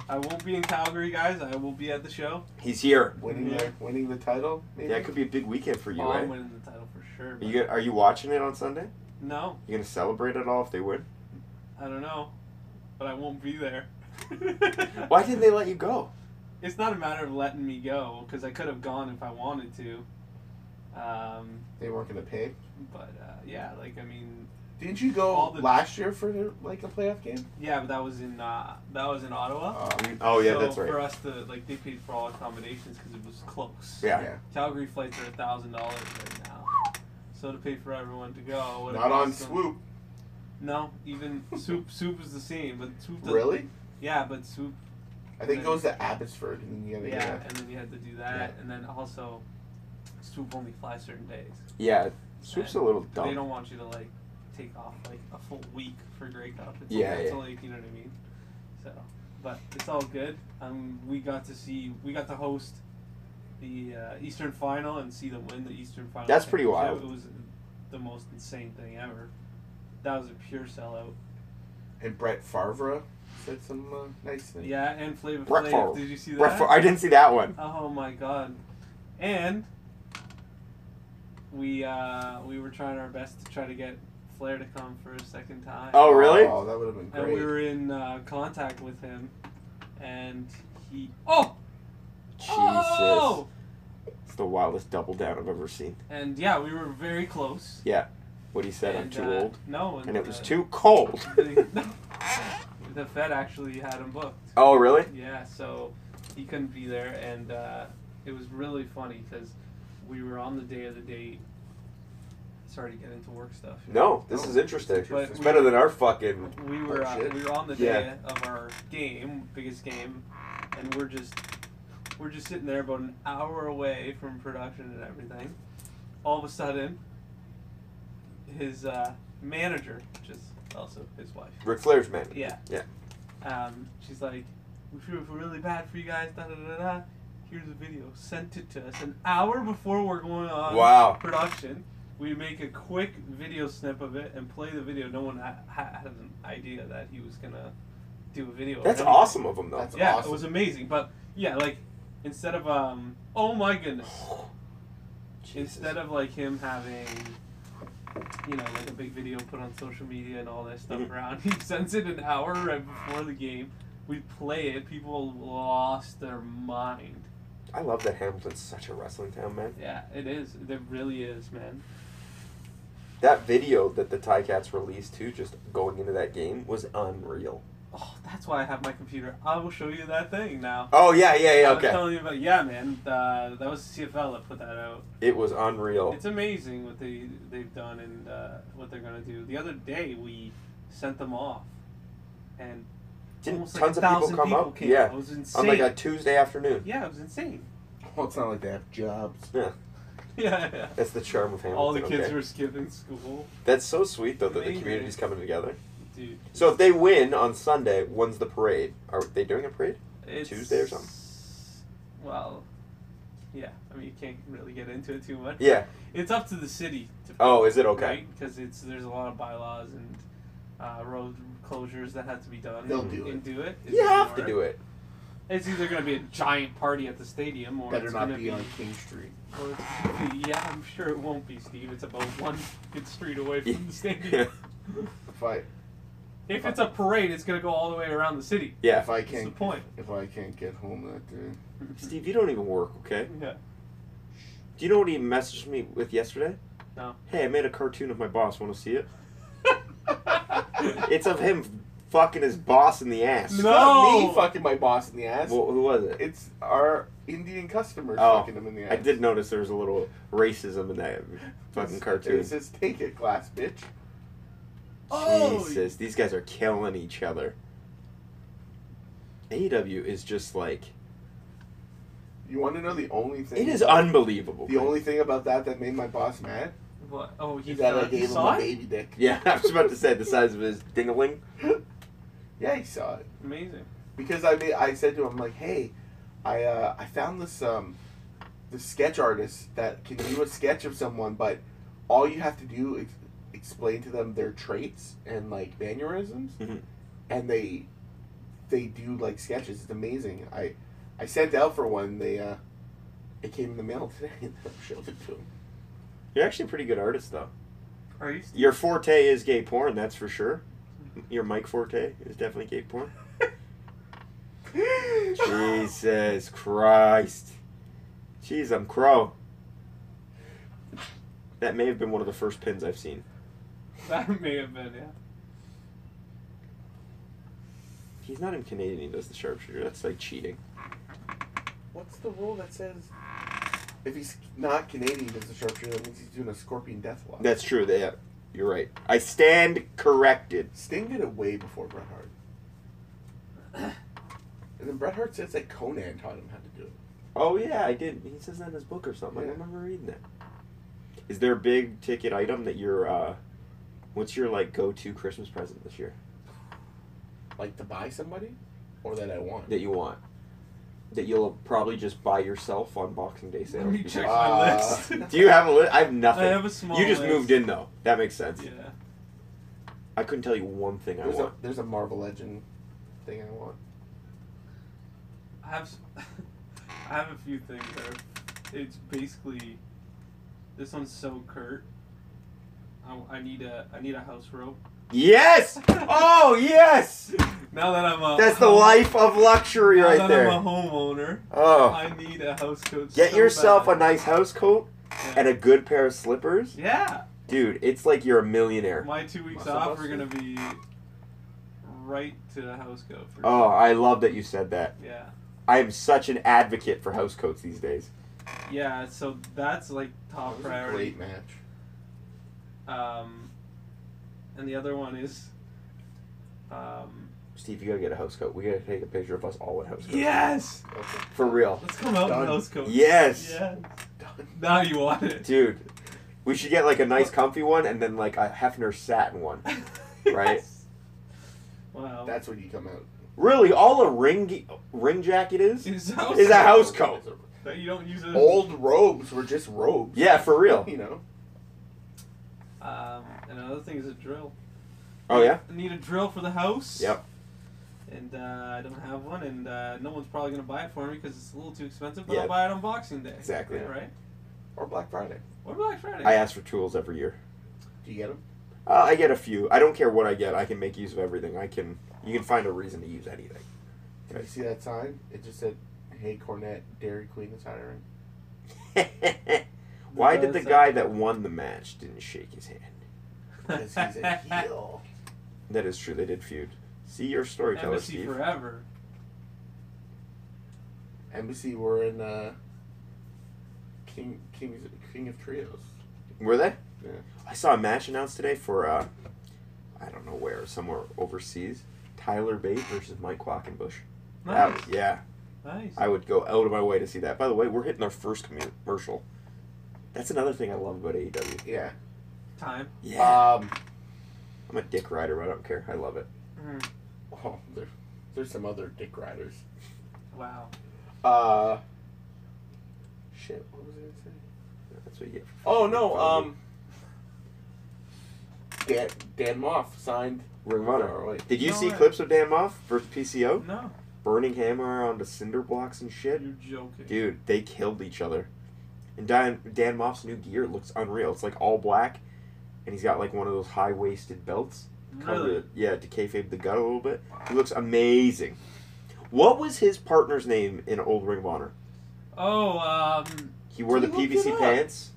Speaker 4: I won't be in Calgary, guys. I will be at the show.
Speaker 1: He's here.
Speaker 3: Winning
Speaker 4: Yeah.
Speaker 3: the winning the title. Maybe?
Speaker 1: Yeah, it could be a big weekend for you,
Speaker 4: Oh,
Speaker 1: right?
Speaker 4: I'm winning the title for sure.
Speaker 1: Are
Speaker 4: but-
Speaker 1: you, are you watching it on Sunday?
Speaker 4: No,
Speaker 1: You gonna celebrate at all if they win?
Speaker 4: I don't know, but I won't be there.
Speaker 1: Why didn't they let you go?
Speaker 4: It's not a matter of letting me go because I could have gone if I wanted to. Um,
Speaker 3: they weren't gonna pay.
Speaker 4: but uh, yeah, like I mean,
Speaker 3: Didn't you go
Speaker 4: All the-
Speaker 3: last year for like a playoff game?
Speaker 4: yeah, but that was in uh, that was in Ottawa.
Speaker 3: Uh,
Speaker 1: Oh yeah,
Speaker 4: So
Speaker 1: that's right.
Speaker 4: For us to like, they paid for all accommodations because it was close.
Speaker 1: yeah.
Speaker 4: Calgary flights are a thousand dollars right now, so to pay for everyone to go. would have
Speaker 3: not on
Speaker 4: cost them-
Speaker 3: swoop.
Speaker 4: No, even soup. Soup is the same, but soup. doesn't-
Speaker 3: Really?
Speaker 4: Yeah, but soup.
Speaker 3: I think it goes to Abbotsford and then you
Speaker 4: Yeah,
Speaker 3: gotta
Speaker 4: and then you had to do that, and then also, soup only flies certain days.
Speaker 1: Yeah, Swoop's a little
Speaker 4: They
Speaker 1: dumb.
Speaker 4: don't want you to like take off like a full week for Grey Cup. It's
Speaker 1: Yeah,
Speaker 4: only, It's
Speaker 1: yeah.
Speaker 4: only you know what I mean. So, but it's all good. Um, we got to see we got to host the uh, Eastern Final and see them win the Eastern Final.
Speaker 1: That's pretty
Speaker 4: championship.
Speaker 1: wild.
Speaker 4: It was the most insane thing ever. That was a pure sellout.
Speaker 3: and Brett Favre said some uh, nice things.
Speaker 4: Yeah, and Flavor
Speaker 1: Brett
Speaker 4: Flav.
Speaker 1: Favre.
Speaker 4: Did you see that?
Speaker 1: Brett Favre- I didn't see that one.
Speaker 4: Oh my god. And we uh, we were trying our best to try to get Flair to come for a second time.
Speaker 1: Oh really?
Speaker 3: Oh, that would have been
Speaker 4: and
Speaker 3: great.
Speaker 4: we were in uh, contact with him and he Oh
Speaker 1: Jesus,
Speaker 4: Oh!
Speaker 1: it's the wildest double down I've ever seen.
Speaker 4: and yeah, we were very close.
Speaker 1: What he said, I'm
Speaker 4: And,
Speaker 1: too
Speaker 4: uh,
Speaker 1: old,
Speaker 4: No,
Speaker 1: and it was
Speaker 4: uh,
Speaker 1: too cold.
Speaker 4: the, the Fed actually had him booked.
Speaker 1: Oh really?
Speaker 4: Yeah, so he couldn't be there, and uh, it was really funny because we were on the day of the date. Sorry to get into work stuff.
Speaker 1: No, this
Speaker 3: No,
Speaker 1: is interesting.
Speaker 4: but
Speaker 1: It's
Speaker 4: we-
Speaker 1: better than our fucking.
Speaker 4: We were uh,
Speaker 3: Bullshit.
Speaker 4: we were on the
Speaker 1: Yeah.
Speaker 4: day of our game, biggest game, and we're just we're just sitting there about an hour away from production and everything. All of a sudden, his uh, manager, which is also his wife,
Speaker 1: Ric Flair's man.
Speaker 4: yeah.
Speaker 1: Yeah.
Speaker 4: Um, she's like, we feel really bad for you guys. Da da da da. Here's a video. Sent it to us an hour before we're going on
Speaker 1: Wow.
Speaker 4: production. We make a quick video snip of it and play the video. No one ha- ha- had an idea that he was gonna do a video. of
Speaker 1: That's
Speaker 4: anything.
Speaker 1: awesome of him though.
Speaker 3: That's
Speaker 4: Yeah,
Speaker 3: awesome.
Speaker 4: it was amazing. But yeah, like instead of um, oh my goodness,
Speaker 1: Jesus.
Speaker 4: instead of like him having you know like a big video put on social media and all that stuff
Speaker 1: Mhm.
Speaker 4: around he sends it an hour right before the game we play it people lost their mind
Speaker 1: I love that Hamilton's such a wrestling town, man.
Speaker 4: yeah it is it really is man
Speaker 1: That video that the Tie Cats released too, just going into that game, was unreal.
Speaker 4: oh that's why i have my computer i will show you that thing now
Speaker 1: Oh yeah, yeah, yeah.
Speaker 4: I was
Speaker 1: Okay,
Speaker 4: telling you about yeah man uh, that was cfl that put that out
Speaker 1: it was unreal.
Speaker 4: It's amazing what they they've done and uh, what they're gonna do. The other day we sent them off, and
Speaker 1: Didn't
Speaker 4: almost
Speaker 1: tons
Speaker 4: like a
Speaker 1: of people
Speaker 4: thousand
Speaker 1: come up?
Speaker 4: Came
Speaker 1: Yeah.
Speaker 4: it was
Speaker 1: On
Speaker 4: insane.
Speaker 1: like a Tuesday afternoon.
Speaker 4: yeah, it was insane.
Speaker 3: Well, it's not like they have jobs.
Speaker 4: Yeah, yeah.
Speaker 1: That's the charm of Hamilton.
Speaker 4: All the kids
Speaker 1: okay?
Speaker 4: were skipping school,
Speaker 1: That's so sweet though that the
Speaker 4: Amazing.
Speaker 1: community's coming together.
Speaker 4: dude.
Speaker 1: So if they win on Sunday, when's the parade? Are they doing a parade?
Speaker 4: It's,
Speaker 1: Tuesday or something?
Speaker 4: Well, yeah. I mean, you can't really get into it too much.
Speaker 1: Yeah.
Speaker 4: It's up to the city. To
Speaker 1: Oh, is it okay?
Speaker 4: Because it's there's a lot of bylaws and uh, road closures that have to be done.
Speaker 3: They'll do
Speaker 4: and do it.
Speaker 1: You have to do it.
Speaker 4: It's either going to be a giant party at the stadium, or
Speaker 3: Better
Speaker 4: it's
Speaker 3: not
Speaker 4: gonna
Speaker 3: be on King Street.
Speaker 4: or it's gonna be- yeah, I'm sure it won't be, Steve. It's about one good street away from the
Speaker 1: Yeah.
Speaker 4: stadium.
Speaker 3: If I
Speaker 4: If it's a parade, it's going to go all the way around the city.
Speaker 1: Yeah.
Speaker 3: if I
Speaker 4: That's the
Speaker 3: can't
Speaker 4: point.
Speaker 3: if I can't get home that day,
Speaker 1: Steve, you don't even work, okay?
Speaker 4: Yeah.
Speaker 1: Do you know what he messaged me with yesterday?
Speaker 4: No.
Speaker 1: Hey, I made a cartoon of my boss. Want to see it? It's of him fucking his boss in the ass.
Speaker 3: it's
Speaker 4: No.
Speaker 3: not me fucking my boss in the ass.
Speaker 1: Well, who was it?
Speaker 3: it's our Indian customers
Speaker 1: Oh,
Speaker 3: fucking him in the ass.
Speaker 1: I did notice there was a little racism in that fucking cartoon.
Speaker 3: It says, "Take it, glass bitch."
Speaker 4: Oh,
Speaker 1: Jesus, these guys are killing each other. AEW E is just like
Speaker 3: You want to know the only thing?
Speaker 1: it is unbelievable.
Speaker 3: the only thing about that that made my boss mad
Speaker 4: What? Oh, he
Speaker 3: is that I
Speaker 4: thought- he
Speaker 3: gave him
Speaker 4: saw
Speaker 3: a
Speaker 4: it.
Speaker 3: baby dick.
Speaker 1: Yeah, I was about to say the size of his dingling.
Speaker 3: Yeah, he saw it
Speaker 4: Amazing.
Speaker 3: because I made, I said to him like, "Hey, I uh, I found this um this sketch artist that can do a sketch of someone, but all you have to do is explain to them their traits and like mannerisms,
Speaker 4: Mm-hmm.
Speaker 1: Mhm.
Speaker 3: and they they do like sketches. It's amazing. I I sent out for one. They uh, it came in the mail today, and I showed it to him.
Speaker 1: You're actually a pretty good artist though.
Speaker 4: Are you? Still-
Speaker 1: Your forte is gay porn, that's for sure. Your Mike Forte is definitely gay porn. Jesus Christ. Jeez, I'm crow. That may have been one of the first pins I've seen.
Speaker 4: that may have been. Yeah.
Speaker 1: He's not even Canadian, he does the sharpshooter. That's like cheating.
Speaker 3: What's the rule that says if he's not Canadian, does a sharpshooter? That means he's doing a scorpion death walk.
Speaker 1: That's true, they, yeah, you're right. I stand corrected.
Speaker 3: Sting did it way before Bret Hart. and then Bret Hart says that Conan taught him how to do it.
Speaker 1: Oh yeah, I did. He says that in his book or something. I
Speaker 3: Yeah.
Speaker 1: remember reading that. Is there a big ticket item that you're? Uh, what's your like go-to Christmas present this year
Speaker 3: Like to buy somebody, or that I want.
Speaker 1: that you want? That you'll probably just buy yourself on Boxing Day sale.
Speaker 4: Let me check my
Speaker 3: Uh,
Speaker 4: list.
Speaker 1: Do you have a list? I have nothing.
Speaker 4: I have a small.
Speaker 1: you just
Speaker 4: list.
Speaker 1: moved in though. That makes sense.
Speaker 4: Yeah.
Speaker 1: I couldn't tell you one thing I
Speaker 3: There's a
Speaker 1: want.
Speaker 3: there's a Marvel Legend thing I want.
Speaker 4: I have. s- I have a few things there. It's basically. This one's so curt. I, I need a I need a house rope.
Speaker 1: Yes! Oh yes!
Speaker 4: Now that I'm a
Speaker 1: That's the
Speaker 4: home-
Speaker 1: life of luxury
Speaker 4: Now
Speaker 1: right
Speaker 4: that
Speaker 1: there.
Speaker 4: I'm a homeowner,
Speaker 1: Oh,
Speaker 4: I need a house coat.
Speaker 1: get
Speaker 4: so
Speaker 1: yourself a
Speaker 4: bad.
Speaker 1: nice house coat
Speaker 4: Yeah.
Speaker 1: and a good pair of slippers,
Speaker 4: Yeah.
Speaker 1: dude. It's like you're a millionaire.
Speaker 4: My two weeks
Speaker 3: Muscle
Speaker 4: off are
Speaker 3: buster?
Speaker 4: gonna be right to the house coat. For
Speaker 1: Oh, I love that you said that.
Speaker 4: Yeah.
Speaker 1: I am such an advocate for house coats these days.
Speaker 4: Yeah. So that's like
Speaker 3: That
Speaker 4: top
Speaker 3: was a
Speaker 4: priority.
Speaker 3: great match.
Speaker 4: Um, and the other one is. Um,
Speaker 1: Steve, you gotta get a house coat. We gotta take a picture of us all in house coats.
Speaker 4: yes.
Speaker 3: Okay,
Speaker 1: For real.
Speaker 4: Let's come out
Speaker 3: Done.
Speaker 4: in house coat.
Speaker 1: Yes.
Speaker 4: Yes.
Speaker 3: done.
Speaker 4: Now you want it.
Speaker 1: Dude, we should get like a nice comfy one and then like a Hefner satin one. Right.
Speaker 4: Yes. Wow.
Speaker 3: That's when you come out.
Speaker 1: Really, all a ring ge- ring jacket is?
Speaker 4: is house
Speaker 1: Is that
Speaker 4: coat
Speaker 1: house coat?
Speaker 4: that you don't use it.
Speaker 3: Old robes were just robes.
Speaker 1: Yeah, for real.
Speaker 3: You know.
Speaker 4: Um, and another thing is a drill.
Speaker 1: Oh yeah?
Speaker 4: I need a drill for the house.
Speaker 1: Yep.
Speaker 4: And uh, I don't have one, and uh, no one's probably gonna buy it for me because it's a little too expensive. But
Speaker 1: Yeah.
Speaker 4: I'll buy it on Boxing Day.
Speaker 1: Exactly.
Speaker 4: Right.
Speaker 3: Or Black Friday.
Speaker 4: Or Black Friday.
Speaker 1: I ask for tools every year.
Speaker 3: Do you get them?
Speaker 1: Uh, I get a few. I don't care what I get. I can make use of everything. I can. You can find a reason to use anything.
Speaker 3: Did you see that sign? It just said, "Hey, Cornette, Dairy Queen is hiring."
Speaker 1: Why did the guy that won the match didn't shake his hand?
Speaker 3: Because he's a heel.
Speaker 1: That is true. They did feud. See your storyteller,
Speaker 4: Embassy
Speaker 1: Steve.
Speaker 4: forever.
Speaker 3: Embassy were in uh, King King King of Trios.
Speaker 1: Were they?
Speaker 3: Yeah.
Speaker 1: I saw a match announced today for uh, I don't know where, somewhere overseas. Tyler Bate versus Mike Quackenbush.
Speaker 4: Nice.
Speaker 1: That- yeah,
Speaker 4: Nice.
Speaker 1: I would go out of my way to see that. By the way, we're hitting our first commu- commercial. That's another thing I love about AEW.
Speaker 3: Yeah.
Speaker 4: Time.
Speaker 1: Yeah,
Speaker 4: Uh,
Speaker 3: Um.
Speaker 1: I'm a dick rider, but I don't care. I love it.
Speaker 4: Mm.
Speaker 3: Oh, there, there's some other dick riders.
Speaker 4: Wow.
Speaker 3: Uh. Shit. What was I gonna say?
Speaker 1: That's what you get. For
Speaker 3: Oh no. Um. Dan Dan Moff signed.
Speaker 1: Ring of Honor.
Speaker 3: Oh, wait.
Speaker 1: Did you
Speaker 4: No
Speaker 1: see
Speaker 4: way.
Speaker 1: clips of Dan Moff versus PCO?
Speaker 4: No,
Speaker 1: burning hammer onto cinder blocks and shit.
Speaker 4: you're joking.
Speaker 1: Dude, they killed each other. And Dan, Dan Moff's new gear looks unreal. It's like all black, and he's got like one of those high waisted belts. Cover
Speaker 4: really?
Speaker 1: it- yeah, to kayfabe the gut a little bit. He looks amazing. What was his partner's name in Old Ring of Honor?
Speaker 4: Oh, um,
Speaker 1: He wore the
Speaker 3: Look it
Speaker 1: PVC
Speaker 3: up.
Speaker 1: pants.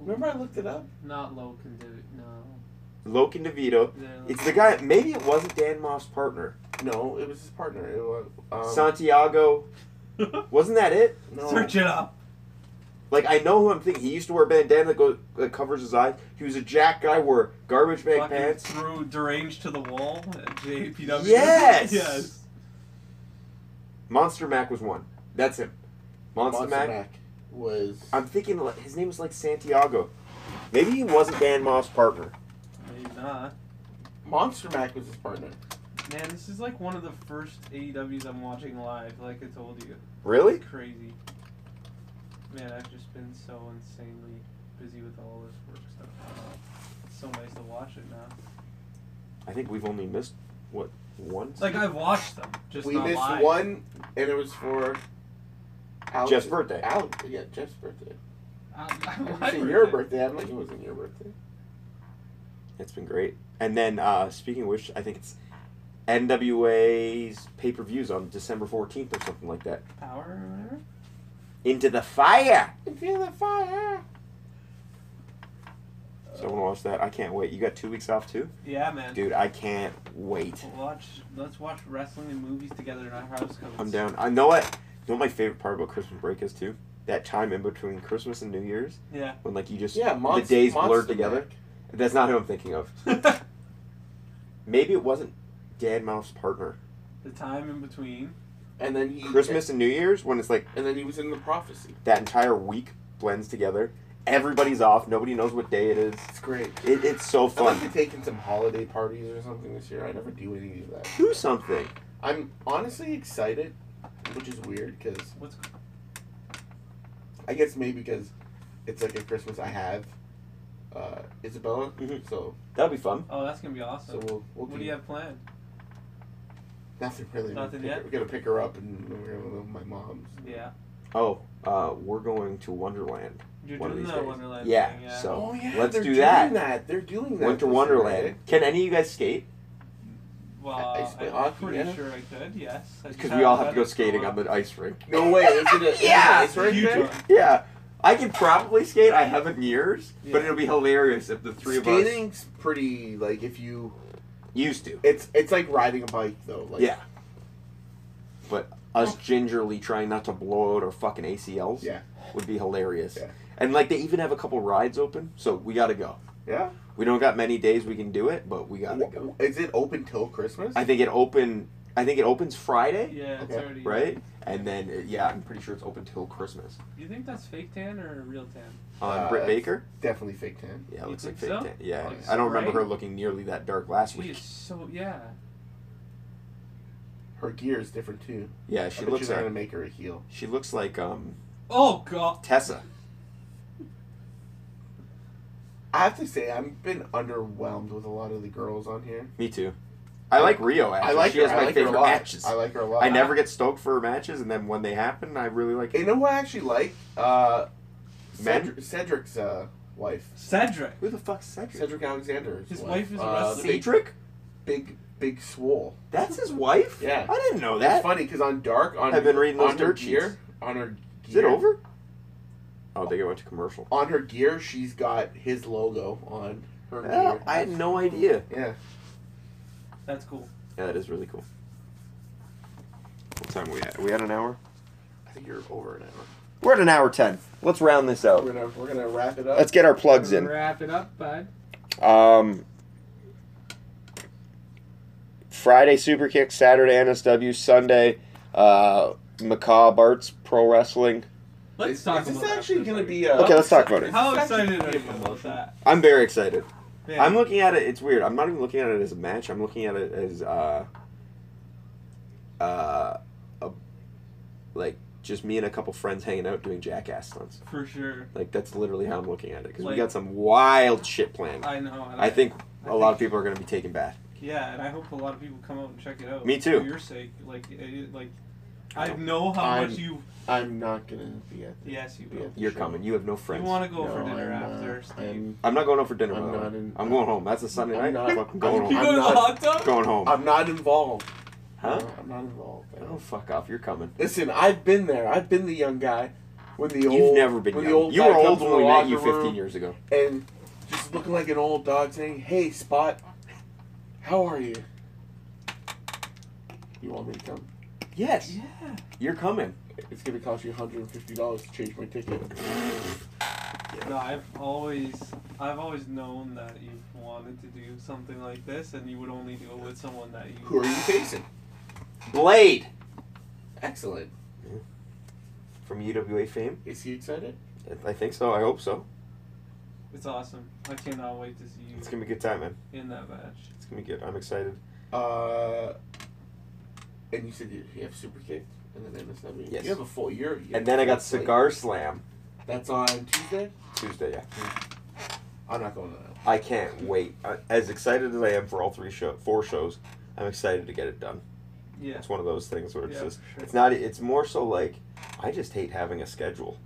Speaker 3: Remember I looked it up.
Speaker 4: not Loken, dude. No.
Speaker 1: Loken DeVito.
Speaker 4: They're
Speaker 1: It's
Speaker 4: like-
Speaker 1: the guy. Maybe it wasn't Dan Moff's partner.
Speaker 3: No, it was his partner. It was. Um,
Speaker 1: Santiago. Wasn't that it?
Speaker 3: no.
Speaker 4: Search it up.
Speaker 1: Like I know who I'm thinking. He used to wear a bandana that, goes, that covers his eyes. He was a jack guy, wore garbage bag
Speaker 4: Fucking
Speaker 1: pants.
Speaker 4: threw deranged to the wall at JPW.
Speaker 1: Yes!
Speaker 4: yes.
Speaker 1: Monster Mac was one. That's him. Monster,
Speaker 3: Monster
Speaker 1: Mac.
Speaker 3: Mac was.
Speaker 1: I'm thinking li- his name was like Santiago. Maybe he wasn't Dan Moff's partner.
Speaker 4: Maybe not.
Speaker 3: Monster Mac was his partner.
Speaker 4: Man, this is like one of the first AEWs I'm watching live, like I told you.
Speaker 1: Really?
Speaker 4: It's crazy. Man, I've just been so insanely busy with all this work stuff. It's so nice to watch it now.
Speaker 1: I think we've only missed what one.
Speaker 4: It's like I've watched them, just
Speaker 3: we
Speaker 4: not
Speaker 3: missed
Speaker 4: live.
Speaker 3: one, and it was for. Alex-
Speaker 1: Jeff's birthday.
Speaker 3: Alex, yeah, Jeff's birthday.
Speaker 4: I, I,
Speaker 3: It
Speaker 4: my
Speaker 3: was your birthday. I'm like, it wasn't your birthday.
Speaker 1: It's been great. And then uh, speaking of which, I think it's NWA's pay per views on December fourteenth or something like that.
Speaker 4: Power or whatever.
Speaker 1: Into the fire.
Speaker 3: I can feel the fire.
Speaker 1: So I want to watch that. I can't wait. You got two weeks off too,
Speaker 4: Yeah, man.
Speaker 1: dude. I can't wait.
Speaker 4: Watch. Let's watch wrestling and movies together in our house. Cause
Speaker 1: I'm
Speaker 4: it's-
Speaker 1: down. I know what. You know what my favorite part about Christmas break is too. That time in between Christmas and New Year's
Speaker 4: Yeah.
Speaker 1: when like you just
Speaker 3: Yeah,
Speaker 1: the
Speaker 3: Monster.
Speaker 1: days
Speaker 3: Monster
Speaker 1: blurred together.
Speaker 3: Mac.
Speaker 1: That's not who I'm thinking of.
Speaker 4: the
Speaker 1: Maybe it wasn't Dan Mouse partner.
Speaker 4: time in between.
Speaker 3: And then he
Speaker 1: Christmas and New Year's when it's like
Speaker 3: And then he was in the prophecy.
Speaker 1: that entire week blends together. Everybody's off. Nobody knows what day it is.
Speaker 3: It's great.
Speaker 1: It, it's so
Speaker 3: I'd like to
Speaker 1: fun.
Speaker 3: take in some holiday parties or something this year. I never do any of that.
Speaker 1: Do something.
Speaker 3: I'm honestly excited, which is weird because
Speaker 4: What's
Speaker 3: I guess maybe because it's like a Christmas I have uh, Isabella.
Speaker 1: Mhm.
Speaker 3: So
Speaker 1: That'd be fun.
Speaker 4: Oh, that's gonna be
Speaker 3: so
Speaker 4: awesome.
Speaker 3: we'll we'll
Speaker 4: what do you have planned?
Speaker 3: Nothing really. We'll
Speaker 4: Nothing
Speaker 3: pick
Speaker 4: yet?
Speaker 3: her- We're gonna pick her up and we're gonna live with my mom's.
Speaker 4: Yeah.
Speaker 1: Oh, uh, we're going to Wonderland.
Speaker 4: You're
Speaker 1: One of
Speaker 4: doing
Speaker 1: these
Speaker 4: the
Speaker 1: days.
Speaker 4: Wonderland
Speaker 1: Yeah,
Speaker 4: thing. Yeah.
Speaker 1: so-
Speaker 3: oh yeah,
Speaker 1: let's
Speaker 3: they're
Speaker 1: do
Speaker 3: doing
Speaker 1: that.
Speaker 3: They're doing that.
Speaker 1: Winter
Speaker 3: this year,
Speaker 1: Wonderland.
Speaker 3: right?
Speaker 1: Can any of you guys skate?
Speaker 4: Well,
Speaker 3: I- I split
Speaker 4: I'm
Speaker 3: hockey,
Speaker 4: pretty
Speaker 3: yeah.
Speaker 4: sure I could. Yes. I just
Speaker 1: Because we all have to
Speaker 4: haven't
Speaker 1: go
Speaker 4: done it for a
Speaker 1: skating on
Speaker 4: while.
Speaker 1: the ice rink.
Speaker 3: No way. Is it a, is it
Speaker 1: Yeah.
Speaker 3: an ice rink
Speaker 4: Huge
Speaker 3: there?
Speaker 4: one.
Speaker 1: Yeah, I could probably skate. I haven't in years, but
Speaker 4: Yeah.
Speaker 1: it'll be hilarious if the three of us
Speaker 3: Skating's pretty like if you
Speaker 1: used to.
Speaker 3: it's it's like riding a bike though. Like
Speaker 1: yeah, but
Speaker 4: Oh.
Speaker 1: us gingerly trying not to blow out our fucking ACLs
Speaker 3: Yeah.
Speaker 1: would be hilarious.
Speaker 3: Yeah.
Speaker 1: And like they even have a couple rides open, so we gotta go.
Speaker 3: Yeah.
Speaker 1: We don't got many days we can do it, but we gotta
Speaker 3: W-
Speaker 1: go.
Speaker 3: w- Is it open till Christmas?
Speaker 1: I think it open. I think it opens Friday,
Speaker 4: Yeah, it's
Speaker 3: Okay.
Speaker 4: already
Speaker 1: right? And then uh, yeah, I'm pretty sure it's open till Christmas.
Speaker 4: You think that's fake tan or real tan?
Speaker 1: On
Speaker 3: Uh,
Speaker 1: Britt
Speaker 3: it's-
Speaker 1: Baker.
Speaker 3: Definitely fake tan.
Speaker 1: Yeah, it
Speaker 4: You
Speaker 1: looks like
Speaker 4: think
Speaker 1: fake.
Speaker 4: so?
Speaker 1: tan. Yeah,
Speaker 3: Looks
Speaker 1: I don't remember her
Speaker 4: great.
Speaker 1: looking nearly that dark last
Speaker 4: She
Speaker 1: week.
Speaker 4: is so yeah.
Speaker 3: Her gear is different too.
Speaker 1: Yeah,
Speaker 3: I
Speaker 1: she
Speaker 3: bet
Speaker 1: looks
Speaker 3: you they're
Speaker 1: like
Speaker 3: gonna make her a heel.
Speaker 1: she looks like um
Speaker 4: Oh god.
Speaker 1: Tessa.
Speaker 3: I have to say I've been underwhelmed with a lot of the girls on here.
Speaker 1: Me too. I like Rio. Actually.
Speaker 3: I like
Speaker 1: she
Speaker 3: her.
Speaker 1: has
Speaker 3: I
Speaker 1: my
Speaker 3: like her a
Speaker 1: favorite
Speaker 3: lot.
Speaker 1: matches.
Speaker 3: I
Speaker 1: I,
Speaker 3: like her a lot.
Speaker 1: never get stoked for her matches, and then when they happen, I really like
Speaker 3: You
Speaker 1: it.
Speaker 3: know who I actually like? Uh,
Speaker 1: Men?
Speaker 3: Cedric, Cedric's uh, wife.
Speaker 4: Cedric.
Speaker 1: Who the fuck's Cedric?
Speaker 3: Cedric Alexander.
Speaker 4: His wife is a
Speaker 3: uh,
Speaker 4: wrestler.
Speaker 3: Big,
Speaker 1: Cedric?
Speaker 3: big, big swole.
Speaker 1: That's his wife.
Speaker 3: Yeah.
Speaker 1: I didn't know
Speaker 3: That's
Speaker 1: that.
Speaker 3: funny because on Dark on
Speaker 1: I've been reading those
Speaker 3: on her
Speaker 1: dirt sheets.
Speaker 3: gear on her. Gear,
Speaker 1: Is it over? Oh, I think I went to commercial.
Speaker 3: On her gear, she's got his logo on her
Speaker 1: Yeah,
Speaker 3: gear.
Speaker 1: I had no idea.
Speaker 3: Yeah.
Speaker 4: That's cool.
Speaker 1: Yeah, that is really cool. What time are we at? Are we at an hour?
Speaker 3: I think you're over an hour.
Speaker 5: We're at an hour ten. Let's round this
Speaker 3: We're
Speaker 5: out.
Speaker 3: gonna we're gonna wrap it up.
Speaker 5: Let's get our plugs in.
Speaker 4: Wrap it up, bud.
Speaker 5: Um, Friday Superkick, Saturday NSW, Sunday uh, Macabre Arts Pro Wrestling.
Speaker 4: Let's
Speaker 3: is,
Speaker 4: talk
Speaker 3: is this
Speaker 4: about that
Speaker 3: actually
Speaker 4: for
Speaker 3: gonna
Speaker 4: second.
Speaker 3: be a
Speaker 5: Okay, let's talk about it.
Speaker 4: How
Speaker 3: This is actually
Speaker 4: excited are
Speaker 3: gonna be
Speaker 4: you
Speaker 3: a
Speaker 4: about
Speaker 3: promotion.
Speaker 4: that?
Speaker 1: I'm very excited.
Speaker 4: Man,
Speaker 1: I'm looking at it. It's weird. I'm not even looking at it as a match. I'm looking at it as uh, uh, a, like just me and a couple friends hanging out doing jackass stunts.
Speaker 4: for sure.
Speaker 1: Like that's literally how I'm looking at it because we
Speaker 4: Like-
Speaker 1: got some wild shit planned.
Speaker 4: I know. and
Speaker 1: I think
Speaker 4: I
Speaker 1: a lot of
Speaker 4: think-
Speaker 1: people are gonna be taken back.
Speaker 4: Yeah, and I hope a lot of people come out and check it out.
Speaker 1: Me too.
Speaker 4: For your sake, like, it- like, I know how
Speaker 3: I'm-
Speaker 4: much you.
Speaker 3: I'm not gonna be at. The,
Speaker 4: Yes, you
Speaker 3: be
Speaker 4: will.
Speaker 3: at the
Speaker 1: You're
Speaker 3: show.
Speaker 1: coming. You have no
Speaker 4: You
Speaker 1: friends.
Speaker 4: want to go
Speaker 3: No,
Speaker 4: for dinner
Speaker 3: I'm, uh,
Speaker 4: after, Steve?
Speaker 3: I'm,
Speaker 1: I'm not going out for dinner.
Speaker 3: I'm
Speaker 1: by the way.
Speaker 3: not in-
Speaker 1: I'm going home. That's a Sunday
Speaker 3: I'm
Speaker 1: night.
Speaker 3: not-
Speaker 1: fucking going
Speaker 4: you
Speaker 1: home.
Speaker 3: I'm
Speaker 4: go to the
Speaker 3: not-
Speaker 4: hot tub?
Speaker 1: Going home.
Speaker 3: I'm not involved.
Speaker 1: huh?
Speaker 3: No, I'm not involved. I
Speaker 1: Oh
Speaker 3: don't-
Speaker 1: fuck off. You're coming.
Speaker 3: Listen, I've been there. I've been the young guy when the old.
Speaker 1: You've never been
Speaker 3: when
Speaker 1: young. You
Speaker 3: guy
Speaker 1: were old
Speaker 3: comes in
Speaker 1: when
Speaker 3: the
Speaker 1: we met
Speaker 3: locker
Speaker 1: you 15
Speaker 3: room
Speaker 1: years ago.
Speaker 3: And just looking like an old dog, saying, "Hey, Spot, how are you? You want me to come?
Speaker 1: Yes.
Speaker 4: Yeah.
Speaker 1: You're coming.
Speaker 3: It's gonna cost you 150 dollars to change my ticket."
Speaker 4: No, I've always, I've always known that you wanted to do something like this, and you would only do it with someone that you.
Speaker 3: Who are you facing?
Speaker 1: Blade.
Speaker 3: Excellent.
Speaker 1: from UWA fame.
Speaker 3: Is he excited?
Speaker 1: I- I think so. I hope so.
Speaker 4: It's awesome. I cannot wait to see
Speaker 1: It's
Speaker 4: you
Speaker 1: gonna be a good time, man.
Speaker 4: in that match.
Speaker 1: It's gonna be good. I'm excited.
Speaker 3: Uh, and you said you, you have super kick and then MSW.
Speaker 1: Yes.
Speaker 3: You have a full year. You have
Speaker 1: And then I got
Speaker 3: that's like-
Speaker 1: Cigar Slam
Speaker 3: that's on Tuesday.
Speaker 1: Tuesday. Yeah,
Speaker 3: I'm not going to that.
Speaker 1: I can't wait. I- As excited as I am for all three show, four shows, I'm excited to get it done.
Speaker 4: Yeah.
Speaker 1: It's one of those things where it's
Speaker 4: Yeah,
Speaker 1: just
Speaker 4: for sure.
Speaker 1: it's not e, it's more so like I just hate having a schedule.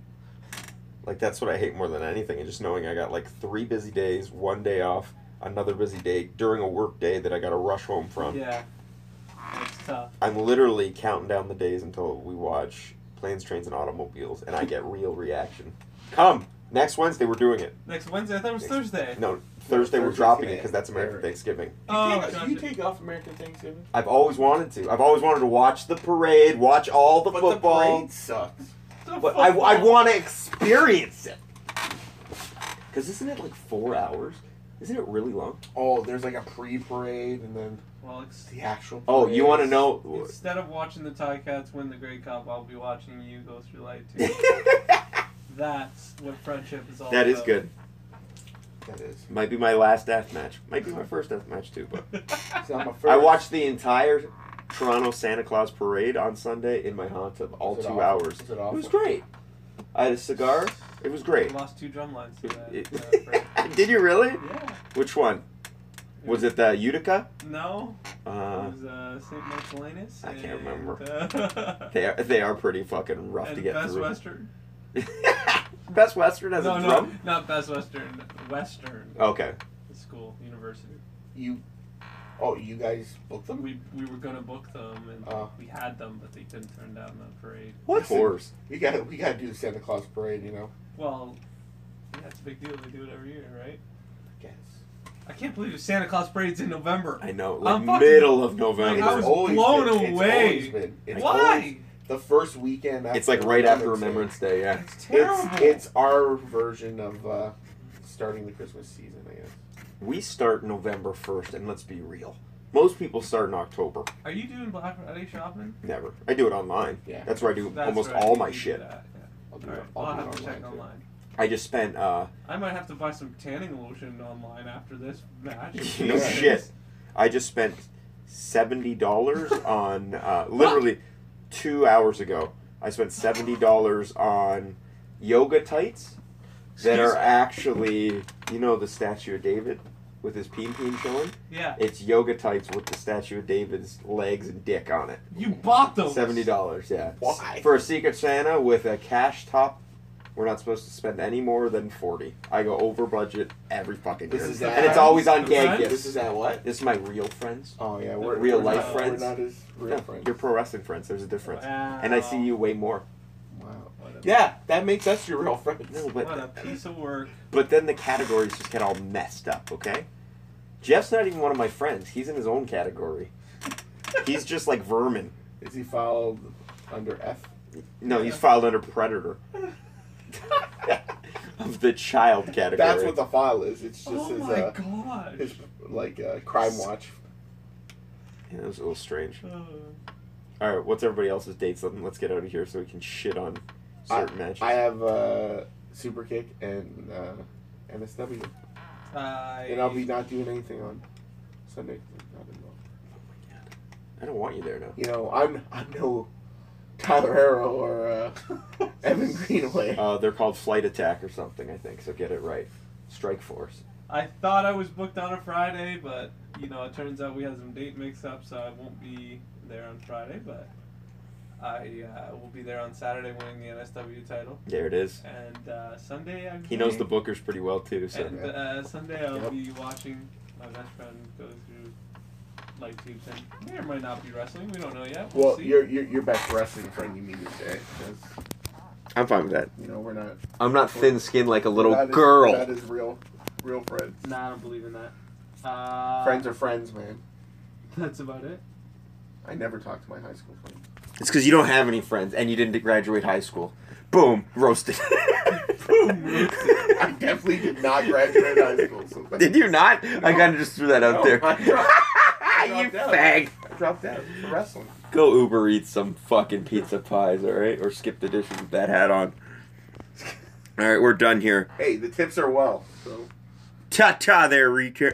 Speaker 1: Like that's what I hate more than anything, and just knowing I got like three busy days, one day off, another busy day during a work day that I got to rush home from.
Speaker 4: Yeah. That's tough.
Speaker 1: I'm literally counting down the days until we watch planes, trains, and automobiles, and I get real reaction. Come next Wednesday, we're doing it.
Speaker 4: Next Wednesday? I thought it was
Speaker 1: Next-
Speaker 4: Thursday.
Speaker 1: No, Thursday we're
Speaker 3: Thursday's
Speaker 1: dropping it
Speaker 3: today.
Speaker 1: because that's American
Speaker 3: Alright.
Speaker 1: Thanksgiving.
Speaker 4: Oh,
Speaker 3: you, take, you
Speaker 4: gotcha.
Speaker 3: take off American Thanksgiving.
Speaker 1: I've always wanted to. I've always wanted to watch the parade, watch all the
Speaker 3: But the
Speaker 1: football.
Speaker 3: parade sucks.
Speaker 4: The
Speaker 1: But I,
Speaker 4: fuck?
Speaker 1: I want to experience it. Because isn't it like four hours? Isn't it really long?
Speaker 3: Oh, there's like a pre-parade and then
Speaker 4: Well, ex-
Speaker 3: the actual. Parade.
Speaker 1: Oh, you want to know?
Speaker 4: instead of watching the Tie Cats win the Great Cup, I'll be watching you go through light two. That's what friendship is all
Speaker 1: that
Speaker 4: about.
Speaker 1: is good.
Speaker 3: That is.
Speaker 1: Might be my last death match. Might be my first death match too. But
Speaker 3: It's not my first.
Speaker 1: I watched the entire Toronto Santa Claus parade on Sunday in my haunt of all
Speaker 3: Was
Speaker 1: two
Speaker 3: it awful?
Speaker 1: hours.
Speaker 3: Was it awful?
Speaker 1: was great. I had a cigar. It was
Speaker 4: I
Speaker 1: great.
Speaker 4: lost two drum lines to that.
Speaker 1: It-
Speaker 4: uh, friend.
Speaker 1: Did you really?
Speaker 4: yeah.
Speaker 1: Which one? Was it the Utica?
Speaker 4: No.
Speaker 1: Uh,
Speaker 4: it was uh, St. Michaelinus.
Speaker 1: I can't
Speaker 4: and,
Speaker 1: remember.
Speaker 4: Uh,
Speaker 1: they are, they are pretty fucking rough to
Speaker 4: and
Speaker 1: get
Speaker 4: Best
Speaker 1: through.
Speaker 4: Western.
Speaker 1: Best Western as
Speaker 4: no,
Speaker 1: a
Speaker 4: no,
Speaker 1: drum.
Speaker 4: not Best Western. Western
Speaker 1: Okay.
Speaker 4: School University.
Speaker 3: you. Oh, you guys booked them.
Speaker 4: We we were gonna book them and
Speaker 1: Uh.
Speaker 3: Oh.
Speaker 4: we had them, but they couldn't turn down the parade.
Speaker 1: What horse?
Speaker 3: We got to we got to do the Santa Claus parade. You know.
Speaker 4: Well, that's a big deal. They do it every year, right?
Speaker 3: I guess.
Speaker 4: I can't believe the Santa Claus parade's in November.
Speaker 1: I know, like
Speaker 4: I'm fucking-
Speaker 1: middle of
Speaker 4: Like,
Speaker 1: November.
Speaker 4: I was
Speaker 3: It's always
Speaker 4: blown
Speaker 3: been- it's
Speaker 4: away.
Speaker 3: always been- it's always-
Speaker 4: Why?
Speaker 3: the first weekend. After
Speaker 1: it's like right after Remembrance
Speaker 3: Remembrance
Speaker 1: Day. Yeah.
Speaker 4: It's
Speaker 3: Day.
Speaker 4: terrible.
Speaker 3: It's it's our version of uh, starting the Christmas season. I guess.
Speaker 1: We start November first, and let's be real. Most people start in October.
Speaker 4: Are you doing Black Friday shopping?
Speaker 1: Never. I do it online.
Speaker 3: Yeah.
Speaker 1: That's where I do
Speaker 4: That's
Speaker 1: almost
Speaker 4: right,
Speaker 1: all
Speaker 4: you
Speaker 1: my
Speaker 4: do
Speaker 1: shit.
Speaker 4: that, yeah.
Speaker 3: I'll do
Speaker 4: All right,
Speaker 3: it. I'll
Speaker 4: I'll
Speaker 3: do
Speaker 4: have
Speaker 3: it
Speaker 4: to check
Speaker 3: too.
Speaker 4: online.
Speaker 1: I just spent uh
Speaker 4: I might have to buy some tanning lotion online after this match.
Speaker 1: no shit. I just spent seventy dollars on uh, literally two hours ago. I spent seventy dollars on yoga tights that
Speaker 4: Excuse
Speaker 1: are
Speaker 4: me.
Speaker 1: actually you know the statue of David with his peen peen showing.
Speaker 4: Yeah,
Speaker 1: It's yoga tights with the statue of David's legs and dick on it.
Speaker 4: you bought those.
Speaker 1: Seventy dollars, yeah.
Speaker 3: Why?
Speaker 1: For a Secret Santa with a cash top, we're not supposed to spend any more than forty. I go over budget every fucking
Speaker 3: This
Speaker 1: year,
Speaker 3: is
Speaker 1: and it's
Speaker 3: that-
Speaker 1: always on
Speaker 4: the
Speaker 1: gag
Speaker 4: friends?
Speaker 1: gifts.
Speaker 3: This is at what?
Speaker 1: This is my real friends.
Speaker 3: Oh yeah, we're
Speaker 4: we're-
Speaker 1: Real
Speaker 4: we're
Speaker 1: life
Speaker 4: not-
Speaker 1: friends.
Speaker 3: We're not as real
Speaker 1: No,
Speaker 3: friends.
Speaker 1: You're pro wrestling friends. There's a difference,
Speaker 4: Wow.
Speaker 1: and I see you way more.
Speaker 3: Wow.
Speaker 1: Yeah,
Speaker 3: That makes us your real friends.
Speaker 1: no,
Speaker 4: What a
Speaker 1: but
Speaker 4: piece of work.
Speaker 1: but then the categories just get all messed up. Okay, Jeff's not even one of my friends. He's in his own category. He's just like vermin.
Speaker 3: Is he filed under F?
Speaker 1: No, he's filed under predator of the child category.
Speaker 3: That's what the file is. It's just
Speaker 4: Oh
Speaker 3: his,
Speaker 4: my
Speaker 3: uh,
Speaker 4: gosh.
Speaker 3: his like uh, crime watch.
Speaker 1: Yeah, that was a little strange.
Speaker 4: Uh,
Speaker 1: All right, what's everybody else's dates? Let- Let's get out of here so we can shit on certain matches.
Speaker 3: I have uh, super kick and uh, MSW,
Speaker 4: I,
Speaker 3: and I'll be not doing anything on Sunday. Not involved.
Speaker 1: I don't want you there now.
Speaker 3: You know, I'm I'm no Tyler Harrow or uh, Evan Greenway.
Speaker 1: Uh, they're called flight attack or something, I think. So get it right. Strike force.
Speaker 4: I thought I was booked on a Friday, but you know, it turns out we had some date mix-ups, so I won't be there on Friday. But I uh, will be there on Saturday, winning the NSW title,
Speaker 1: There it is.
Speaker 4: and uh, Sunday I'm.
Speaker 1: He knows the
Speaker 4: here.
Speaker 1: bookers pretty well too. So
Speaker 4: And uh, Sunday I'll
Speaker 3: Yep.
Speaker 4: be watching my best friend go through light tubes and may or might not be wrestling. We don't know yet. We'll,
Speaker 3: Well,
Speaker 4: see.
Speaker 3: your your your best wrestling friend you meet is Jay. 'cause,
Speaker 1: I'm fine with that.
Speaker 3: You know, we're not
Speaker 1: I'm not thin skinned like a little
Speaker 3: that is-
Speaker 1: girl.
Speaker 3: that is real, real friends.
Speaker 4: Nah, I don't believe in that. Uh,
Speaker 3: Friends are friends, man.
Speaker 4: That's about it.
Speaker 3: I never talk to my high school friends.
Speaker 1: It's because you don't have any friends and you didn't graduate high school. Boom, roasted.
Speaker 4: Boom, roasted.
Speaker 3: I definitely did not graduate high school. So
Speaker 1: Did you not? I kind of just threw that out
Speaker 3: No,
Speaker 1: there. Ah,
Speaker 3: I dropped- I
Speaker 1: you
Speaker 3: dropped out.
Speaker 1: fag.
Speaker 3: dropped out for wrestling.
Speaker 1: Go Uber eat some fucking pizza pies, all right? Or skip the dishes with that hat on. All right, we're done here.
Speaker 3: Hey, the tips are well, so.
Speaker 1: Ta ta there, Reacher.